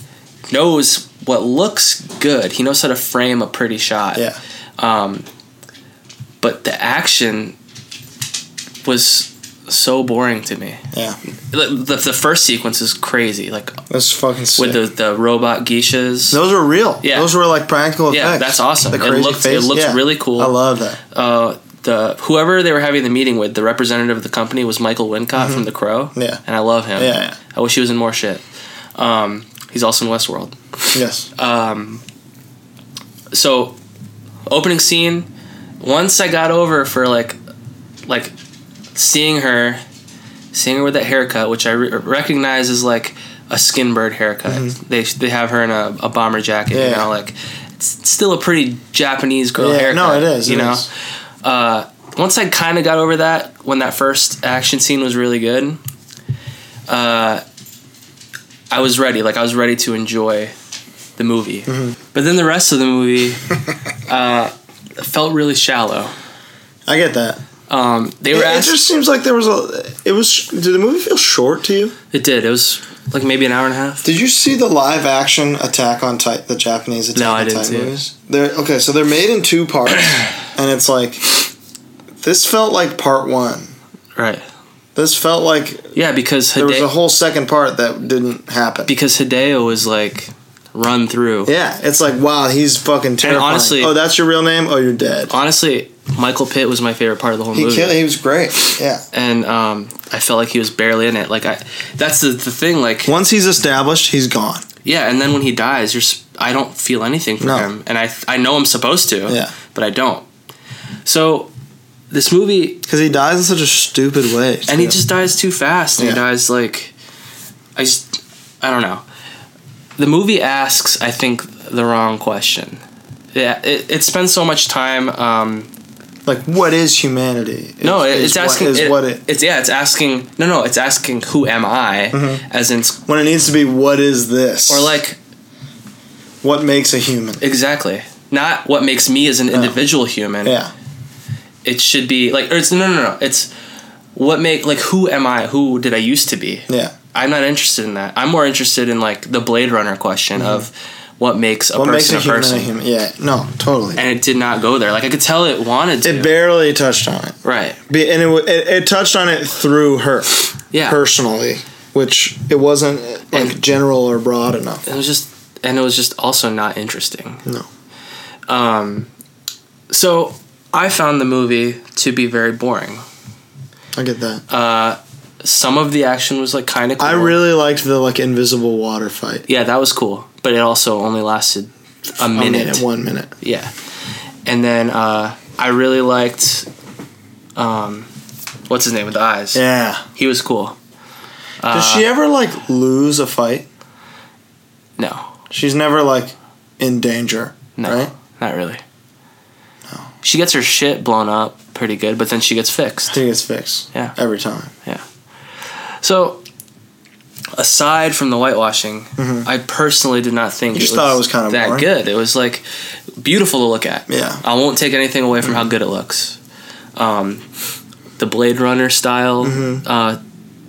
J: knows what looks good. He knows how to frame a pretty shot.
I: yeah,
J: Um, but the action was so boring to me.
I: yeah,
J: The, the, the first sequence is crazy, like
I: that's fucking sick.
J: with the, the robot geishas.
I: those are real.
J: Yeah.
I: those were like practical
J: Yeah,
I: effects.
J: that's awesome. It looked- it
I: face-
J: looked really cool.
I: I love that.
J: Uh, the whoever they were having the meeting with, the representative of the company was Michael Wincott from The Crow.
I: Mm-hmm. Yeah.
J: and I love him.
I: Yeah, yeah.
J: I wish he was in more shit. Um, he's also in Westworld.
I: Yes,
J: Um, so, opening scene. Once I got over for like like seeing her, seeing her with that haircut, which I re- recognize as like a skinbird haircut. They they have her in a, a bomber jacket, you
I: Mm-hmm. Yeah.
J: know, like it's still a pretty Japanese girl
I: Yeah,
J: haircut.
I: no, it is,
J: You
I: it
J: know,
I: is.
J: Uh, once I kind of got over that when that first action scene was really good. Uh, I was ready, like I was ready to enjoy the movie,
I: Mm-hmm.
J: but then the rest of the movie uh, felt really shallow.
I: I get that.
J: Um, they
I: It,
J: were
I: it
J: asked.
I: just seems like there was a. It was. Did the movie feel short to you?
J: It did. It was like maybe an hour and a half.
I: Did you see the live action Attack on Titan, the Japanese Attack
J: No, I
I: on
J: didn't
I: Titan
J: see it.
I: movies? They're okay, so they're made in two parts, and it's like this felt like part one.
J: Right.
I: This felt like
J: Yeah, because
I: there was
J: Hideo,
I: a whole second part that didn't happen.
J: because Hideo was like run through.
I: yeah, it's like wow, he's fucking terrifying.
J: honestly-
I: oh, that's your real name? Oh, you're dead.
J: Honestly, Michael Pitt was my favorite part of the whole
I: He
J: movie,
I: killed. He was great. Yeah.
J: and um, I felt like he was barely in it. Like I, that's the, the thing. Like
I: Once he's established, he's gone.
J: yeah, and then when he dies, you're s- I don't feel anything for
I: No.
J: him, and I I know I'm supposed to,
I: Yeah.
J: but I don't. So this movie
I: Because he dies in such a stupid way.
J: and he
I: too.
J: just dies too fast and
I: Yeah.
J: he dies like i just i don't know the movie asks i think the wrong question yeah it, it spends so much time um
I: like what is humanity?
J: no
I: Is-
J: it,
I: is
J: it's asking
I: what, is
J: it-
I: what it
J: it's yeah it's asking no no it's asking who am i
I: Mm-hmm.
J: as in
I: when it needs to be. What is this?
J: or like
I: what makes a human?
J: exactly not what makes me as an individual human
I: Yeah.
J: it should be like or it's no no no it's what make like who am i who did i used to be
I: Yeah.
J: I'm not interested in that. I'm more interested in like the Blade Runner question of what makes a
I: Mm-hmm. what makes
J: person
I: a
J: a,
I: human
J: person.
I: a human? Yeah, no, totally.
J: And it did not go there. Like I could tell it wanted to.
I: it barely touched on it,
J: right.
I: Be- and it, wa- it it touched on it through her
J: Yeah.
I: personally, which it wasn't like
J: And-
I: general or broad enough.
J: it was just and it was just also not interesting.
I: No.
J: Um so I found the movie to be very boring.
I: I get that.
J: Uh some of the action was like kind of cool.
I: I really liked the like invisible water fight.
J: Yeah, that was cool, but it also only lasted a
I: A
J: minute.
I: one minute.
J: Yeah. And then uh I really liked um what's his name with the eyes?
I: Yeah.
J: He was cool.
I: Does she
J: Uh.
I: ever like lose a fight?
J: No,
I: She's never like in danger,
J: no,
I: right?
J: not really. No. She gets her shit blown up pretty good, but then she gets fixed.
I: She gets fixed.
J: Yeah.
I: Every time.
J: So, aside from the whitewashing, I personally did not think
I: Mm-hmm. You just thought it was kinda
J: that
I: boring.
J: good. It was like beautiful to look at.
I: Yeah. Mm-hmm.
J: I won't take anything away from how good it looks. Um, the Blade Runner style uh,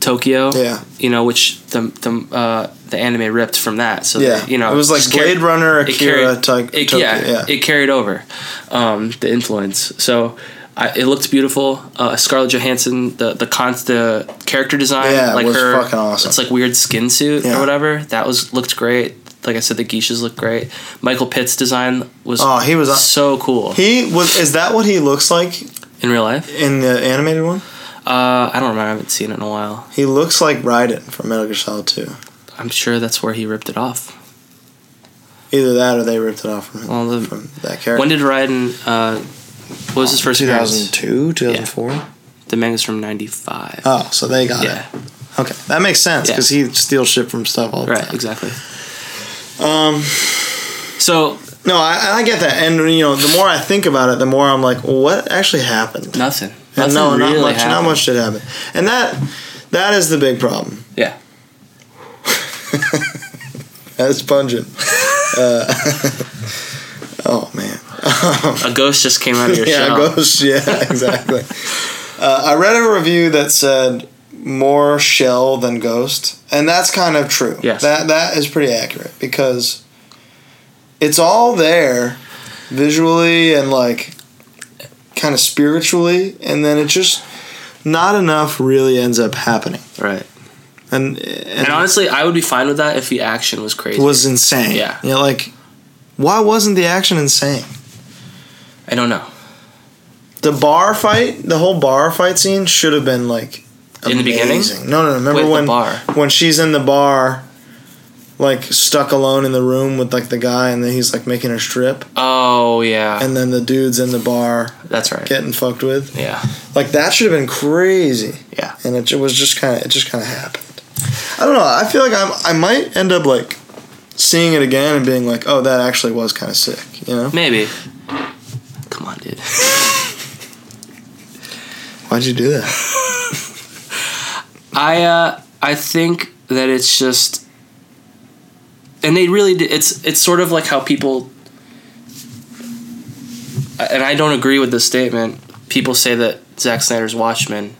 J: Tokyo,
I: Mm-hmm. Yeah.
J: you know, which the the uh, the anime ripped from that. So
I: Yeah.
J: they- you know,
I: it was like
J: just carried-
I: Blade Runner,
J: it
I: Akira,
J: carried-
I: type.
J: it-
I: Tokyo,
J: yeah, it carried over um, the influence. So I, it looked beautiful. Uh, Scarlett Johansson, the the con- the character design,
I: Yeah, it
J: like
I: was
J: her,
I: fucking awesome.
J: it's like weird skin suit
I: Yeah.
J: or whatever. That was looked great. Like I said, the geishas looked great. Michael Pitt's design was
I: Oh, he was-
J: so cool
I: He was. Is that what he looks like
J: in real life.
I: in the animated one?
J: Uh, I don't remember. I haven't seen it in a while.
I: He looks like Raiden from Metal Gear Solid Two.
J: I'm sure that's where he ripped it off.
I: Either that or they ripped it off from him.
J: Well, the-
I: from that character.
J: When did Raiden? Uh, what was his first appearance?
I: 2002, 2004.
J: The manga's from '95.
I: Oh, so they got
J: yeah,
I: it. Okay, that makes sense
J: Yeah.
I: because he steals shit from stuff all the
J: right,
I: time.
J: exactly.
I: Um,
J: So
I: no, I, I get that, and you know, the more I think about it, the more I'm like, well, what actually happened?
J: Nothing.
I: And
J: Nothing
I: no, not
J: really
I: much. Not
J: happened.
I: much did happen, and that that is the big problem.
J: Yeah.
I: That's pungent. uh, oh man.
J: A ghost just came out of your
I: yeah,
J: shell.
I: ghost. Yeah, exactly. uh, I read a review that said more shell than ghost, and that's kind of true.
J: Yes.
I: that that is pretty accurate because it's all there, visually and like kind of spiritually, and then it just not enough really ends up happening,
J: Right.
I: and
J: And honestly, I would be fine with that if the action was crazy.
I: was insane.
J: Yeah.
I: you know, like why wasn't the action insane?
J: I don't know.
I: The bar fight, the whole bar fight scene should have been like
J: In the beginning?
I: amazing. No, no, no. Remember
J: With the
I: when
J: bar.
I: when she's in the bar like stuck alone in the room with like the guy, and then he's like making her strip,
J: Oh yeah,
I: and then the dude's in the bar
J: that's right.
I: getting fucked with.
J: Yeah,
I: Like that should have been crazy.
J: yeah.
I: and it ju- was just kind of it just kind of happened. I don't know. I feel like I'm, I might end up like seeing it again and being like, oh, that actually was kind of sick. You know?
J: Maybe. Come on, dude.
I: Why'd you do that?
J: I uh, I think that it's just, and they really d- it's it's sort of like how people, and I don't agree with this statement. People say that Zack Snyder's Watchmen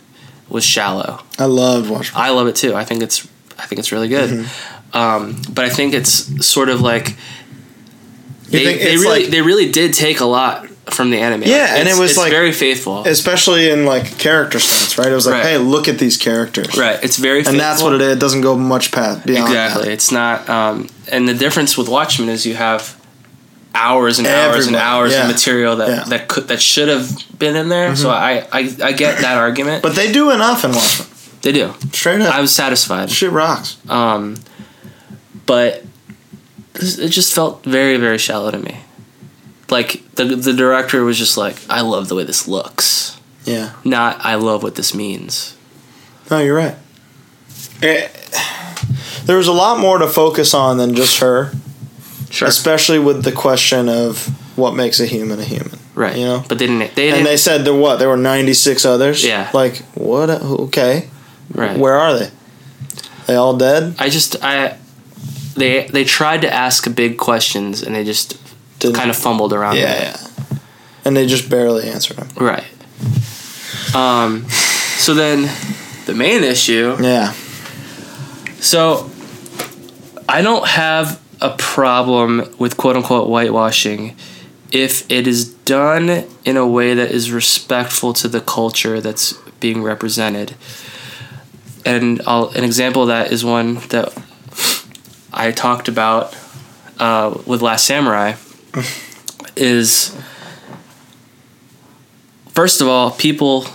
J: was shallow.
I: I loved Watchmen.
J: I love it too. I think it's I think it's really good. Um, but I think it's sort of
I: Mm-hmm.
J: like
I: You
J: they,
I: think
J: they
I: it's
J: really
I: like-
J: they really did take a lot from the anime.
I: Yeah, and
J: It's-
I: it was
J: it's
I: like-
J: very faithful.
I: Especially in like character sense, right? It was like,
J: Right.
I: hey, look at these characters,
J: right, it's very faithful.
I: And that's what it is. It doesn't go much past beyond
J: Exactly.
I: that.
J: It's not. Um, and the difference with Watchmen is you have hours and hours
I: Everybody,
J: and hours
I: yeah.
J: of material that
I: Yeah. Mm-hmm.
J: that could that should have been in there. So I, I I get that argument.
I: But they do enough in Watchmen.
J: they do.
I: Straight up,
J: I was satisfied.
I: shit rocks.
J: Um, but this- it just felt very very shallow to me. Like the the director was just like, I love the way this looks.
I: Yeah.
J: Not I love what this means.
I: No, you're right. Eh, there was a lot more to focus on than just her.
J: Sure.
I: especially with the question of what makes a human a human.
J: Right.
I: you know?
J: But they didn't. They didn't.
I: And they said there what there were ninety six others.
J: Yeah.
I: like what? uh, Okay,
J: right.
I: where are they? They all dead?
J: I just I they they tried to ask big questions and they just
I: Didn't-
J: kind of fumbled around.
I: yeah,
J: with it.
I: yeah. And they just barely answered them.
J: Right. Um so then the main issue
I: Yeah,
J: so I don't have a problem with quote unquote whitewashing if it is done in a way that is respectful to the culture that's being represented. And I'll, an example of that is one that I talked about uh, with Last Samurai is first of all, people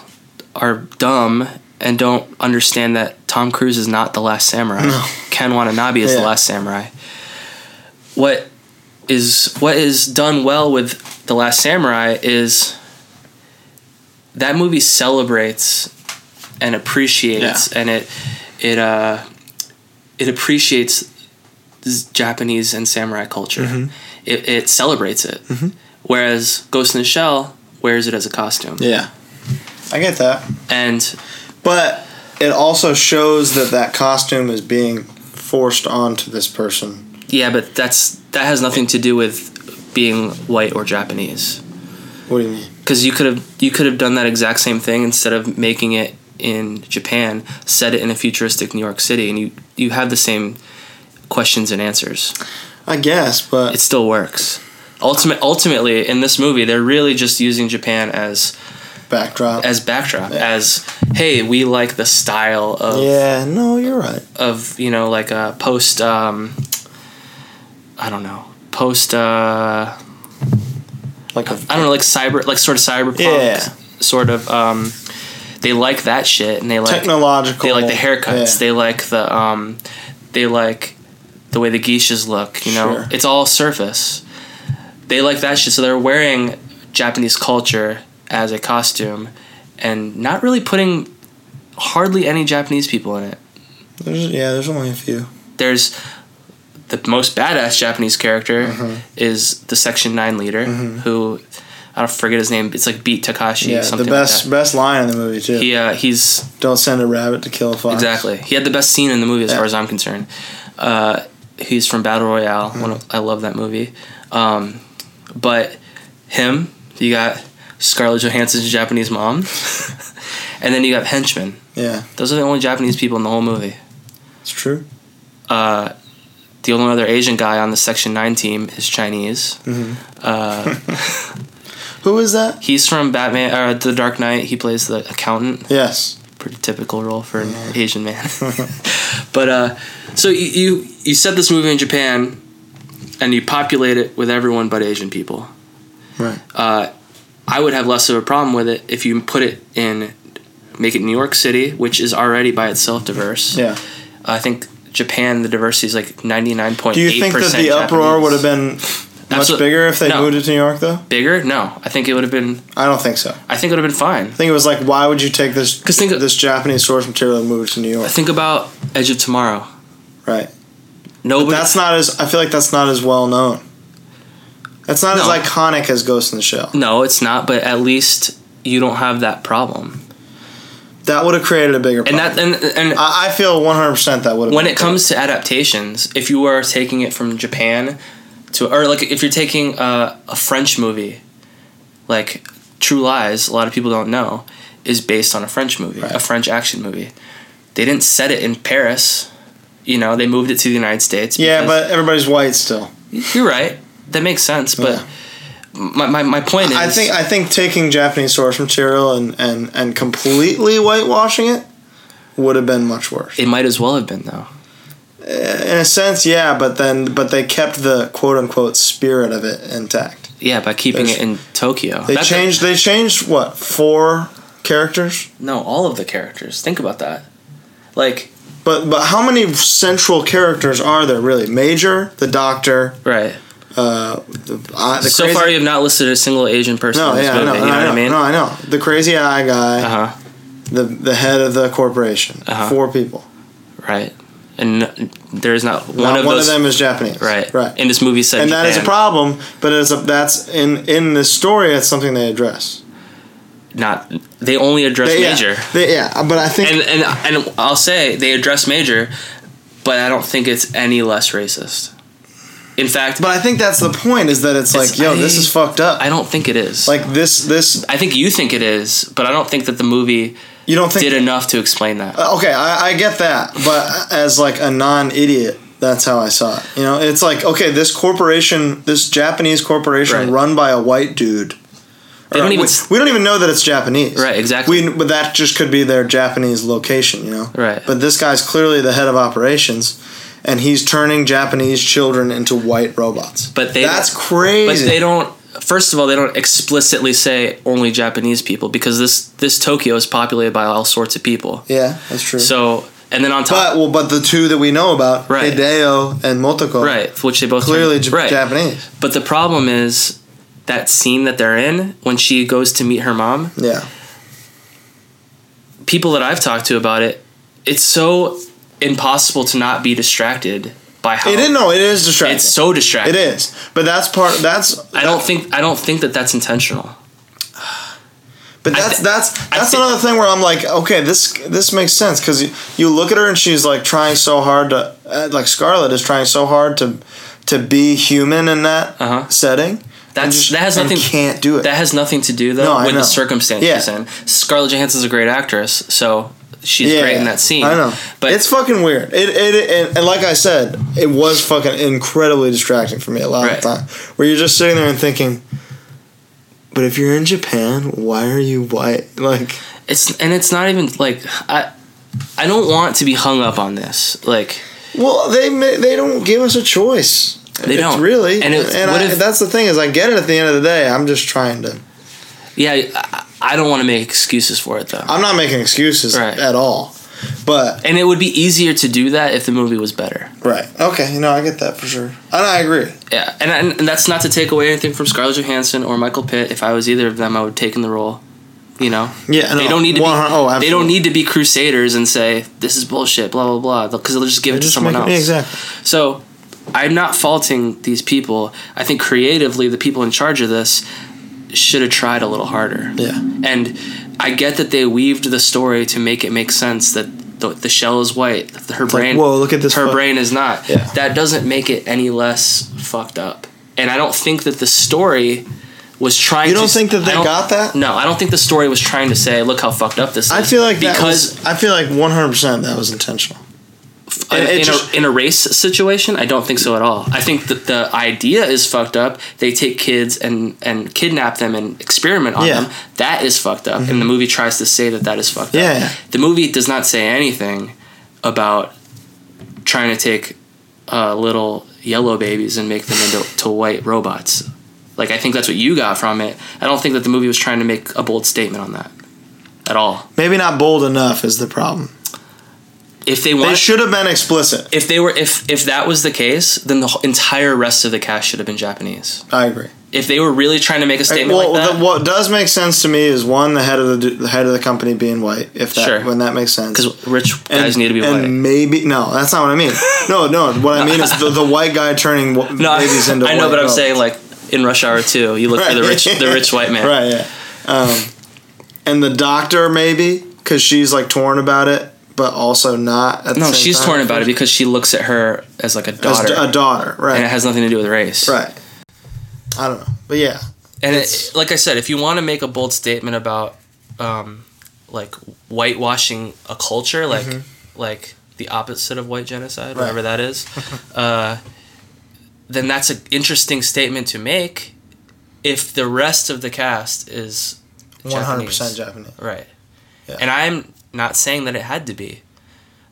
J: are dumb and don't understand that Tom Cruise is not the last samurai. Ken Watanabe is the
I: Yeah.
J: last samurai. What is what is done well with The Last Samurai is that movie celebrates and appreciates and it it uh it appreciates z- Japanese and samurai culture. It, it celebrates it. Whereas Ghost in the Shell wears it as a costume.
I: yeah. I get that,
J: And
I: but it also shows that that costume is being forced onto this person.
J: yeah, but that's that has nothing to do with being white or Japanese.
I: What do you mean?
J: because you could have you could have done that exact same thing instead of making it in Japan, set it in a futuristic New York City, and you you have the same questions and answers.
I: I guess, but
J: It still works. Ultimate, ultimately, in this movie, they're really just using Japan as
I: backdrop.
J: as backdrop,
I: Yeah.
J: as hey, we like the style of
I: yeah, no, you're right.
J: of you know like a post um, I don't know post uh,
I: Like a
J: I don't know, like cyber, like sort of cyberpunk,
I: Yeah.
J: sort of. Um, they like that shit, and they like
I: technological.
J: they like the haircuts.
I: yeah.
J: They like the um, they like the way the geishas look. You know,
I: Sure.
J: it's all surface. They like that shit, so they're wearing Japanese culture as a costume, and not really putting hardly any Japanese people in it.
I: There's, yeah, there's only a few.
J: There's the most badass Japanese character
I: Mm-hmm.
J: is the Section Nine leader who. I don't forget his name. It's like Beat Takashi.
I: Yeah, the
J: something
I: best
J: Like
I: best line in the movie too.
J: that. He uh, he's
I: Don't send a rabbit to kill a fox.
J: exactly. He had the best scene in the movie, as
I: Yeah.
J: far as I'm concerned. Uh, he's from Battle Royale. One of, I love that movie. Um, but him, you got Scarlett Johansson's Japanese mom, and then you got henchmen.
I: Yeah,
J: Those are the only Japanese people in the whole movie.
I: it's true.
J: Uh, the only other Asian guy on the Section Nine team is Chinese. Uh,
I: Who is that?
J: he's from Batman or The Dark Knight. He plays the accountant.
I: Yes.
J: pretty typical role for an Asian man. but uh, so you, you you set this movie in Japan, and you populate it with everyone but Asian people.
I: Right.
J: Uh, I would have less of a problem with it if you put it in, make it New York City, which is already by itself diverse.
I: Yeah.
J: I think Japan, the diversity is like ninety nine point
I: Do
J: eight
I: you
J: percent.
I: think that the uproar would have been much
J: Absolute-
I: bigger if they
J: no.
I: moved it to New York, though?
J: bigger? No, I think it would have been.
I: I don't think so. I
J: I think it would have been fine.
I: think it was like, why would you take this
J: 'Cause think of-
I: this Japanese source material and move it to New York?
J: Think about Edge of Tomorrow.
I: right.
J: Nobody.
I: That's not as I feel like that's not as well known. That's not
J: No.
I: as iconic as Ghost in the Shell.
J: no, it's not. But at least you don't have that problem.
I: That would have created a bigger.
J: And
I: problem.
J: that and and
I: I, I feel 100 percent that would have.
J: when it comes to adaptations, if you are taking it from Japan to, or like if you're taking a, a French movie, like True Lies, a lot of people don't know, is based on a French movie, a French action movie. They didn't set it in Paris, you know. They moved it to the United States.
I: yeah,
J: because-
I: but everybody's white still.
J: you're right. That makes sense. But my, my, my point is,
I: I think I think taking Japanese source material and and and completely whitewashing it would have been much worse.
J: it might as well have been though.
I: In a sense, yeah, but then but they kept the quote unquote spirit of it intact.
J: Yeah, by keeping
I: There's-
J: it in Tokyo.
I: They
J: That's-
I: changed they changed what four characters,
J: no, all of the characters. Think about that. Like
I: but but how many central characters are there really? Major, the doctor,
J: right.
I: uh, the, uh, the
J: so
I: crazy-
J: far, you have not listed a single Asian person
I: No,
J: in this
I: yeah, I
J: movie.
I: know,
J: you
I: I
J: know,
I: know,
J: what I mean?
I: no, I know. The crazy eye guy,
J: Uh huh.
I: the the head of the corporation,
J: Uh-huh.
I: four people.
J: Right. And n- there is not one
I: Not
J: of
I: one
J: those.
I: of them is Japanese.
J: right.
I: right.
J: And this movie said,
I: and that is a
J: Japan,
I: problem. But it's a that's in in this story. That's something they address.
J: Not they only address
I: They- yeah,
J: major.
I: they- yeah, but I think
J: And and and I'll say they address major, but I don't think it's any less racist. In fact,
I: but I think that's the point is that it's,
J: It's-
I: like, yo, this
J: I-
I: is fucked up.
J: I don't think it is.
I: like this this
J: I think you think it is, but I don't think that the movie
I: you don't think
J: did enough to explain that.
I: Uh, okay, I, I get that, but as like a non-idiot, that's how I saw it. You know, it's like okay, this corporation, this Japanese corporation,
J: Right.
I: run by a white dude.
J: They
I: Or
J: don't even
I: we,
J: s-
I: we don't even know that it's Japanese,
J: Right, exactly.
I: We, but that just could be their Japanese location, you know.
J: Right.
I: But this guy's clearly the head of operations, and he's turning Japanese children into white robots.
J: But they
I: that's crazy.
J: But they don't. First of all, they don't explicitly say only Japanese people because this this Tokyo is populated by all sorts of people.
I: yeah, that's true.
J: So and then on top,
I: but well, but the two that we know about,
J: Right.
I: Hideo and Motoko,
J: right, which they both
I: clearly J-
J: right.
I: Japanese.
J: But the problem is that scene that they're in when she goes to meet her mom.
I: Yeah.
J: people that I've talked to about it, it's so impossible to not be distracted by how
I: It is no, it is distracting.
J: it's so distracting.
I: it is, but that's part. That's
J: I don't think I don't think that that's intentional.
I: but
J: I
I: that's
J: thi-
I: that's
J: I
I: that's
J: thi-
I: another thing where I'm like, okay, this this makes sense because you, you look at her and she's like trying so hard to uh, like Scarlett is trying so hard to to be human in that
J: Uh-huh.
I: setting. and
J: That's
I: just-
J: that has
I: and
J: nothing.
I: Can't do it.
J: That has nothing to do
I: No,
J: though
I: I
J: with the
I: know.
J: circumstance
I: Yeah.
J: she's in. Scarlett Johansson's a great actress, so she's great in that scene.
I: I know,
J: but
I: it's fucking weird. It, it, it and, and like I said, it was fucking incredibly distracting for me a lot
J: Right.
I: of the time. Where you're just sitting there and thinking, but if you're in Japan, why are you white? Like,
J: it's and it's not even like I. I don't want to be hung up on this. Like
I: Well, they ma- they don't give us a choice.
J: They
I: It's
J: don't.
I: really.
J: And
I: And,
J: it's-
I: and
J: what
I: I,
J: if-
I: that's the thing is, I get it. At the end of the day, I'm just trying to.
J: yeah, I, I don't want to make excuses for it though.
I: I'm not making excuses
J: Right.
I: at all. But
J: And it would be easier to do that if the movie was better.
I: right, okay, you know, I get that for sure, and I agree.
J: Yeah, and, and and that's not to take away anything from Scarlett Johansson or Michael Pitt. If I was either of them, I would take in the role. You know,
I: Yeah,
J: they
I: no,
J: don't need to
I: 100
J: be.
I: oh,
J: they don't
I: absolutely.
J: need to be crusaders and say this is bullshit, blah blah blah, because they'll just give
I: They
J: it to
I: just
J: someone
I: make
J: else.
I: it- yeah, exactly.
J: So, I'm not faulting these people. I think creatively, the people in charge of this should have tried a little harder.
I: Yeah,
J: And I get that they weaved the story to make it make sense that the, the shell is white, that her
I: like,
J: brain.
I: whoa, look at this
J: Her
I: fuck-
J: brain is not.
I: Yeah.
J: That doesn't make it any less fucked up. And I don't think that the story was trying.
I: You
J: to,
I: don't think that they
J: I don't-
I: got that?
J: No, I don't think the story was trying to say, "Look how fucked up this
I: I
J: is."
I: feel like that
J: because
I: was- I feel like 100 percent that was intentional.
J: in,
I: it
J: in
I: just-
J: a, in a race situation, I don't think so at all. I think that the idea is fucked up. They take kids and and kidnap them and experiment on
I: Yeah. Mm-hmm.
J: them. That is fucked up, and the movie tries to say that that is fucked up.
I: Yeah.
J: The movie does not say anything about trying to take uh, little yellow babies and make them into to white robots. Like I think that's what you got from it. I don't think that the movie was trying to make a bold statement on that at all.
I: Maybe not bold enough is the problem.
J: if they
I: They
J: want
I: should have been explicit.
J: if they were if if that was the case, then the wh- entire rest of the cast should have been Japanese.
I: I agree.
J: If they were really trying to make a statement
I: well,
J: like
I: the-
J: that,
I: what does make sense to me is one, the head of the, the head of the company being white. If that
J: Sure.
I: when that makes sense,
J: because rich guys need to be
I: and
J: white.
I: maybe no, that's not what I mean. No, no, what I mean is the, the white guy turning wh-
J: No, I,
I: babies into.
J: I know,
I: white
J: but I'm
I: girls.
J: saying like in Rush Hour too, you look for the rich the rich white man.
I: Right. Yeah. Um, and the doctor maybe because she's like torn about it, but also not. At the
J: No,
I: same
J: she's
I: time.
J: torn about it because she looks at her as like a
I: As
J: daughter,
I: d- a daughter, right?
J: and it has nothing to do with race.
I: right. I don't know, but yeah,
J: And it, like I said, if you want to make a bold statement about um, like whitewashing a culture, like
I: Mm-hmm.
J: like the opposite of white genocide, whatever that is, uh, then that's an interesting statement to make. If the rest of the cast is
I: one hundred percent
J: Japanese.
I: Japanese.
J: right,
I: Yeah.
J: and I'm not saying that it had to be,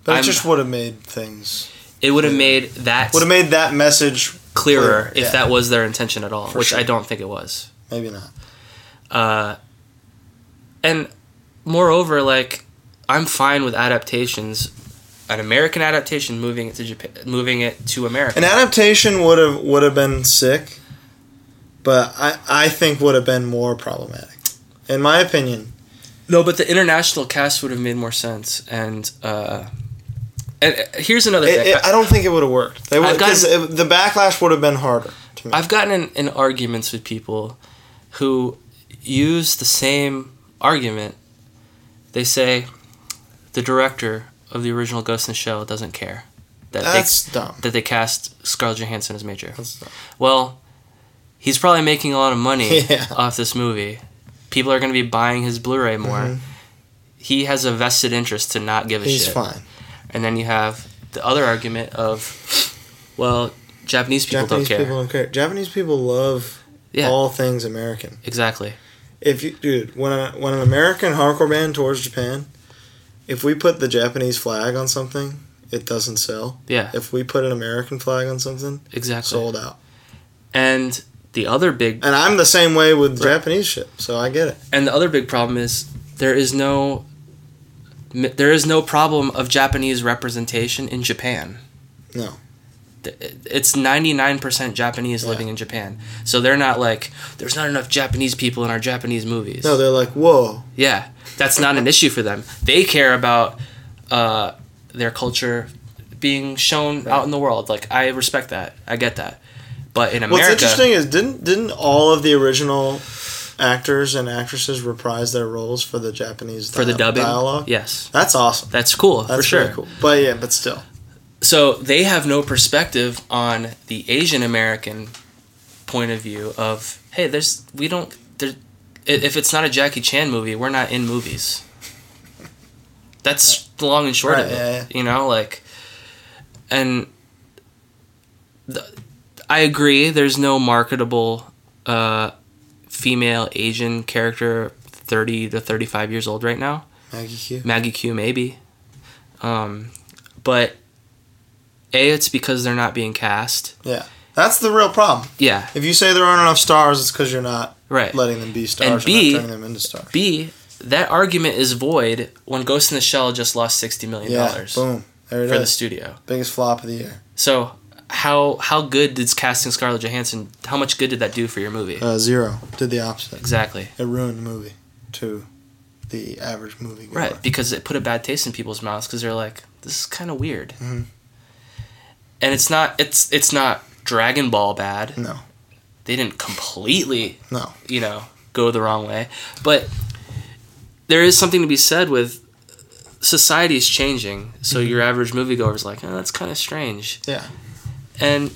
I: But
J: I'm-
I: it just would have made things
J: it would have made that
I: would have made that message
J: clearer
I: clearer,
J: if
I: yeah.
J: that was their intention at all, which I
I: sure.
J: don't think it was.
I: maybe not.
J: uh, and moreover, like I'm fine with adaptations, an American adaptation moving it to Japan, moving it to America.
I: An adaptation would have would have been sick, but I I think would have been more problematic, in my opinion.
J: no, but the international cast would have made more sense. And uh, and uh, here's another
I: It,
J: thing.
I: it, I don't think it would have worked. They would
J: I've gotten-
I: because the backlash would have been harder. To me.
J: I've gotten in, in arguments with people who use the same argument. They say the director of the original Ghost in the Shell doesn't care that
I: That's
J: they,
I: dumb.
J: that they cast Scarlett Johansson as Major.
I: That's dumb.
J: Well, he's probably making a lot of money
I: Yeah.
J: off this movie. People are going to be buying his Blu-ray more. He has a vested interest to not give a
I: Mm-hmm. He's
J: shit.
I: fine.
J: And then you have the other argument of, well, Japanese people
I: Japanese
J: don't care.
I: people don't care. Japanese people love
J: yeah,
I: all things American.
J: exactly.
I: If you dude, when a, when an American hardcore band tours Japan, if we put the Japanese flag on something, it doesn't sell.
J: Yeah,
I: If we put an American flag on something,
J: exactly.
I: sold out.
J: And the other big
I: And I'm the same way with Japanese shit, so I get it.
J: and the other big problem is there is no m- there is no problem of Japanese representation in Japan.
I: No.
J: Th- It's 99% Japanese living in Japan. So they're not like there's not enough Japanese people in our Japanese movies.
I: No, they're like, whoa,
J: yeah. That's not an issue for them. They care about uh, their culture being shown out in the world. Like I respect that. I get that. But in America,
I: What's interesting is didn't didn't all of the original actors and actresses reprise their roles for the Japanese
J: for the
I: dia-
J: dubbing,
I: dialogue?
J: yes.
I: That's awesome.
J: That's cool,
I: That's
J: for sure.
I: really cool. But yeah, but still.
J: so they have no perspective on the Asian American point of view of hey, there's we don't there, i- if it's not a Jackie Chan movie, we're not in movies. That's the long and short of
I: Right,
J: it,
I: yeah, yeah.
J: you know, like, and the, I agree. There's no marketable uh, female Asian character, thirty to thirty-five years old right now.
I: Maggie Q.
J: Maggie Q maybe. Um, but A it's because they're not being cast.
I: Yeah. That's the real problem.
J: Yeah,
I: If you say there aren't enough stars, it's because you're not
J: right.
I: letting them be stars.
J: And
I: you're
J: B-
I: not turning them into stars.
J: B that argument is void when Ghost in the Shell just lost sixty million
I: yeah.
J: dollars
I: Boom. There it is.
J: for the studio.
I: Biggest flop of the year.
J: So how how good did casting Scarlett Johansson? How much good did that do for your movie?
I: Uh, zero. Did the opposite.
J: Exactly.
I: It ruined the movie to the average movie.
J: Right, because it put a bad taste in people's mouths because they're like, "This is kind of weird,"
I: Mhm.
J: and it's not. It's it's not Dragon Ball bad.
I: No.
J: they didn't completely
I: No.
J: you know go the wrong way, but there is something to be said with society is changing. So
I: Mm-hmm.
J: your average moviegoer is like, "Oh, that's kind of strange,"
I: Yeah.
J: and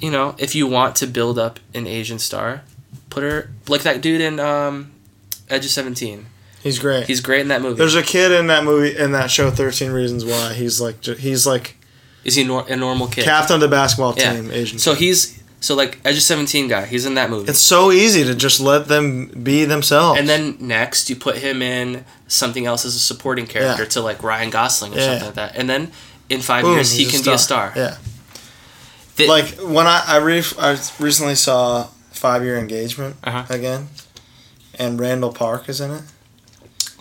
J: you know if you want to build up an Asian star, put her like that dude in um, Edge of Seventeen.
I: He's great.
J: He's great in that movie.
I: There's a kid in that movie in that show, Thirteen Reasons Why. He's like ju- he's like
J: is he nor- a normal kid?
I: captain of the basketball
J: Yeah.
I: team. Asian.
J: So
I: So
J: he's so like Edge of Seventeen guy. He's in that movie.
I: it's so easy to just let them be themselves.
J: and then next, you put him in something else as a supporting character
I: Yeah.
J: to like Ryan Gosling or
I: Yeah.
J: something like that. And then in five
I: Boom,
J: years, he
I: he's
J: can be a star.
I: Yeah.
J: Th-
I: like when I I, re- I recently saw Five Year Engagement
J: Uh-huh.
I: again, and Randall Park is in it.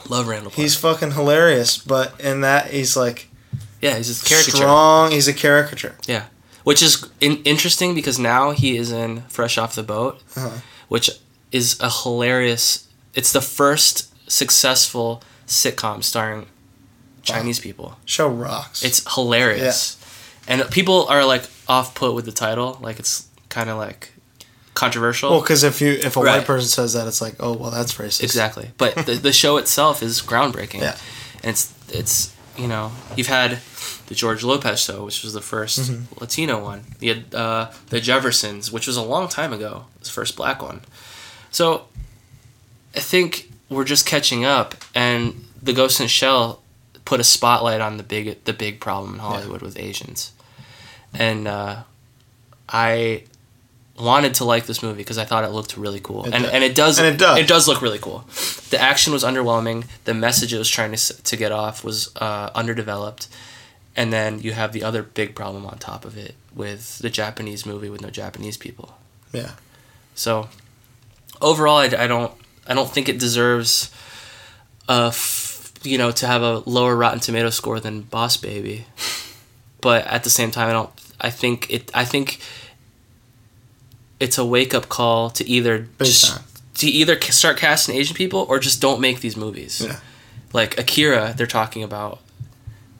J: love Randall. Park.
I: He's fucking hilarious, but in that he's like
J: Yeah, he's a caricature.
I: Strong. He's a caricature.
J: Yeah, which is in- interesting because now he is in Fresh Off the Boat,
I: Uh-huh.
J: which is a hilarious. It's the first successful sitcom starring Chinese people.
I: Show rocks.
J: It's hilarious, and people are like off put with the title, like it's kind of like controversial.
I: well, because if you if a
J: Right.
I: white person says that, it's like, oh well, that's racist.
J: Exactly. But the, the show itself is groundbreaking.
I: Yeah.
J: And it's it's you know you've had the George Lopez show, which was the 1st Latino one. You had uh, the Jeffersons, which was a long time ago, his first black one. So I think we're just catching up, and the Ghost in the Shell put a spotlight on the big the big problem in Hollywood with Asians, and uh, I wanted to like this movie because I thought it looked really cool, and
I: does.
J: and it does
I: And it does.
J: it does look really cool. The action was underwhelming. The message it was trying to s- to get off was uh, underdeveloped, and then you have the other big problem on top of it with the Japanese movie with no Japanese people.
I: Yeah.
J: So overall, I, I don't I don't think it deserves a f- you know to have a lower Rotten Tomato score than Boss Baby, but at the same time, I don't. I think it. I think it's a wake up call to either
I: Big
J: just
I: time.
J: to either ca- start casting Asian people or just don't make these movies.
I: Yeah.
J: Like Akira, they're talking about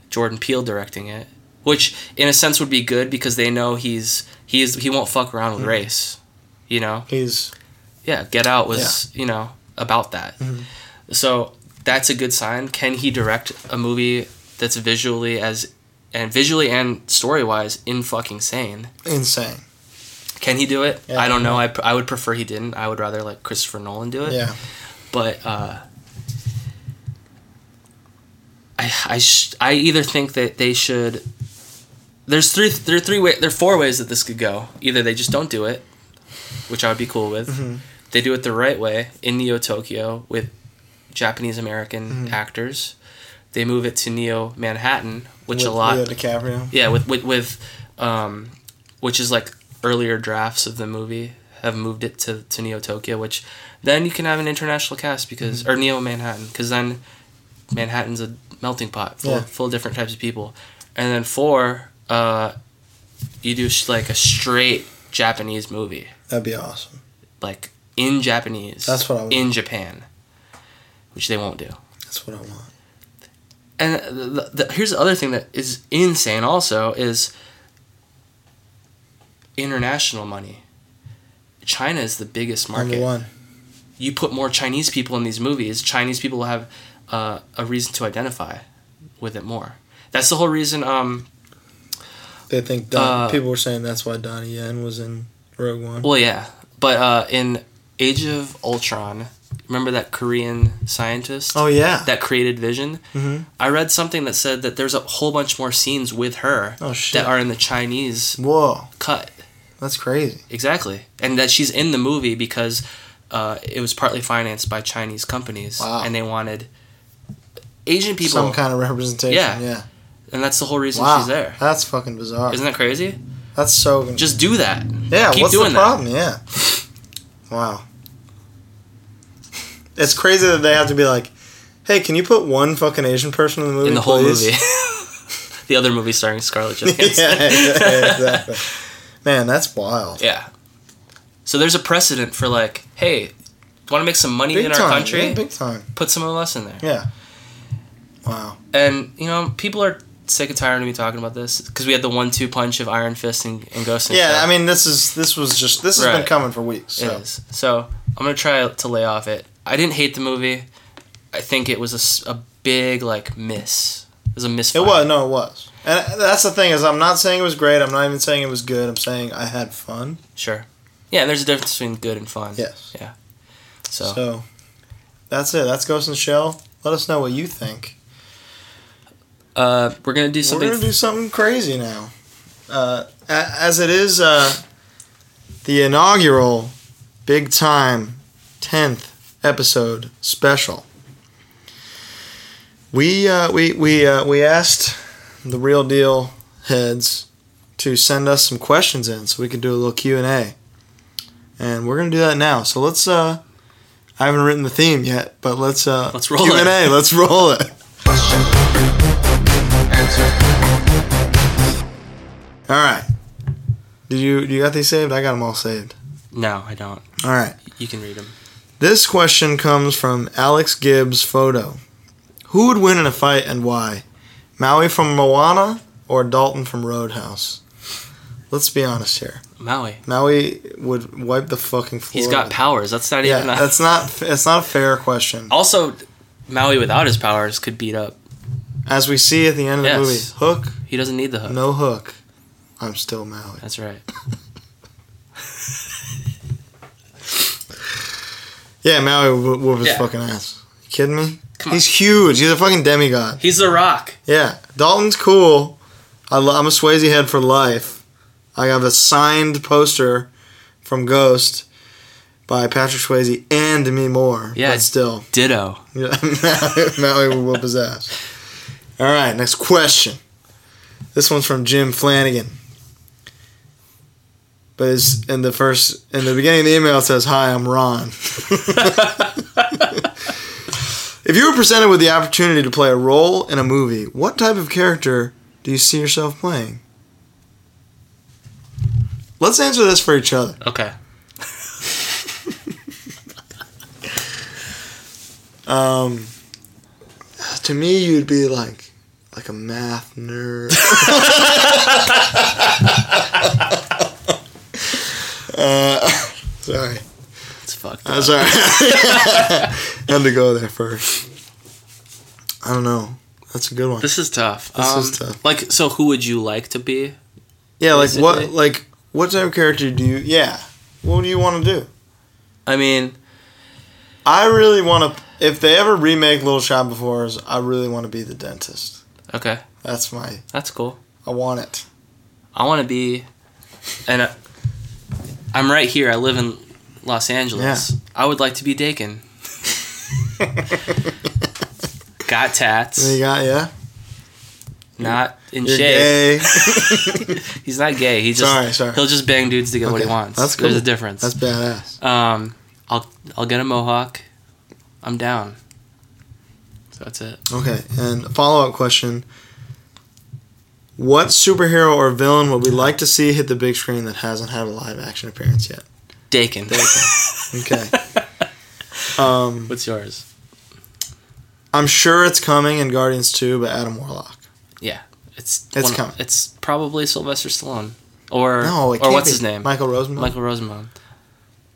J: Jordan Peele directing it, which in a sense would be good because they know he's he is he won't fuck around with race, you know
I: He's
J: yeah, Mm-hmm. Get Out was you know about that. So that's a good sign. Can he direct a movie that's visually as and visually and story wise in fucking sane?
I: insane.
J: Can he do it?
I: Yeah,
J: I don't know. I, pr- I would prefer he didn't. I would rather let Christopher Nolan do it.
I: Yeah.
J: But uh, I I, sh- I either think that they should. There's three. There are three way. There are four ways that this could go. Either they just don't do it, which I would be cool with. They do it the right way in Neo Tokyo with Japanese American actors. They move it to Neo Manhattan, which
I: With
J: a lot
I: Leo DiCaprio.
J: yeah, with with, with um, which is like earlier drafts of the movie have moved it to, to Neo Tokyo, which then you can have an international cast because
I: Mm-hmm.
J: or Neo Manhattan because then Manhattan's a melting pot full
I: Yeah.
J: full of different types of people, and then four, uh, you do sh- like a straight Japanese movie
I: That'd be awesome.
J: like in Japanese.
I: That's what I want.
J: in Japan, which they won't do.
I: That's what I want.
J: And the, the, the, here's the other thing that is insane. Also, is international money. China is the biggest market.
I: Number one.
J: You put more Chinese people in these movies, Chinese people will have uh, a reason to identify with it more. That's the whole reason. Um,
I: They think Don,
J: Uh,
I: people were saying that's why Donnie Yen was in Rogue One.
J: well, yeah, but uh, in Age of Ultron, remember that Korean scientist?
I: oh yeah. Mm-hmm.
J: that created Vision. I read something that said that there's a whole bunch more scenes with her
I: Oh, shit.
J: that are in the Chinese
I: Whoa,
J: cut.
I: that's crazy.
J: Exactly. And that she's in the movie because uh, it was partly financed by Chinese companies
I: Wow.
J: and they wanted Asian people.
I: Some kind of representation.
J: Yeah.
I: Yeah.
J: and that's the whole reason
I: Wow.
J: she's there.
I: That's fucking bizarre.
J: Isn't that crazy?
I: that's so.
J: Just do that.
I: yeah.
J: keep
I: what's
J: doing
I: the
J: that.
I: problem? Yeah. Wow. It's crazy that they have to be like, "Hey, can you put one fucking Asian person in the movie?"
J: In the whole
I: please?"
J: movie. the other movie starring Scarlett
I: yeah,
J: Johansson.
I: yeah, exactly. Man, that's wild.
J: Yeah. So there's a precedent for like, hey, want to make some money
I: Big
J: in
I: time.
J: our country?
I: yeah, big time.
J: Put some of us in there.
I: Yeah. Wow.
J: And you know, people are sick and tired of me talking about this because we had the one-two punch of Iron Fist and, and Ghost. And
I: Yeah,
J: Shell.
I: I mean, this is this was just this has
J: Right.
I: been coming for weeks.
J: It
I: So.
J: is. So I'm gonna try to lay off it. I didn't hate the movie. I think it was a s- a, big like miss. It was a miss.
I: It was no, it was, and that's the thing is, I'm not saying it was great. I'm not even saying it was good. I'm saying I had fun.
J: Sure. Yeah, and there's a difference between good and fun.
I: Yes.
J: Yeah.
I: So,
J: So,
I: that's it. That's Ghost in the Shell. Let us know what you think.
J: uh, we're gonna do
I: We're
J: something.
I: gonna do something crazy now. Uh, a- as it is uh, the inaugural big time tenth episode special. We uh, we we uh, we asked the real deal heads to send us some questions in so we could do a little Q and A, and we're gonna do that now. So let's. Uh, I haven't written the theme yet, but let's uh,
J: Let's roll it.
I: Q and A. Let's roll it.
G: Question, answer,
I: All right. Did you do you got these saved? I got them all saved.
J: No, I don't.
I: All right.
J: You can read them.
I: This question comes from Alex Gibbs Photo. Who would win in a fight and why? Maui from Moana or Dalton from Roadhouse? Let's be honest here.
J: Maui.
I: Maui would wipe the fucking floor.
J: He's got
I: with-
J: powers. That's not
I: Yeah,
J: even. A,
I: that's not that's not a fair question.
J: also, Maui without his powers could beat up.
I: As we see at the end of
J: Yes.
I: the movie, hook,
J: He doesn't need the hook.
I: no hook. I'm still Maui.
J: That's right.
I: Yeah, Maui would whoop his
J: Yeah.
I: fucking ass. You kidding me?
J: Come on.
I: He's huge. He's a fucking demigod.
J: He's the Rock.
I: Yeah, Dalton's cool. I lo- I'm a Swayze head for life. I have a signed poster from Ghost by Patrick Swayze and me more.
J: Yeah.
I: but still,
J: Ditto.
I: yeah, Maui would whoop his ass. All right, next question. This one's from Jim Flanagan. But it's in the first in the beginning of the email it says, "Hi, I'm Ron." if you were presented with the opportunity to play a role in a movie, what type of character do you see yourself playing? Let's answer this for each other.
J: Okay.
I: Um, to me, you'd be like, like a math nerd. uh, sorry,
J: It's fucked.
I: I'm sorry. Had to go there first. I don't know. That's a good one.
J: This is tough.
I: This
J: um,
I: is tough.
J: Like, so who would you like to be?
I: Yeah, like what,
J: basically-
I: like what type of character do you? Yeah, what do you want to do?
J: I mean,
I: I really want to. If they ever remake Little Shop Before Us, I really want to be the dentist.
J: okay,
I: That's my.
J: that's cool.
I: I want it.
J: I want to be, and I, I'm right here. I live in Los Angeles. I would like to be Dakin. Got
I: Then
J: tats.
I: you got yeah.
J: Not in
I: You're
J: shape.
I: gay.
J: He's not gay. He just
I: Sorry, sorry.
J: he'll just bang dudes to get what he
I: Okay,
J: wants.
I: that's
J: There's
I: cool.
J: a difference.
I: That's badass.
J: um, I'll I'll get a mohawk. I'm down. So that's it.
I: Okay, and follow up question: What superhero or villain would we like to see hit the big screen that hasn't had a live action appearance yet?
J: Dakin.
I: Okay. um,
J: What's yours?
I: I'm sure it's coming in Guardians 2, but Adam Warlock.
J: It's
I: It's
J: one-
I: coming.
J: It's probably Sylvester Stallone or
I: No, it
J: or
I: can't
J: what's
I: be.
J: his name?
I: Michael Rosenbaum.
J: Michael Rosenbaum.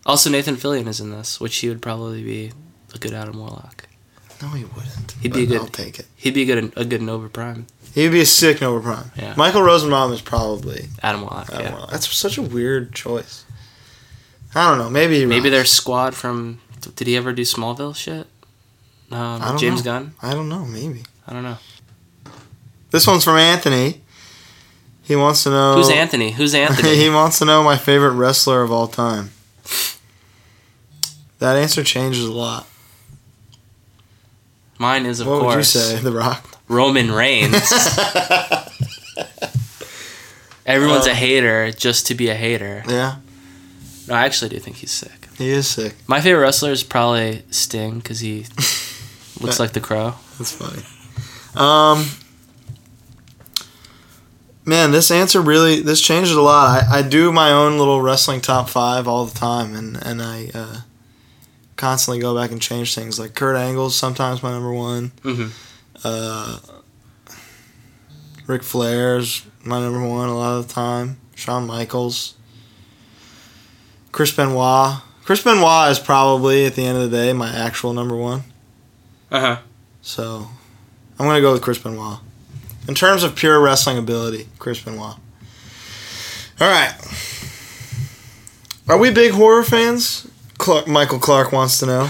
J: Also, Nathan Fillion is in this, which he would probably be a good Adam Warlock.
I: No, he wouldn't.
J: He'd be
I: but
J: good-
I: I'll take it.
J: He'd be a good a good Nova Prime
I: He'd be a sick Nova Prime.
J: Yeah.
I: Michael Rosenbaum is probably
J: Adam Warlock.
I: Adam
J: yeah.
I: Warlock. That's such a weird choice. I don't know. Maybe he
J: Maybe
I: rocks.
J: their squad from did he ever do Smallville shit? Um,
I: I don't
J: James
I: know.
J: Gunn.
I: I don't know. Maybe.
J: I don't know.
I: This one's from Anthony. He wants to know
J: Who's Anthony? Who's
I: he
J: Anthony?
I: wants to know my favorite wrestler of all time. That answer changes a lot.
J: Mine is of
I: what
J: course
I: would you say, The Rock?
J: Roman Reigns. Everyone's a
I: Uh,
J: hater just to be a hater.
I: Yeah,
J: No, I actually do think he's sick.
I: he is sick.
J: My favorite wrestler is probably Sting because he looks like the Crow.
I: That's funny. Um, man, this answer really this changes a lot. I, I do my own little wrestling top five all the time, and and I uh, constantly go back and change things. Like Kurt Angle's sometimes my number one.
J: Mhm.
I: Uh, Ric Flair's my number one a lot of the time. Shawn Michaels, Chris Benoit. Chris Benoit is probably at the end of the day my actual number one.
J: Uh
I: Uh-huh.
J: huh.
I: So I'm gonna go with Chris Benoit. In terms of pure wrestling ability, Chris Benoit. Alright. Are we big horror fans? Clark, Michael Clark wants to know.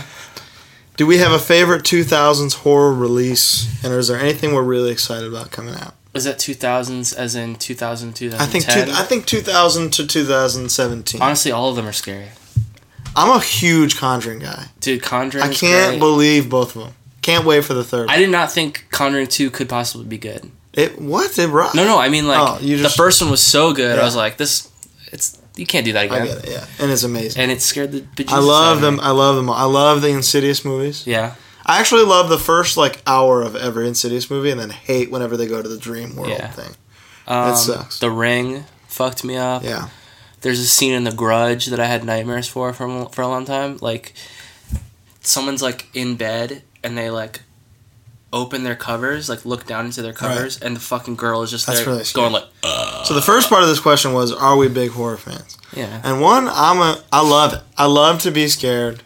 I: Do we have a favorite 2000s horror release? And is there anything we're really excited about coming out?
J: Is that 2000s as in 2000, 2010?
I: I think two, I think 2000 to 2017.
J: Honestly, all of them are scary.
I: I'm a huge Conjuring guy.
J: Dude, Conjuring.
I: I can't
J: Great.
I: believe both of them. Can't wait for the third.
J: I did not think Conjuring 2 could possibly be good.
I: it what? It rocked.
J: No, no, I mean, like,
I: Oh, you
J: the
I: just-
J: first one was so good. I
I: Yeah.
J: was like, this, it's, you can't do that
I: I
J: again.
I: get it. Yeah, and it's amazing.
J: And it scared the bejesus
I: I
J: out
I: love
J: of
I: them.
J: me.
I: I love them. all. I love the Insidious movies.
J: Yeah.
I: I actually love the first like hour of every Insidious movie, and then hate whenever they go to the dream world
J: Yeah.
I: thing.
J: Um,
I: sucks.
J: The Ring fucked me up.
I: Yeah.
J: There's a scene in The Grudge that I had nightmares for from for a long time. Like, someone's like in bed and they like open their covers, like look down into their covers, and the fucking girl is just
I: That's
J: there
I: really scary.
J: going like,
I: So the first part of this question was, are we big horror fans?
J: yeah,
I: And one, I'm a, I love it. I love to be scared.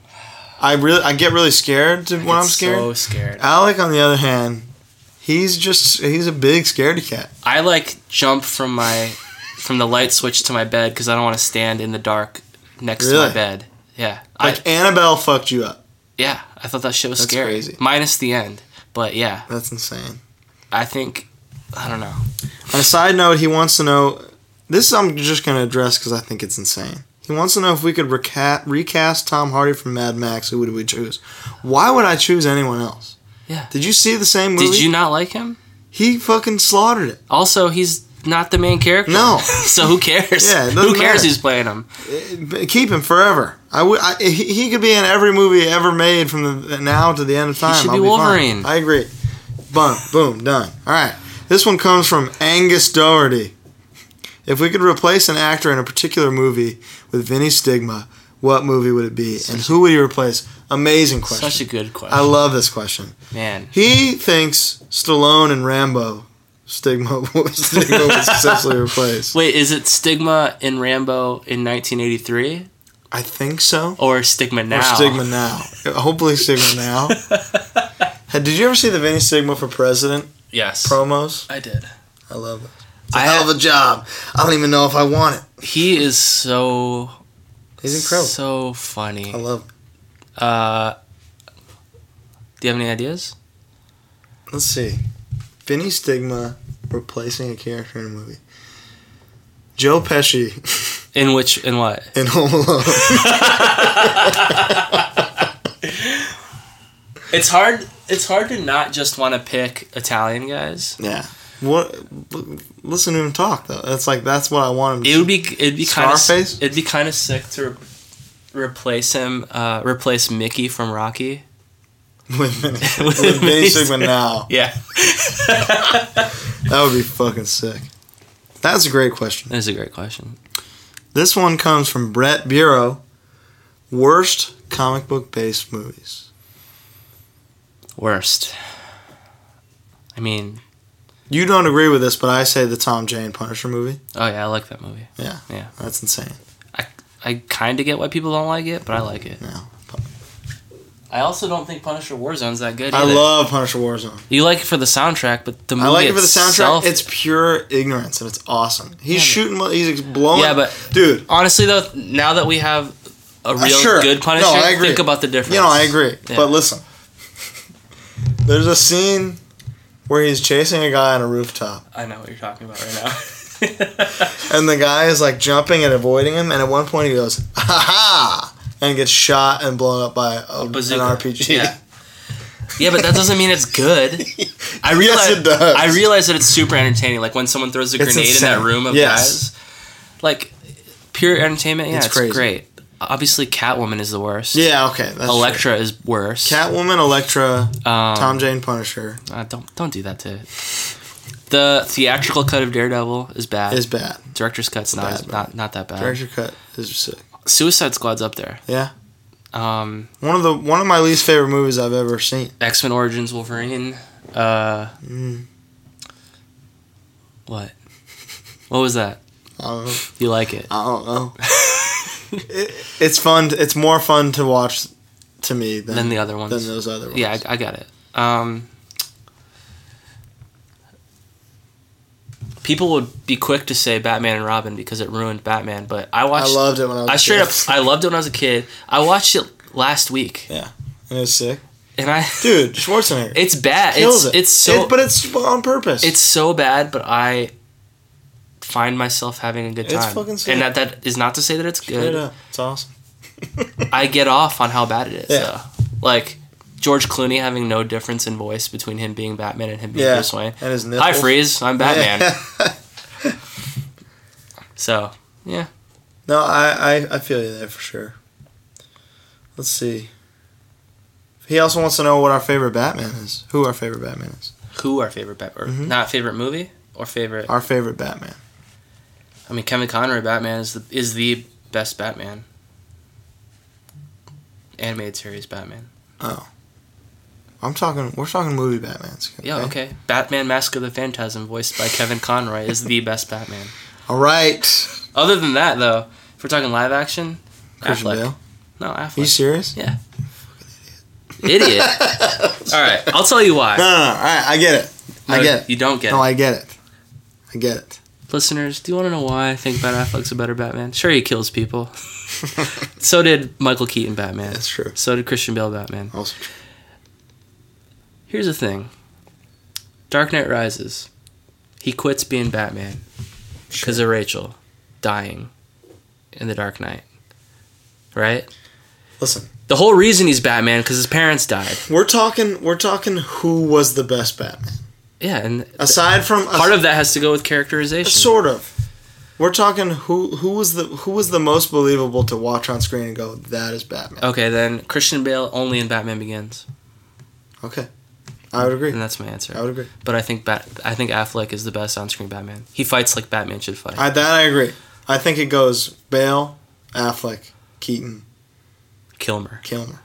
I: I really, I get really scared to, when I'm
J: It's
I: scared.
J: So scared.
I: Alec, on the other hand, he's just, he's a big scaredy cat.
J: I like jump from my from the light switch to my bed because I don't want to stand in the dark next to
I: Really?
J: my bed. Yeah, I,
I: Like Annabelle fucked you up.
J: yeah, I thought that shit was
I: That's
J: scary.
I: crazy.
J: Minus the end, but yeah,
I: That's insane.
J: I think I don't know.
I: On a side note, he wants to know. This I'm just going to address because I think it's insane. He wants to know if we could reca- recast Tom Hardy from Mad Max. Who would we choose? Why would I choose anyone else?
J: Yeah.
I: Did you see the same movie?
J: Did you not like him?
I: He fucking slaughtered it.
J: Also, he's not the main character.
I: No.
J: so who cares?
I: Yeah, it doesn't
J: who cares
I: matter.
J: who's playing him?
I: B- Keep him forever. I would. I, he he could be in every movie ever made from the, now to the end of time.
J: should
I: I'll
J: be
I: fine.
J: Wolverine.
I: I agree. Boom, boom, done. All right. This one comes from Angus Doherty. If we could replace an actor in a particular movie with Vinny Stigma, what movie would it be, and who would you replace? Amazing question.
J: Such a good question,
I: I love this question.
J: man.
I: He thinks Stallone and Rambo Stigma Stigma was successfully replaced.
J: Wait, is it Stigma in Rambo in 1983
I: I think so.
J: or Stigma now?
I: Or Stigma now. Hopefully Stigma now. Hey, Did you ever see the Vinny Stigma for President
J: Yes,
I: promos?
J: I did.
I: I love it. It's a
J: I
I: hell of a job. I don't even know if I want it.
J: He is so
I: He's incredible.
J: So
I: I
J: funny.
I: love it.
J: Uh, do you have any ideas?
I: Let's see. Vinny Stigma replacing a character in a movie. Joe Pesci
J: In which? In what?
I: in Home Alone.
J: It's hard. It's hard to not just want to pick Italian guys.
I: yeah. What? l- Listen to him talk though. That's like that's what I want him. To
J: It would be. It'd be kind of.
I: Scarface?
J: It'd be kind of sick to re- replace him. Uh, replace Mickey from Rocky.
I: with Vinny,
J: With
I: with Vinny
J: Vinny
I: Stigma now.
J: Yeah,
I: That would be fucking sick. That's a great question.
J: that is a great question.
I: This one comes from Brett Bureau. Worst comic book based movies.
J: Worst. I mean,
I: You don't agree with this, but I say the Tom Jane Punisher movie.
J: oh yeah, I like that movie.
I: Yeah.
J: Yeah.
I: That's insane.
J: I kind of get why people don't like it, but I like it.
I: No.
J: I also don't think Punisher Warzone's that good.
I: I
J: either.
I: love Punisher Warzone.
J: You like it for the soundtrack, but the movie
I: I like it for the
J: itself-
I: soundtrack. It's pure ignorance and it's awesome. He's
J: Yeah, but-
I: shooting, mo- he's blowing.
J: Yeah, but-
I: Dude,
J: honestly though, now that we have a real
I: Uh, sure.
J: good
I: No,
J: Punisher,
I: I agree.
J: think about the difference.
I: you know, I agree.
J: Yeah.
I: But listen, there's a scene where he's chasing a guy on a rooftop.
J: I know what you're talking about right now.
I: And the guy is like jumping and avoiding him, and at one point he goes, "Ha ha!" and gets shot and blown up by a,
J: bazooka.
I: an RPG.
J: Yeah. yeah, but that doesn't mean it's good. I realize
I: Yes, it does.
J: I realize that it's super entertaining. Like when someone throws a
I: It's
J: grenade in that
I: insane.
J: room of
I: Yes.
J: guys, like pure entertainment. Yeah,
I: It's
J: it's,
I: crazy.
J: great. Obviously, Catwoman is the worst.
I: Yeah, okay. That's
J: Elektra is worse.
I: true. Catwoman, Elektra,
J: um,
I: Tom Jane, Punisher
J: uh, don't don't do that to. it. The theatrical cut of Daredevil is bad.
I: is bad.
J: Director's cut's not
I: bad,
J: as-
I: bad.
J: not not that bad.
I: Director cut is sick.
J: Suicide Squad's up there.
I: Yeah,
J: Um,
I: one of the one of my least favorite movies I've ever seen.
J: X Men Origins Wolverine. Uh,
I: Mm.
J: What? What was that?
I: I don't know.
J: You like it?
I: I don't know. it, it's fun. It's more fun to watch to me than,
J: Than the other ones.
I: than those other ones.
J: Yeah, I, I got it. Um, people would be quick to say Batman and Robin because it ruined Batman, but I
I: I
J: watched.
I: loved it when I was.
J: I
I: a
J: straight up.
I: kid.
J: I loved it when I was a kid. I watched it last week,
I: It was sick,
J: and I.
I: dude. Schwarzenegger.
J: It's bad.
I: kills
J: It's
I: it.
J: it's so
I: It- but it's on purpose.
J: It's so bad, but I find myself having a good
I: It's
J: time.
I: fucking sick.
J: and that, that is not to say that it's
I: Straight
J: good.
I: up. It's awesome.
J: I get off on how bad it is.
I: Yeah.
J: though. Like George Clooney having no difference in voice between him being Batman and him being
I: Yeah.
J: Bruce Wayne.
I: And his
J: Hi,
I: nipples.
J: Freeze. I'm Batman. So yeah,
I: no, I, I I feel you there for sure. Let's see. He also wants to know what our favorite Batman is. Who our favorite Batman is. Mm-hmm.
J: who our favorite Batman? Not favorite movie? Our favorite.
I: Our favorite Batman.
J: I mean, Kevin Conroy Batman is the is the best Batman. Animated series Batman.
I: Oh. I'm talking. We're talking movie Batman's.
J: Yeah, okay. Batman Mask of the Phantasm, voiced by Kevin Conroy, is the best Batman.
I: All right.
J: Other than that, though, if we're talking live action,
I: Christian
J: Affleck.
I: Bale. Are
J: No, Affleck.
I: you serious?
J: yeah. Idiot. All right, I'll tell you why.
I: No, no, no. All right, I get it. I
J: No,
I: get it.
J: You don't get
I: no,
J: it.
I: I get it. I get it.
J: Listeners, do you want to know why I think Ben Affleck's a better Batman? Sure, he kills people. so did Michael Keaton Batman.
I: That's true.
J: So did Christian Bale Batman.
I: Also,
J: Here's the thing Dark Knight Rises. He quits being Batman because of Rachel dying in the Dark Knight. Right?
I: listen.
J: The whole reason he's Batman because his parents died.
I: We're talking. We're talking. Who was the best Batman?
J: Yeah, and
I: Aside from
J: part of that has to go with characterization.
I: sort of. We're talking who who was the who was the most believable to watch on screen and go that is Batman.
J: Okay, then Christian Bale only in Batman Begins,
I: Okay, I would agree.
J: and that's my answer.
I: I would agree.
J: But I think Bat- I think Affleck is the best on-screen Batman. He fights like Batman should fight.
I: I, that I agree. I think it goes Bale, Affleck, Keaton,
J: Kilmer.
I: Kilmer.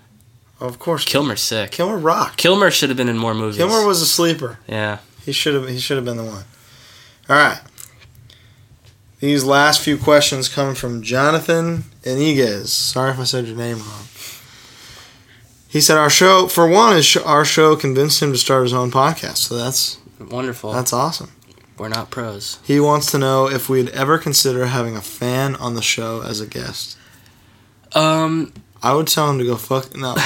I: Of course,
J: Kilmer's sick.
I: Kilmer rocked.
J: Kilmer should have been in more movies.
I: Kilmer was a sleeper.
J: Yeah.
I: He should have. He should have been the one. All right. These last few questions come from Jonathan Iniguez. Sorry if I said your name wrong. He said our show, for one, is our show convinced him to start his own podcast. So that's
J: Wonderful.
I: that's awesome.
J: We're not pros.
I: He wants to know if we'd ever consider having a fan on the show as a guest.
J: Um.
I: I would tell him to go fuck no. Um,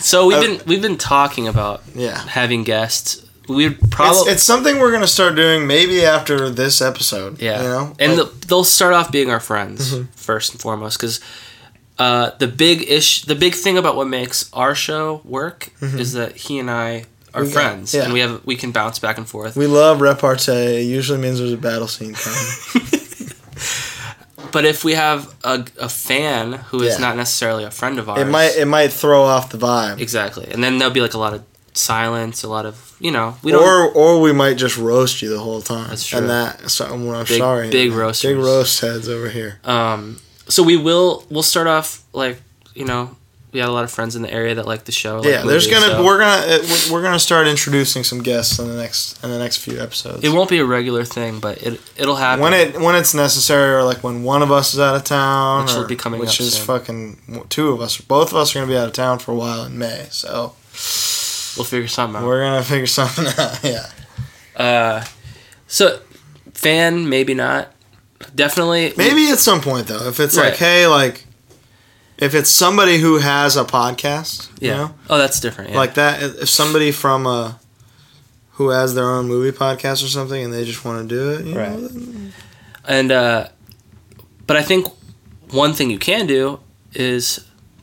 J: So we've
I: Uh,
J: been we've been talking about
I: yeah.
J: having guests. We'd
I: It's,
J: probably
I: it's something we're gonna start doing maybe after this episode.
J: yeah.
I: You know?
J: and
I: Like, Mm-hmm.
J: the, they'll start off being our friends first and foremost because. Uh, the big ish, the big thing about what makes our show work is that he and I are
I: Mm-hmm. We got-
J: friends,
I: yeah.
J: and we have we can bounce back and forth.
I: we love repartee. It usually means there's a battle scene coming.
J: But if we have a, a fan who is
I: Yeah.
J: not necessarily a friend of ours,
I: It might it might throw off the vibe.
J: exactly, and then there'll be like a lot of silence, a lot of you know, we don't.
I: Or or we might just roast you the whole time.
J: That's true.
I: And that so, well, I'm
J: Big-
I: sorry.
J: big
I: roast, Big
J: roasters.
I: roast heads over here.
J: um, so we will. We'll start off like you know, we had a lot of friends in the area that like the show. like
I: yeah, there's
J: movies,
I: gonna
J: so
I: we're gonna uh, we're- we're gonna start introducing some guests in the next in the next few episodes.
J: It won't be a regular thing, but it it'll happen.
I: when it when it's necessary or like when one of us is out of town,
J: Which will
I: or-
J: be coming
I: which
J: up
I: is
J: soon.
I: fucking two of us, both of us are gonna be out of town for a while in May, so
J: we'll figure something out.
I: we're gonna figure something out. Yeah,
J: Uh, so fan, maybe not. Definitely,
I: maybe at some point though, if it's
J: Right.
I: like hey, like if it's somebody who has a podcast,
J: yeah.
I: you know,
J: Oh, that's different. Yeah.
I: like that if somebody from a who has their own movie podcast or something and they just want to do it you
J: Right.
I: know,
J: And uh, but I think one thing you can do is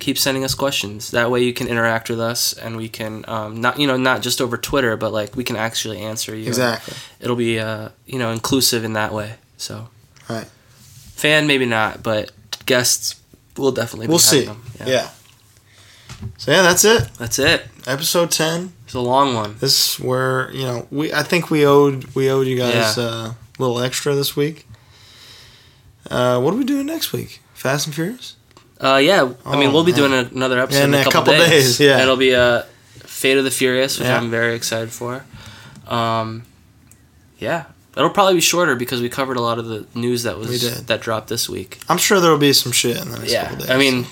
J: keep sending us questions. That way you can interact with us, and we can um, not you know not just over Twitter, but like we can actually answer you.
I: exactly
J: It'll be uh, you know inclusive in that way. So
I: Right.
J: Fan maybe not, but guests will definitely. be
I: we'll
J: having
I: see
J: them.
I: yeah. so yeah that's it
J: That's it.
I: episode 10
J: It's a long one.
I: this is where you know we i think we owed we owed you guys
J: Yeah.
I: uh, a little extra this week uh, what are we doing next week fast and furious
J: Uh, yeah, I mean
I: Oh,
J: we'll be
I: man.
J: doing a- another episode in,
I: In
J: a couple, days.
I: yeah.
J: it'll be uh, Fate of the Furious, which
I: Yeah.
J: I'm very excited for. Um, yeah, it'll probably be shorter because we covered a lot of the news that
I: We
J: was
I: did.
J: that dropped this week.
I: i'm sure there'll be some shit in the next
J: yeah,
I: couple days
J: I mean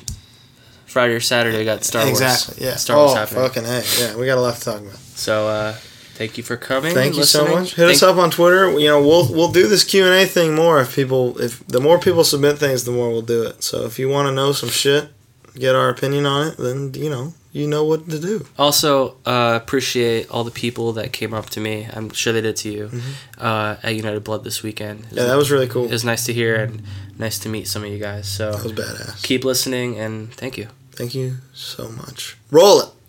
J: Friday or Saturday got Star Wars.
I: exactly yeah
J: Star Wars
I: oh
J: happening.
I: fucking hey yeah we got a lot to talk about
J: So uh, thank you for coming.
I: Thank
J: and
I: you so
J: listening.
I: much. Hit us
J: Thank-
I: up on Twitter. You know, we'll we'll do this Q and A thing more if people if the more people submit things, the more we'll do it. So if you want to know some shit, get our opinion on it, then you know you know what to do.
J: Also uh, appreciate all the people that came up to me. I'm sure they did to you uh, at United Blood this weekend.
I: Mm-hmm. Yeah, that was really cool.
J: It was nice to hear and nice to meet some of you guys. So
I: That was badass.
J: keep listening and thank you.
I: Thank you so much. Roll it.